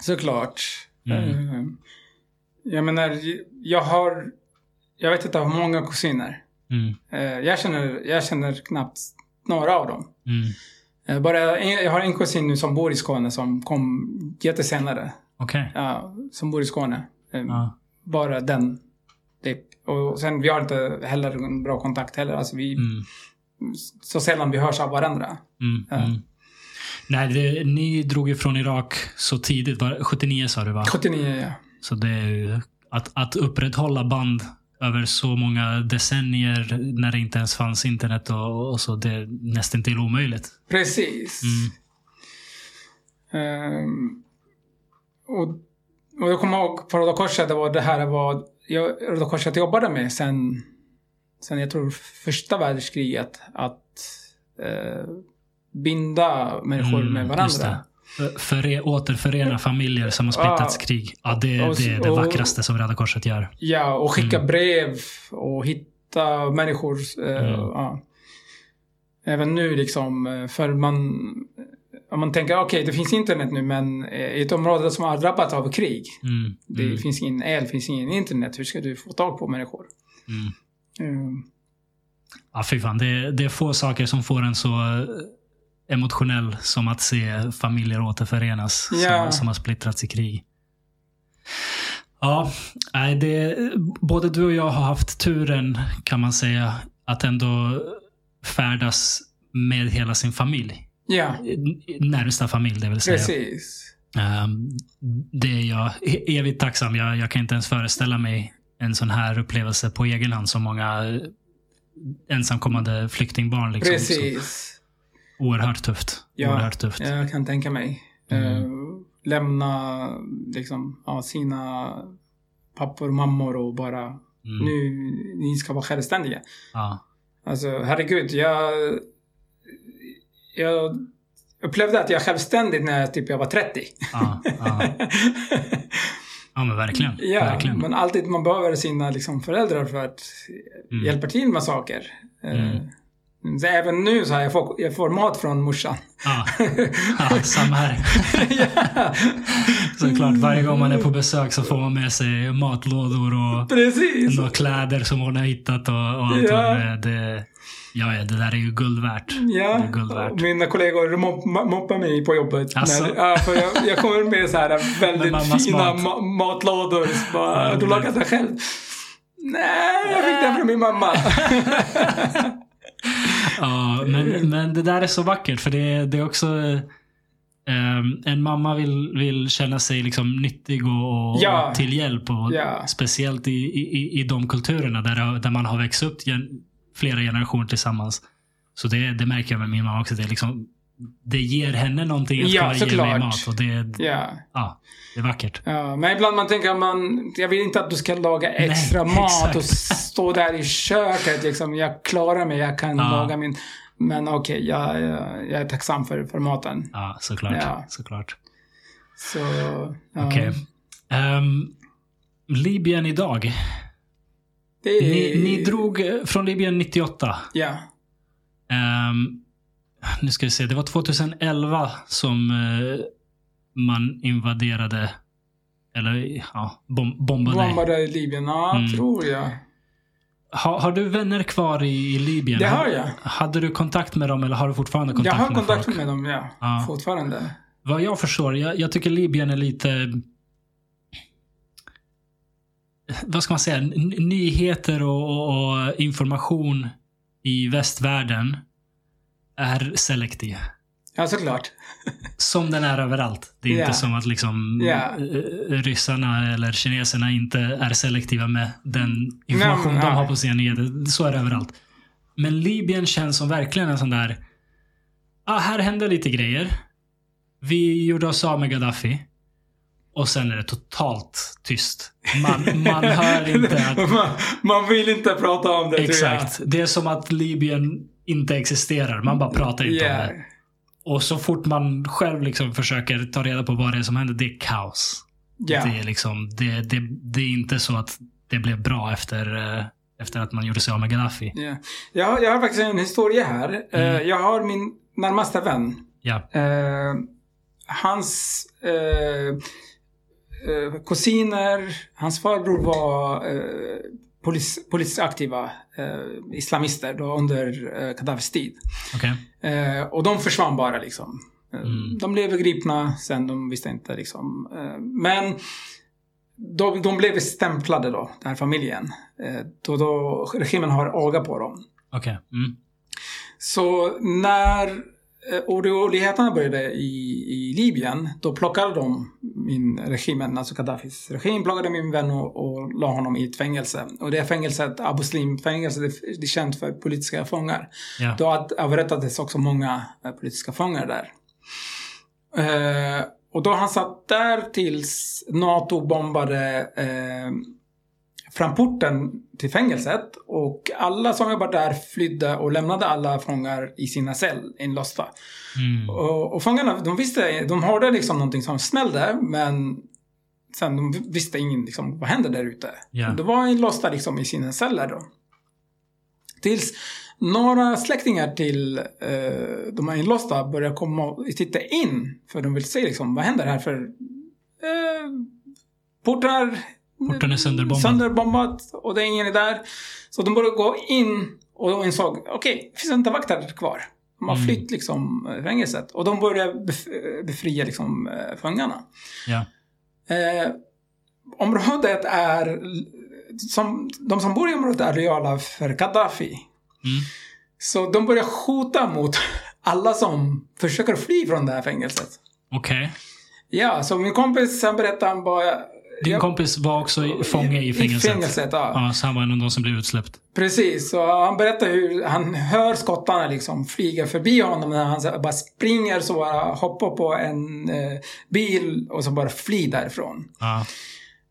Såklart. Mm. Eh, Jag menar, jag har... Jag vet inte hur många kusiner. Mm, Eh, Jag känner, jag känner knappt några av dem. mm, Eh, Bara en, jag har en kusin nu som bor i Skåne som kom jättesenare. Okej. Ja, som bor i Skåne. Eh, Ja. Bara den. Typ. Och sen, vi har inte heller en bra kontakt heller. Alltså, vi, Mm, Så sällan vi hörs av varandra. mm, Ja. mm. Nej, det, ni drog ju från Irak så tidigt. Var, 79 sa du va? 79, ja. Så det är ju att, att upprätthålla band över så många decennier när det inte ens fanns internet och, och så, det är nästintill omöjligt. Precis. Mm. Ehm, och, och jag kommer ihåg på Röda Korset, det var det här var jag, Röda Korset jobbade med sen, sen jag tror första världskriget. Att eh, binda människor Mm, med just varandra. det. För, före, återförena familjer som har splittrats Ja. krig. Ja, det, Och- det är det och- vackraste som Röda Korset gör. Ja, och skicka brev och hitta människor. Eh, Mm. ja. Även nu liksom, eh, för man... eh, Om man tänker, okej, det finns internet nu, men eh, i ett område som har drabbats av krig. Mm, Det mm, finns ingen el, finns ingen internet. Hur ska du få tag på människor? mm. Mm. Ja, fy fan. Det, det är få saker som får en så eh, emotionell som att se familjer återförenas Ja. som, som har splittrats i krig. Ja, nej, det, både du och jag har haft turen kan man säga att ändå färdas med hela sin familj. Ja, N- Närmsta familj det vill säga. precis. Ehm, Det är jag e- evigt tacksam. Jag, jag kan inte ens föreställa mig en sån här upplevelse på egen hand som många eh, ensamkommande flyktingbarn. Liksom. Så Precis. oerhört tufft. Ja. Oerhört tufft. Jag kan tänka mig. Mm. Eh, lämna liksom, ja, sina pappor och mammor och bara Mm. nu, ni ska vara självständiga. Ja. Alltså herregud, jag... Jag upplevde att jag är självständig när jag, typ, jag var 30. Ja, ja. ja men verkligen. Ja, verkligen. men alltid man behöver sina liksom, föräldrar för att Mm. hjälpa till med saker. Eh, Mm. Så även nu så här, jag får jag får mat från morsan. Ja. Ja, samma här. Såklart, varje gång man är på besök så får man med sig matlådor och Precis! några kläder som hon har hittat och, och allt Ja. vad det är. det, ja, ja, det där är ju guld värt. Ja, Det är guld värt. och mina kollegor mop- moppar mig på jobbet. Asså? När, ja, för jag, jag kommer med så här Med väldigt mammas fina mat. ma- matlådor. Så bara, Ja, du lagar roligt. det själv? Nej, jag fick det från min mamma. Ja, men, men det där är så vackert för det, det är också ehm, en mamma vill, vill känna sig liksom nyttig och, och Ja. till hjälp. Och Ja. Speciellt i, i, i- i de kulturerna där, det- där man har växt upp gen, flera generationer tillsammans. Så det, det märker jag med min mamma också. Det, är liksom, det ger henne någonting att Ja, kunna ge mig såklart. mat. Och det, ja. ja, det är vackert. Ja, men ibland man tänker att man, jag vill inte att du ska laga extra mat exakt. och stå där i köket. Liksom. Jag klarar mig, jag kan Ja. laga min... Men okej, jag, jag, jag är tacksam för, för maten. Ja, såklart. Ja. såklart. Så, ja. Okej. Ehm, Libyen idag. Det är, Ni, ni drog eh, från Libyen 98. Ja. Ehm, nu ska vi se, det var 2011 som eh, man invaderade, eller ja, bom, bombade. Bombade Libyen, ja, Mm. tror jag. Ha, har du vänner kvar i, i Libyen? Det har jag. Hade du kontakt med dem eller har du fortfarande Jag kontakt har med kontakt folk? med dem, ja. Ja. Fortfarande. Vad jag förstår, jag, jag tycker Libyen är lite... Vad ska man säga? N- nyheter och, och, och information i västvärlden är selektiv. Ja, såklart. Som den är överallt. Det är Ja. inte som att liksom Ja. eh, ryssarna eller kineserna inte är selektiva med den information Nej, de nej. har på sina nyheter. Så är det överallt. Men Libyen känns som verkligen en sån där... Ah, här hände lite grejer. Vi gjorde oss av med Gaddafi. Och sen är det totalt tyst. Man, man hör inte att... man, man vill inte prata om det, Exakt. Det är som att Libyen inte existerar. Man bara pratar tror jag. inte Typ om Yeah. det. Och så fort man själv liksom försöker ta reda på vad det är som händer, det är kaos. Yeah. Det, är liksom, det, det, det är inte så att det blev bra efter, eh, efter att man gjorde sig av med Gaddafi. Ja. Jag, har- jag har faktiskt en historia här. Eh, jag har min närmaste vän. Ja. Eh, hans eh, eh, kusiner, hans farbror var eh, polis, polisaktiva eh, islamister då, under eh, Gaddafis tid. Okej. Eh, och de försvann bara liksom. Eh, Mm. De blev gripna sen, de visste inte liksom. Eh, men de, de blev stämplade då, den här familjen. Eh, då, då regimen har öga på dem. Okej. Mm. Så när eh, oroligheterna började i, i Libyen, då plockade de min regimen, alltså Gaddafis regim, plockade min vän och, och la honom i ett fängelse. Och det fängelset, Abu Slim-fängelset, det, det är känt för politiska fångar. Ja. Då att- avrättades också många eh, politiska fångar där. Eh, och då han satt där tills NATO bombade eh, framporten till fängelset och alla som jobbade där flydde och lämnade alla fångar i sina cell inlåsta. Mm. Och, och fångarna, de visste, de hörde liksom någonting som smällde men sen de visste ingen liksom, vad hände där ute. Ja. De var inlåsta liksom i sina celler då. Tills några släktingar till eh, de här inlåsta började komma och titta in. För de vill se liksom, vad händer här för eh, portar. Porten är sönderbombad. Sönderbombat och det är ingen där. Så de började gå in och de insåg, okej, det finns inte vakter kvar. De har Mm. flytt liksom eh, fängelset. Och de började bef- befria liksom eh, fångarna. Ja. Eh, området är... Som, de som bor i området är lojala för Gaddafi. Mm. Så de börjar skjuta mot alla som försöker fly från det här fängelset. Okej. Ja, så min kompis han berättade han bara... Din jag- kompis var också i- fånge i I fängelset. fängelset, ja. Ja, så han var en av de som blev utsläppt. Precis, så han berättar hur han hör skottarna liksom flyga förbi honom när han så- bara springer så bara hoppar på en eh, bil och så bara flyr därifrån. Ja.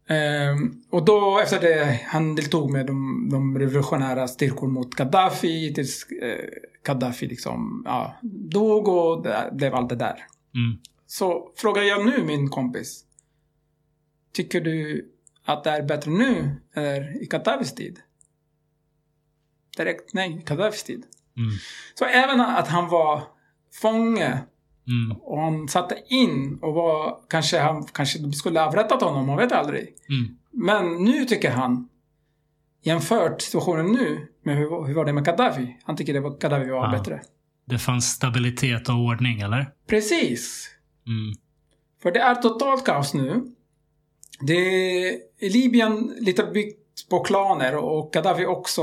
Ehm, och då efter det, han deltog med de, de revolutionära styrkor mot Gaddafi tills eh, Gaddafi liksom, ja, dog och det blev allt det där. Mm. Så frågar jag nu min kompis. Tycker du att det är bättre nu eller i Gaddafis tid? Direkt nej, Gaddafis tid. Mm. Så även att han var fånge Mm. och han satte in och var kanske, han, kanske de skulle ha avrättat honom, man vet aldrig. Mm. Men nu tycker han, jämfört situationen nu med hur, hur var det med Gaddafi? Han tycker det var, Gaddafi var Ja. bättre. Det fanns stabilitet och ordning, eller? Precis! Mm. För det är totalt kaos nu. Det är i Libyen lite byggt på klaner och Gaddafi också,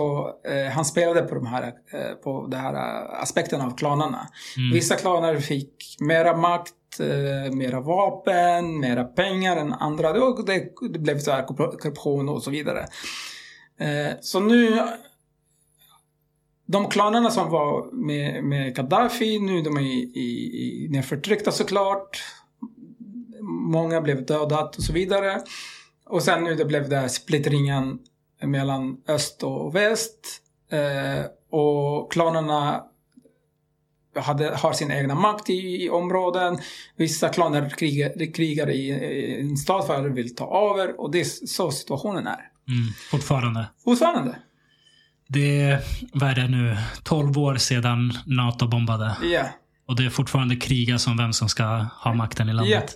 eh, han spelade på de här, eh, på den här eh, aspekten av klanerna. Mm. Vissa klaner fick mera makt, eh, mera vapen, mera pengar än andra. Det, var- det, det blev så här korp- korruption och så vidare. Eh, så nu... De klanerna som var med, med Gaddafi, nu de är i, i, i nerförtryckta såklart. Många blev dödat och så vidare. Och sen nu det blev den här splittringen mellan öst och väst. Eh, och klanerna hade, har sin egna makt i, i områden. Vissa klaner krigar, krigar i, i en stad för att de vill ta över och det är så situationen är. Mm. Fortfarande. Fortfarande. Det är, vad är det nu, 12 år sedan NATO bombade. Ja. Och det är fortfarande krigas om vem som ska ha makten i landet. Mm.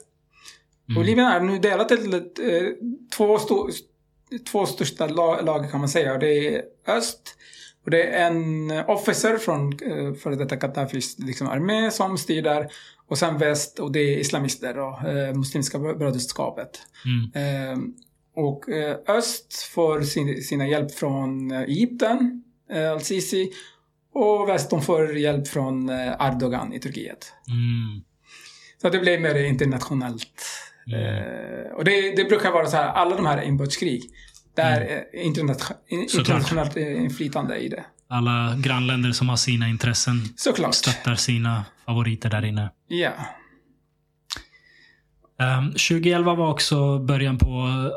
Ja. Och Libyen är nu delat till eh, två, sto, två största la- lag kan man säga. Och det är öst och det är en officer från eh, före detta Gaddafis liksom, armé som styr där. Och sen väst och det är islamister och eh, Muslimska brödraskapet. Mm. Eh, och eh, öst får sin, sina hjälp från eh, Egypten, eh, al-Sisi. Och väst de får hjälp från eh, Erdogan i Turkiet. Mm. Så det blir mer internationellt. Eh, och det, det brukar vara så här, alla de här inbördeskrig. Det är eh, internatio- in- Såklart. internationellt eh, inflytande i det. Alla grannländer som har sina intressen Såklart. stöttar sina favoriter där inne. Ja. Ehm, 2011 var också början på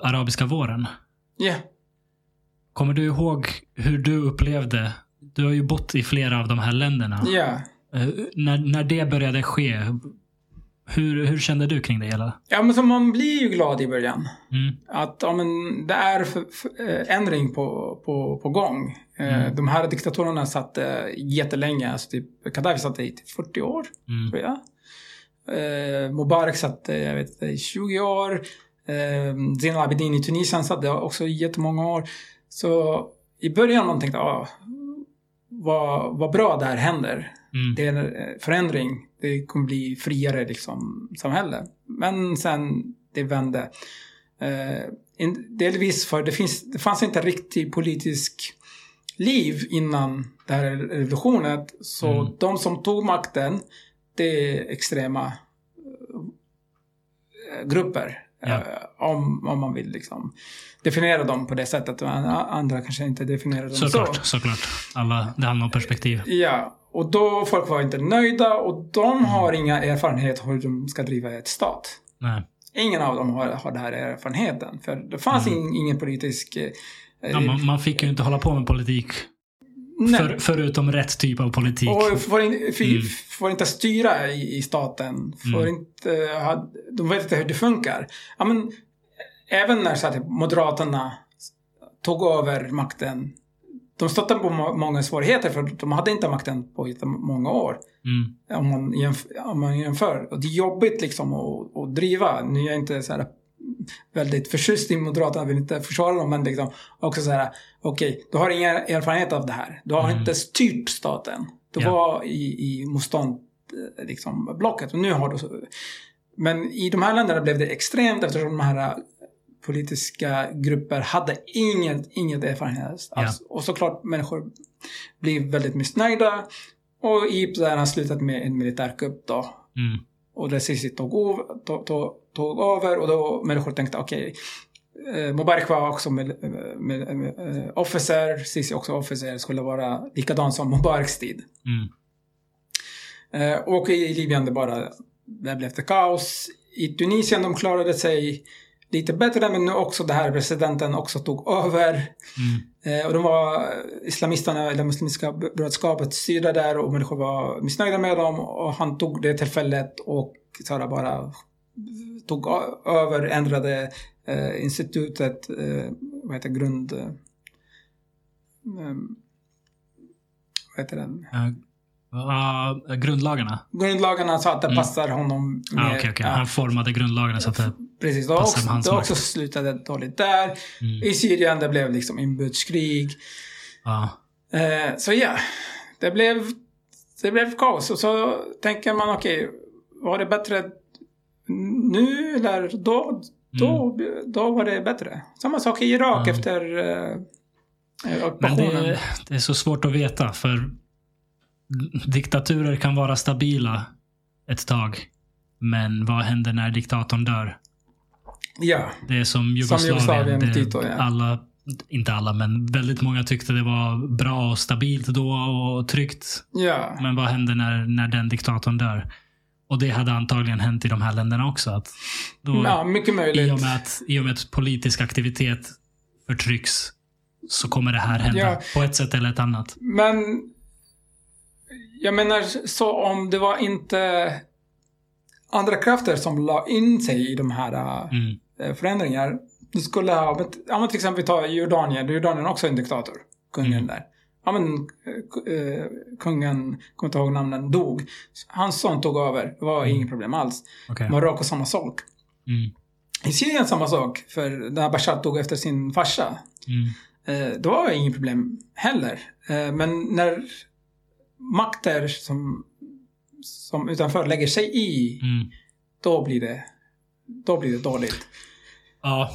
arabiska våren. Ja. Kommer du ihåg hur du upplevde du har ju bott i flera av de här länderna. Ja. Eh, när, när det började ske, hur, hur kände du kring det hela? Ja, men så man blir ju glad i början. Mm. att ja, men, det är för, för, eh, ändring på, på, på gång. Eh, Mm. De här diktatorerna satt eh, jättelänge. Alltså typ, Gaddafi satt i 40 år, Mm. tror jag. Eh, Mubarak satt eh, jag vet, inte, i 20 år. Eh, Zine El Abidine i Tunisien satt där också i jättemånga år. Så i början man tänkte ah, vad, vad bra det här händer. Mm. Det är en eh, förändring. Det kommer bli friare liksom, samhälle. Men sen det vände. Eh, in, delvis för det, finns, det fanns inte riktigt politisk liv innan den här revolutionen. Så Mm. de som tog makten, det är extrema eh, grupper. Ja. eh, Om, om man vill liksom definiera dem på det sättet. Och an- Andra kanske inte definierar dem så. Såklart, såklart. Alla, det handlar om perspektiv. Ja, och då folk var inte nöjda och de har Mm. inga erfarenhet hur de ska driva ett stat. Nej. Ingen av dem har, har den här erfarenheten. För det fanns Mm. in, ingen politisk... eh, Ja, man, man fick ju inte hålla på med politik. nej. För, förutom rätt typ av politik. och får, in, fi- Mm. får inte styra i, i staten. Får Mm. inte, eh, ha, de vet inte hur det funkar. Ja, men, även när så här, typ, Moderaterna tog över makten. De stötte på må- många svårigheter för de hade inte makten på många år. Mm. om man jämför. Om man jämför. Och det är jobbigt liksom att, att driva. Nu är jag inte så här väldigt förtjust i Moderaterna, vill inte försvara dem, men liksom också så här, okej, du har ingen erfarenhet av det här. Du har Mm. inte styrt staten. Du Ja. var i, i motstånd, eh, liksom, blocket och nu har du... så- Men i de här länderna blev det extremt eftersom de här eh, politiska grupper hade inget, inget erfarenhet alls. Och såklart människor blev väldigt missnöjda. Och Egypt där har slutat med en militärkupp då. Mm. Och det Sisi tog, ov- tog, tog, tog över och då människor tänkte okej. eh, Mubarak var också med, med, med, eh, officer, Sisi också officer, skulle vara likadan som Mubaraks tid. Mm. Eh, och i Libyen det bara, där blev det kaos. I Tunisien de klarade sig. lite bättre, men nu också det här presidenten också tog över. mm. Eh, och de var islamisterna, eller Muslimska brödskapet, styrda där och människor var missnöjda med dem. Och han tog det tillfället och så här, bara tog ö- över, ändrade eh, institutet, eh, vad heter grund... Eh, ehm, vad heter den? Eh, ah, grundlagarna? Grundlagarna sa att det Mm. passar honom. Ah, mer. okej, okej. Ja, Han formade grundlagarna så att det... precis. Det har passar med också, hans det har makt. också slutade dåligt där. Mm, I Syrien, det blev liksom inbördeskrig. ah. Eh, så ja, det blev, det blev kaos. Och så tänker man, okej, var det bättre nu eller då? Då, då var det bättre. Samma sak i Irak Mm. efter eh, Men ockupationen. det, det är så svårt att veta för diktaturer kan vara stabila ett tag. Men vad händer när diktatorn dör? Ja, Det är som Jugoslavien. Jugoslavien med det, Tito, ja. alla, inte alla, men väldigt många tyckte det var bra och stabilt då och tryggt. ja. Men vad händer när, när den diktatorn dör? Och det hade antagligen hänt i de här länderna också. Att då, ja, mycket i, möjligt. och med att, I och med att politisk aktivitet förtrycks så kommer det här hända Ja. på ett sätt eller ett annat. Men jag menar så om det var inte andra krafter som la in sig i de här eh, Mm. eh, förändringar. Du skulle ha, men t- ja, men till exempel ta Jordanien, då är Jordanien också en diktator. Kungen Mm. där. Ja men eh, k- eh, kungen, kommer inte ihåg namnen, dog. Hans son tog över. Det var Mm. inget problem alls. Okej. Marocko samma sak. Mm. I Syrien samma sak, för när Bashar tog efter sin farsa. Mm. Eh, det var inget problem heller. Eh, men när makter som, som utanför lägger sig i, Mm. då blir det då blir det dåligt. Ja.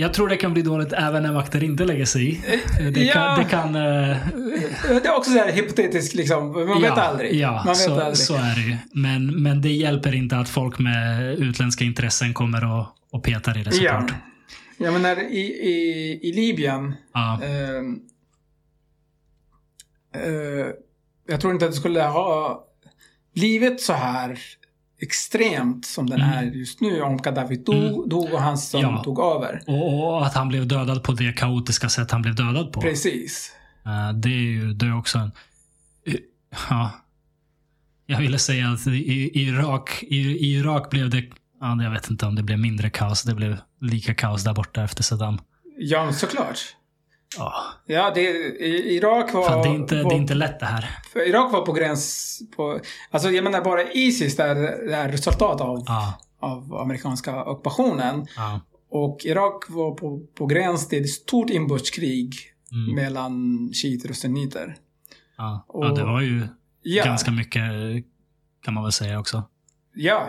Jag tror det kan bli dåligt även när makter inte lägger sig i. Det kan, ja. det kan eh, Det är också så här hypotetiskt liksom. Man vet ja, aldrig. Ja, man vet så, aldrig. så är det ju. Men, men det hjälper inte att folk med utländska intressen kommer och, och petar i det ja. såklart. Jag menar i, i, i Libyen. Ja. ehm, eh, jag tror inte att det skulle ha blivit så här extremt som den Mm. är just nu om Gaddafi dog, Mm. dog och hans son Ja. tog över. Och, och att han blev dödad på det kaotiska sätt han blev dödad på. Precis. Eh, Det är ju det är också en... eh, Ja. Jag ville säga att i- i Irak, i, i Irak blev det... Ja, jag vet inte om det blev mindre kaos. Det blev lika kaos där borta efter Saddam. Ja, men såklart. Ja. Ja, det, i- Irak var... Fan, det, är inte, det var- är inte lätt det här. För Irak var på gräns på... Alltså jag menar bara Isis, det är, det är resultat av, Ja, av amerikanska ockupationen. ja. Och Irak var på, på gräns till ett stort inbördeskrig Mm. mellan shiiter och sunniter. Ja. ja, det Och- var ju Ja, ganska mycket kan man väl säga också. ja,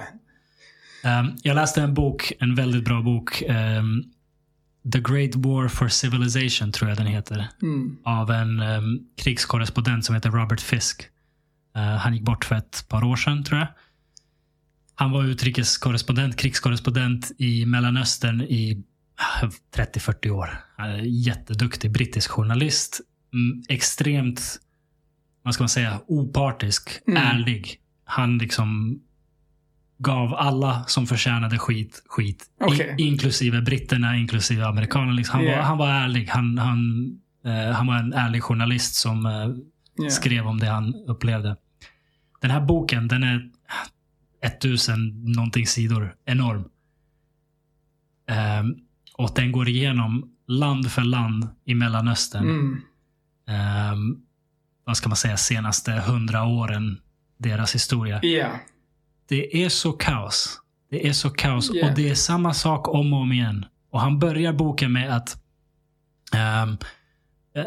Ehm, jag läste en bok, en väldigt bra bok. ehm, The Great War for Civilization tror jag den heter. mm, Av en ehm, krigskorrespondent som heter Robert Fisk. Eh, han gick bort för ett par år sedan tror jag. Han var utrikeskorrespondent, krigskorrespondent i Mellanöstern i ah, 30-40 år. Han är en jätteduktig brittisk journalist. Mm, extremt, vad ska man säga, opartisk, Mm. ärlig. Han liksom gav alla som förtjänade skit, skit. Okej. I, inklusive britterna, inklusive amerikanerna. Liksom. Han, var, Yeah. han var ärlig. Han, han, eh, han var en ärlig journalist som eh, ja. skrev om det han upplevde. Den här boken, den är 1000 någonting sidor. Enorm. Ehm, och den går igenom land för land i Mellanöstern. Mm, Ehm, vad ska man säga, senaste hundra åren. Deras historia. ja, Det är så kaos. Det är så kaos. Yeah. Och det är samma sak om och om igen. Och han börjar boken med att ehm, eh,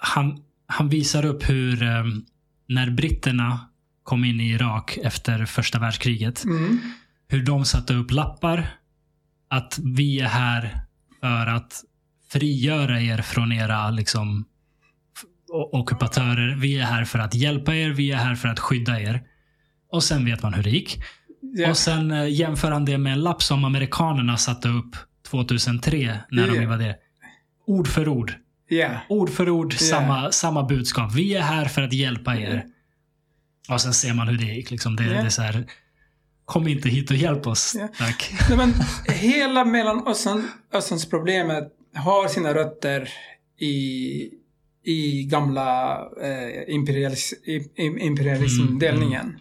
han, han visar upp hur ehm, när britterna kom in i Irak efter första världskriget. mm, Hur de satte upp lappar. Att vi är här för att frigöra er från era liksom, f- o- ockupatörer. Vi är här för att hjälpa er. Vi är här för att skydda er. Och sen vet man hur det gick. ja, Och sen eh, jämför han det med en lapp som amerikanerna satte upp 2003 när de Ja. invaderade. Ord för ord. ja, Ord för ord, Ja. samma, samma budskap. Vi är här för att hjälpa er. Och sen ser man hur det gick. Liksom. Det, Mm. Ja. det är så här, Kom inte hit och hjälp oss. Ja. Tack. Nej, men hela Mellanöstern, Österns problemet har sina rötter i, i gamla eh, imperialis, i- i- imperialismdelningen.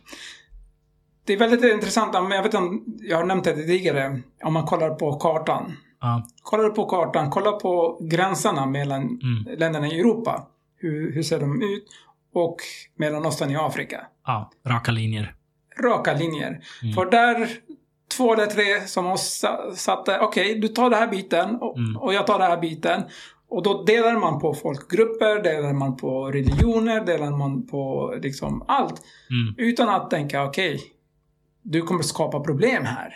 Det är väldigt intressant, men jag vet om jag har nämnt det tidigare, om man kollar på kartan. Ja. Kollar du på kartan, kolla på gränserna mellan Mm. länderna i Europa. Hur, hur ser de ut? Och Mellanöstern i Afrika. ja, raka linjer. Raka linjer. Mm. För där, två eller tre som oss sa- satte, okej, du tar den här biten och, Mm. och jag tar den här biten. Och då delar man på folkgrupper, delar man på religioner, delar man på liksom allt. Mm. Utan att tänka, okej, du kommer skapa problem här.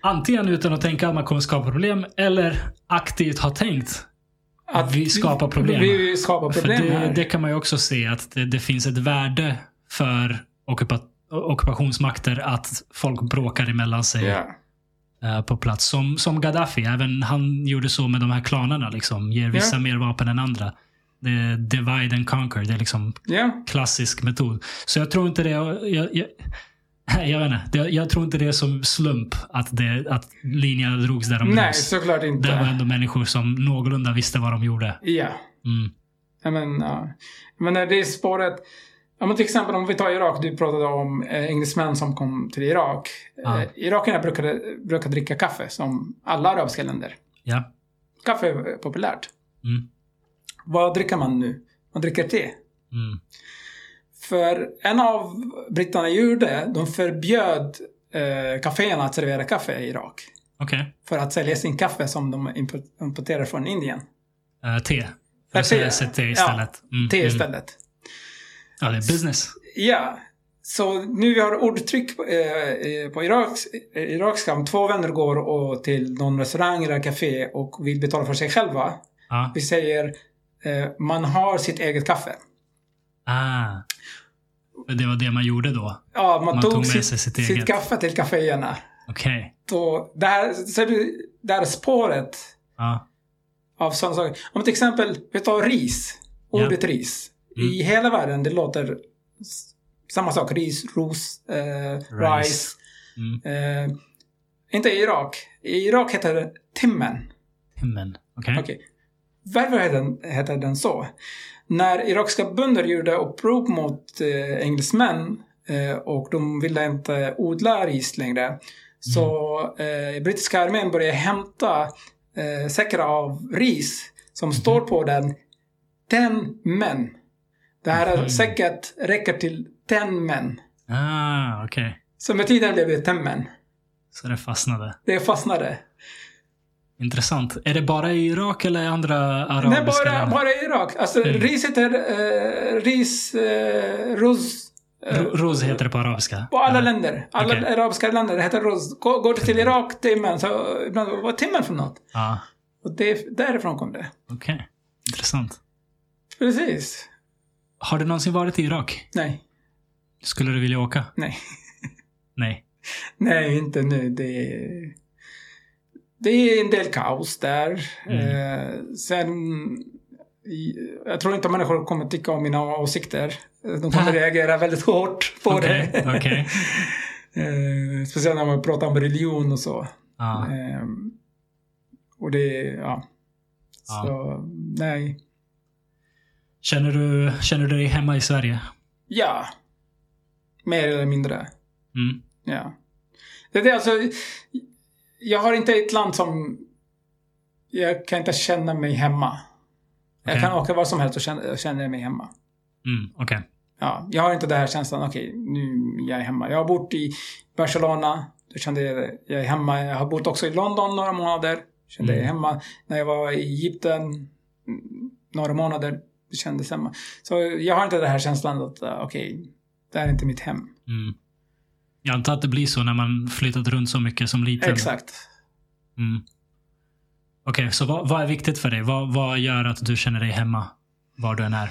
Antingen utan att tänka att man kommer skapa problem eller aktivt ha tänkt. Att Vi skapar problem. Vi skapar problem För det, här. det kan man ju också se att det, det finns ett värde för ockupa, ockupationsmakter att folk bråkar emellan sig Ja. eh, på plats. Som, som Gaddafi, även han gjorde så med de här klanerna. Liksom, ger vissa Ja. mer vapen än andra. Det, divide and conquer, det är liksom Ja. klassisk metod. Så jag tror inte det... Jag, jag, jag, vet inte, det, jag tror inte det är som slump att, det, att linjerna drogs där de Nej, drogs. såklart Det var inte. ändå människor som någorlunda visste vad de gjorde. Ja. Mm. Ja, men, ja. men när det är spåret. Ja, men till exempel om vi tar Irak. Du pratade om eh, engelsmän som kom till Irak. Ja. Eh, Irakierna brukade, brukade dricka kaffe som alla arabiska länder. Ja. Kaffe är populärt. Mm. Vad dricker man nu? Man dricker te. Mm. För en av britterna gjorde, de förbjöd eh, kaféerna att servera kaffe i Irak. Okej. För att sälja sin kaffe som de impor- importerar från Indien. Eh, te. Ja, Jag säger te. så te istället. Mm. Te Mm. istället. Ja, det är business. Ja. Så nu vi har ordtryck på, eh, eh, på iraks, eh, irakska. Om två vänner går och till någon restaurang eller café och vill betala för sig själva. Ja. Vi säger eh, man har sitt eget kaffe. Ah. Men Det var det man gjorde då. Ja, man, Man tog, tog med sitt, sig sitt sitt, eget. kaffe till kaféerna. Okej. Då, det här, ser du, det här spåret Ja. av sådana saker. Om till exempel, vi tar ris. Ja. Ordet ris. Mm. I hela världen det låter s- samma sak. Ris, ros, eh, Rice. rice. Mm. Eh, inte i Irak. I Irak heter det timmen. Timmen. Okej. Okej. Varför heter den, heter den så? När irakiska bönder gjorde upprop mot eh, engelsmän eh, och de ville inte odla ris längre. Så eh, brittiska armén började hämta eh, säckar av ris som står på den. Ten men. Det här Mhm. säcket räcker till ten men. Ah, okej. Så med tiden blev det temmen. Så det fastnade. Det fastnade. Intressant. Är det bara i Irak eller andra arabiska Nej, bara, länder? bara Irak. Alltså, Mm. riset är eh, ris, eh, ros. Eh, Ro- Ros heter det på arabiska. på alla Ja. länder. Alla Okej. arabiska länder heter ros. Går, går du till Irak, timmen, så ibland, vad är timmen för något? Ja. Och det, därifrån kom det. Okej. Intressant. Precis. Har du någonsin varit i Irak? Nej, Skulle du vilja åka? nej. Nej. Nej, inte nu. Det är, det är en del kaos där. Mm. Eh, sen... i- Jag tror inte människor kommer tycka om mina åsikter. De kommer reagera väldigt hårt på Okej. det. okej. Eh, speciellt när man pratar om religion och så. Ja. Eh, och det, ja. Ja. Så, nej. Känner, du, känner du dig hemma i Sverige? Ja. Mer eller mindre. Mm. Ja. Det är det, alltså. Jag har inte ett land som... Jag kan inte känna mig hemma. Jag Okej. kan åka var som helst och känna, känna mig hemma. Mm. Okej. Ja, jag har inte den här känslan, okej, nu är jag hemma. Jag har bott i Barcelona, då kände jag jag är hemma. Jag har bott också i London några månader, kände jag är Mm. hemma. När jag var i Egypten, mm, några månader, det kändes hemma. Så jag har inte den här känslan att, eh, okej, det här är inte mitt hem. Mm. Jag antar att det blir så när man flyttat runt så mycket som liten. Exakt. Mm. Okej, så vad, vad är viktigt för dig? Vad, vad gör att du känner dig hemma? Var du än är?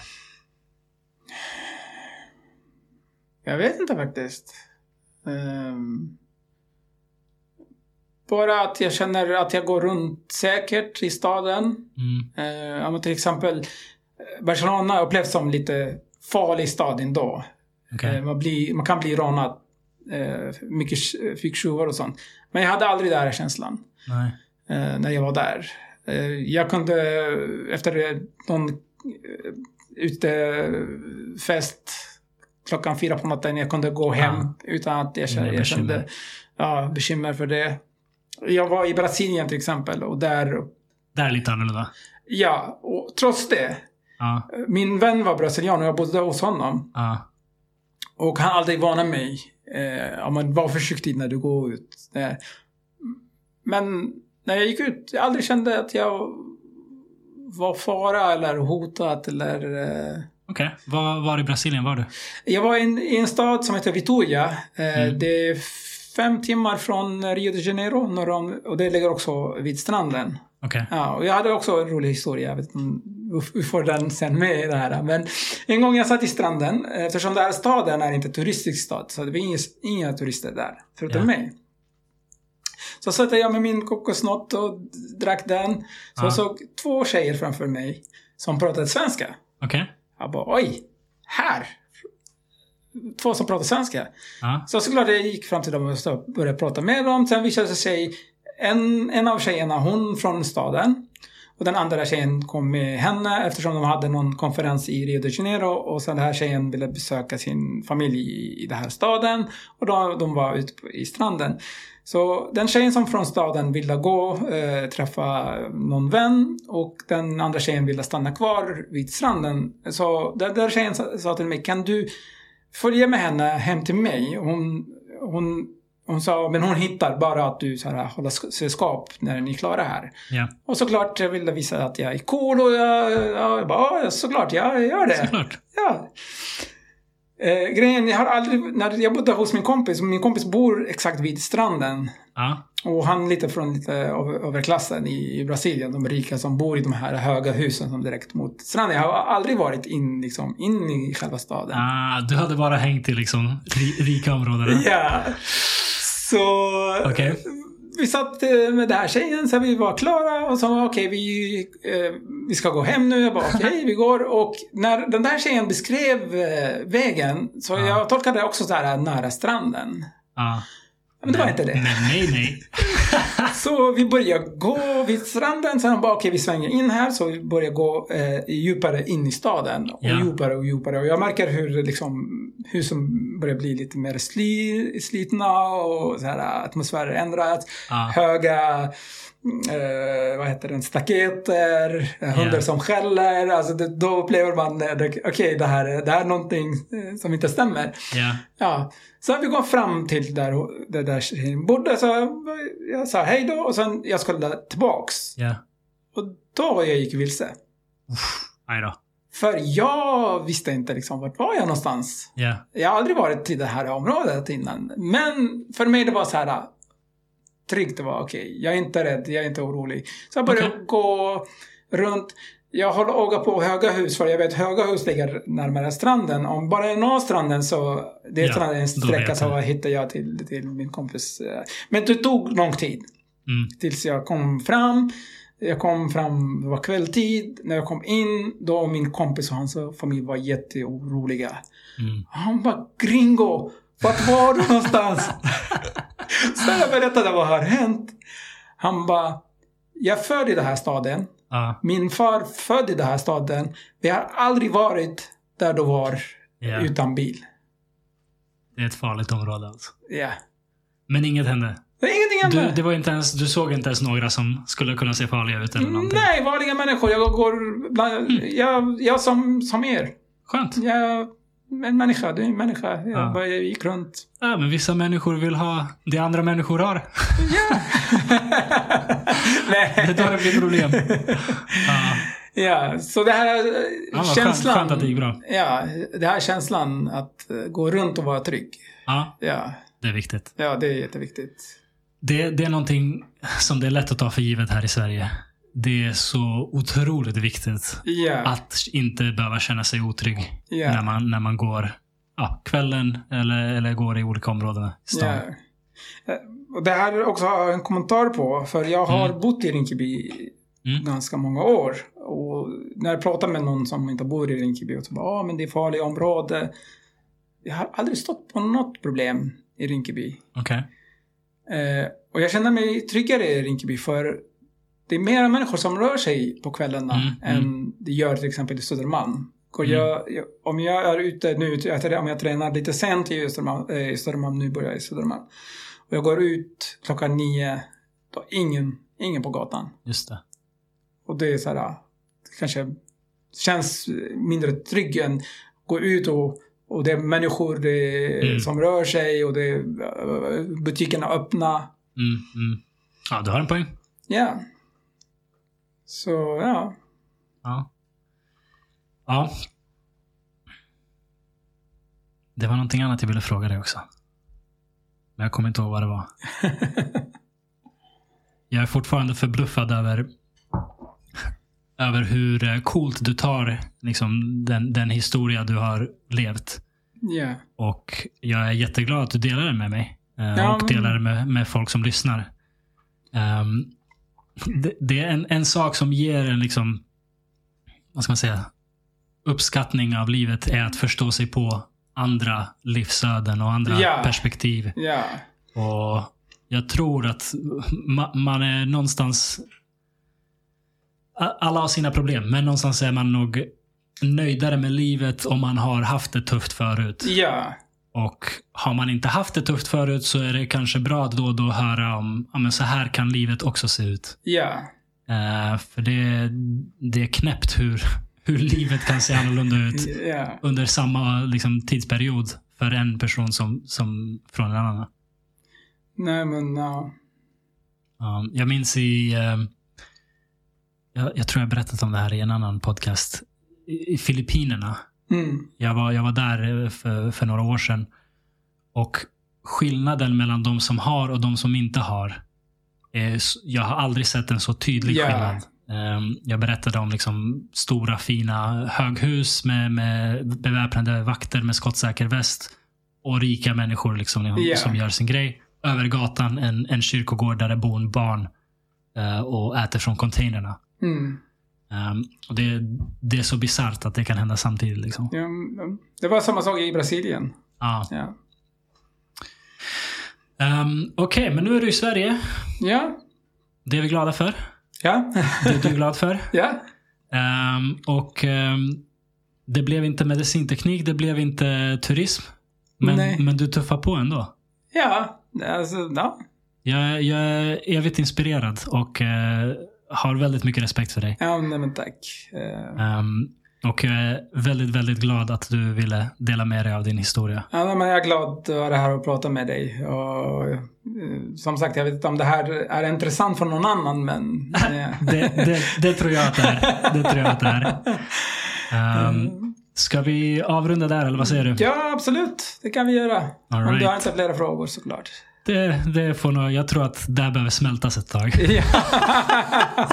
Jag vet inte faktiskt. Ehm, bara att jag känner att jag går runt säkert i staden. Mm. Eh, ja, men till exempel eh, Barcelona upplevs som lite farlig stad ändå. Okej. Ehm. Eh, man, blir, man kan bli rånad eh, mycket sh- fick tjuvar och sånt. Men jag hade aldrig den här känslan Nej. eh, när jag var där. Eh, jag kunde, eh, efter någon eh, utefest klockan fyra på natten, jag kunde gå hem Ah. utan att jag, kände- Inga jag kände bekymmer. ja, bekymmer för det. Jag var i Brasilien till exempel och där, Det här är lite annorlunda. ja, och trots det, Ja. eh, min vän var brasilian och jag bodde hos honom. Ja. Och han alltid varnade mig. Eh, om man var försiktig när du går ut. Där. Men när jag gick ut, jag aldrig kände att jag var fara eller hotat eller... Eh. Okej. Var, var i Brasilien var du? Jag var i en, i en stad som heter Vitoria. Eh, Mm. Det är fem timmar från Rio de Janeiro norr om, och det ligger också vid stranden. Okej. Ja, och jag hade också en rolig historia. Jag vet inte om vi får den sen med i det här. Men en gång jag satt i stranden, eftersom den här staden är inte en turistisk stad, så det var inga, inga turister där, förutom Ja. mig. Så satt jag med min kokosnott och drack den. Så Ja. jag såg två tjejer framför mig som pratade svenska. Okej. Jag bara, oj, här! Två som pratar svenska. Ja. Så såklart jag gick fram till dem och så började prata med dem. Sen visade det sig en, en av tjejerna, hon från staden. Och den andra tjejen kom med henne eftersom de hade någon konferens i Rio de Janeiro. Och sen den här tjejen ville besöka sin familj i, i den här staden. Och då, de var ute på, i stranden. Så den tjejen som från staden ville gå eh, träffa någon vän och den andra tjejen ville stanna kvar vid stranden. Så den där tjejen sa, sa till mig, kan du följa med henne hem till mig. Hon, hon, hon sa, men hon hittar bara att du så här, håller sk- sällskap när ni är klara här. Ja. Och såklart jag ville visa att jag är cool och jag, ja, jag bara, ja, såklart jag gör det. Såklart. Ja. Eh, grejen, jag har aldrig, när jag bodde hos min kompis, min kompis bor exakt vid stranden. Ja. Och han är lite från lite över- överklassen i, i Brasilien, de rika som bor i de här höga husen som direkt mot stranden. Jag har aldrig varit in, liksom, in i själva staden. Ah, du hade bara hängt i liksom ri- rika områden? Ja. Så Okej. vi satt eh, med den här tjejen, så vi var klara och så var okej, vi, eh, vi ska gå hem nu. Jag bara okej, vi går. Och när den där tjejen beskrev eh, vägen så Ja. jag tolkade det också så här nära stranden. Ja. Men det var inte det. Nej, nej, nej. Så vi börjar gå vid stranden, sen bara okej vi svänger in här, så vi börjar gå eh, djupare in i staden. Och Ja. djupare och djupare. Och jag märker hur det liksom, husen börjar bli lite mer sli, slitna och så här, atmosfären ändras. Ja. Höga, eh, vad heter den, staketer, eh, hundar Ja. som skäller. Alltså det, då upplever man, eh, det- okej det, här, är- det här är någonting eh, som inte stämmer. Ja. Ja, sen vi kom fram till där, där, där tjejen bodde så jag- jag sa hej då och sen jag skulle tillbaks. Ja. Och då jag gick vilse. Aj då. För jag visste inte liksom vart var jag någonstans. Ja. Jag har aldrig varit i det här området innan. Men för mig det var så här ah, tryggt. Det var okej. Jag är inte rädd. Jag är inte orolig. Så jag började Okej. gå runt. Jag håller öga på höga hus för jag vet höga hus ligger närmare stranden. Om bara jag når stranden så det är Ja, stranden en då vet sträcka så jag. hittar jag till, till min kompis. eh. Men det tog lång tid Mm. tills jag kom fram. Jag kom fram, det var kvälltid. När jag kom in, då var min kompis och hans familj var jätteoroliga. Mm. Han bara “Gringo, vart var du någonstans?” Så jag berättade vad har hänt. Han bara “Jag är född i den här staden. Ja. Min far född i den här staden. Vi har aldrig varit där du var Ja. utan bil.” Det är ett farligt område alltså. Ja. Men inget hände? Det är ingenting Du, annat. det var inte ens, du såg inte ens några som skulle kunna se farliga ut eller någonting? Mm. Nej, vanliga människor. Jag går bland, jag, jag som, som er. Skönt. Jag är en människa, du är en människa. Jag Ja. bara gick runt. Ja, men vissa människor vill ha det andra människor har. Det Nej. där det blir problem. Ja. Ja, så det här eh, Ja, vad känslan. Skönt, skönt att det gick bra. Ja, det här känslan att eh, gå runt och vara trygg. Ja, Ja, det är viktigt. ja det är jätteviktigt. Det, det är någonting som det är lätt att ta för givet här i Sverige. Det är så otroligt viktigt Ja, att inte behöva känna sig otrygg när, ja, man, när man går ja, kvällen eller, eller går i olika områden i stan. ja. Eh, Och det här också har jag en kommentar på, för jag har Mm. bott i Rinkeby Mm. ganska många år. Och när jag pratar med någon som inte bor i "Ah, Rinkeby och så bara, ja men det är farliga område. Jag har aldrig stått på något problem i Rinkeby. Okej. Eh, och jag känner mig tryggare i Rinkeby för det är mera människor som rör sig på kvällarna Mm, än det gör till exempel i Södermalm. Och Mm. jag, jag, om jag är ute nu, jag trä- om jag tränar lite sent i Södermalm, eh, i Södermalm nu börjar jag i Södermalm. Och jag går ut klockan nio, då är ingen, ingen på gatan. Just det. Och det är så här, ah, kanske känns mindre trygg än att gå ut och, och det är människor det är, Mm. som rör sig och det är, eh, butikerna öppna. Mm, mm. Ja, du har en poäng. Ja. Så ja. Ja. Ja. Det var någonting annat jag ville fråga dig också. Men jag kommer inte ihåg vad det var. jag är fortfarande förbluffad över över hur eh, coolt du tar liksom, den, den historia du har levt. ja. Och jag är jätteglad att du delar den med mig. eh, Ja, och men- delar den med, med folk som lyssnar. Ehm, det, det är en, en sak som ger en liksom, vad ska man säga, uppskattning av livet är att förstå sig på andra livsöden och andra Ja. perspektiv. Ja. Och jag tror att ma- man är någonstans... a- Alla har sina problem, men någonstans är man nog nöjdare med livet om man har haft det tufft förut. Ja. Och har man inte haft det tufft förut så är det kanske bra att då och då höra om ja, men så här kan livet också se ut. Ja. Eh, för det, det är knäppt hur, hur livet kan se annorlunda ut Ja. under samma liksom, tidsperiod för en person som, som från en annan. Nej men ja. Um, jag minns i... ehm, jag, jag tror jag berättat om det här i en annan podcast. I, i Filippinerna. Mm. Jag var, jag var där eh, för, för några år sedan. Och skillnaden mellan de som har och de som inte har. Är, s- jag har aldrig sett en så tydlig Ja. skillnad. Ehm, jag berättade om liksom stora fina höghus med, med beväpnade vakter med skottsäker väst. Och rika människor liksom, Ja. som gör sin grej. Över gatan en, en kyrkogård där det bor en barn eh, och äter från containerna. Mm. Ehm, och det, det är så bisarrt att det kan hända samtidigt. Liksom. Ja, mm. Det var samma sak i Brasilien. Ja. Ja. Um, Okej, men nu är du i Sverige. Ja. Det är vi glada för. Ja. Det är du glad för. ja. Ehm, och ehm, det blev inte medicinteknik, det blev inte turism. Nej. Men, men du tuffar på ändå. Ja. Alltså, ja. Jag, jag är evigt inspirerad och eh, har väldigt mycket respekt för dig. Ja, nej men tack. Eh, Ehm, och jag är väldigt, väldigt glad att du ville dela med dig av din historia. Ja, nej, men jag är glad att vara här och prata med dig. Och, eh, som sagt, jag vet inte om det här är intressant för någon annan, men... eh, Det, det, det tror jag att det är. Det tror jag att det är. Ehm, ska vi avrunda där, eller vad säger du? ja, absolut. Det kan vi göra. All Om du har right. inte flera frågor såklart. Det, det får nog, jag tror att det här behöver smältas ett tag. Ja.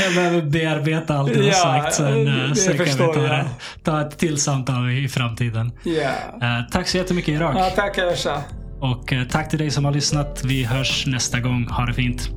Jag behöver bearbeta allt jag har Ja, sagt. Sen, eh, det sen kan vi förstår ta, jag. det- ta ett till samtal i, i framtiden. ja. Eh, tack så jättemycket Irak. ja tack, Ersa. Och eh, tack till dig som har lyssnat. Vi hörs nästa gång. Ha det fint.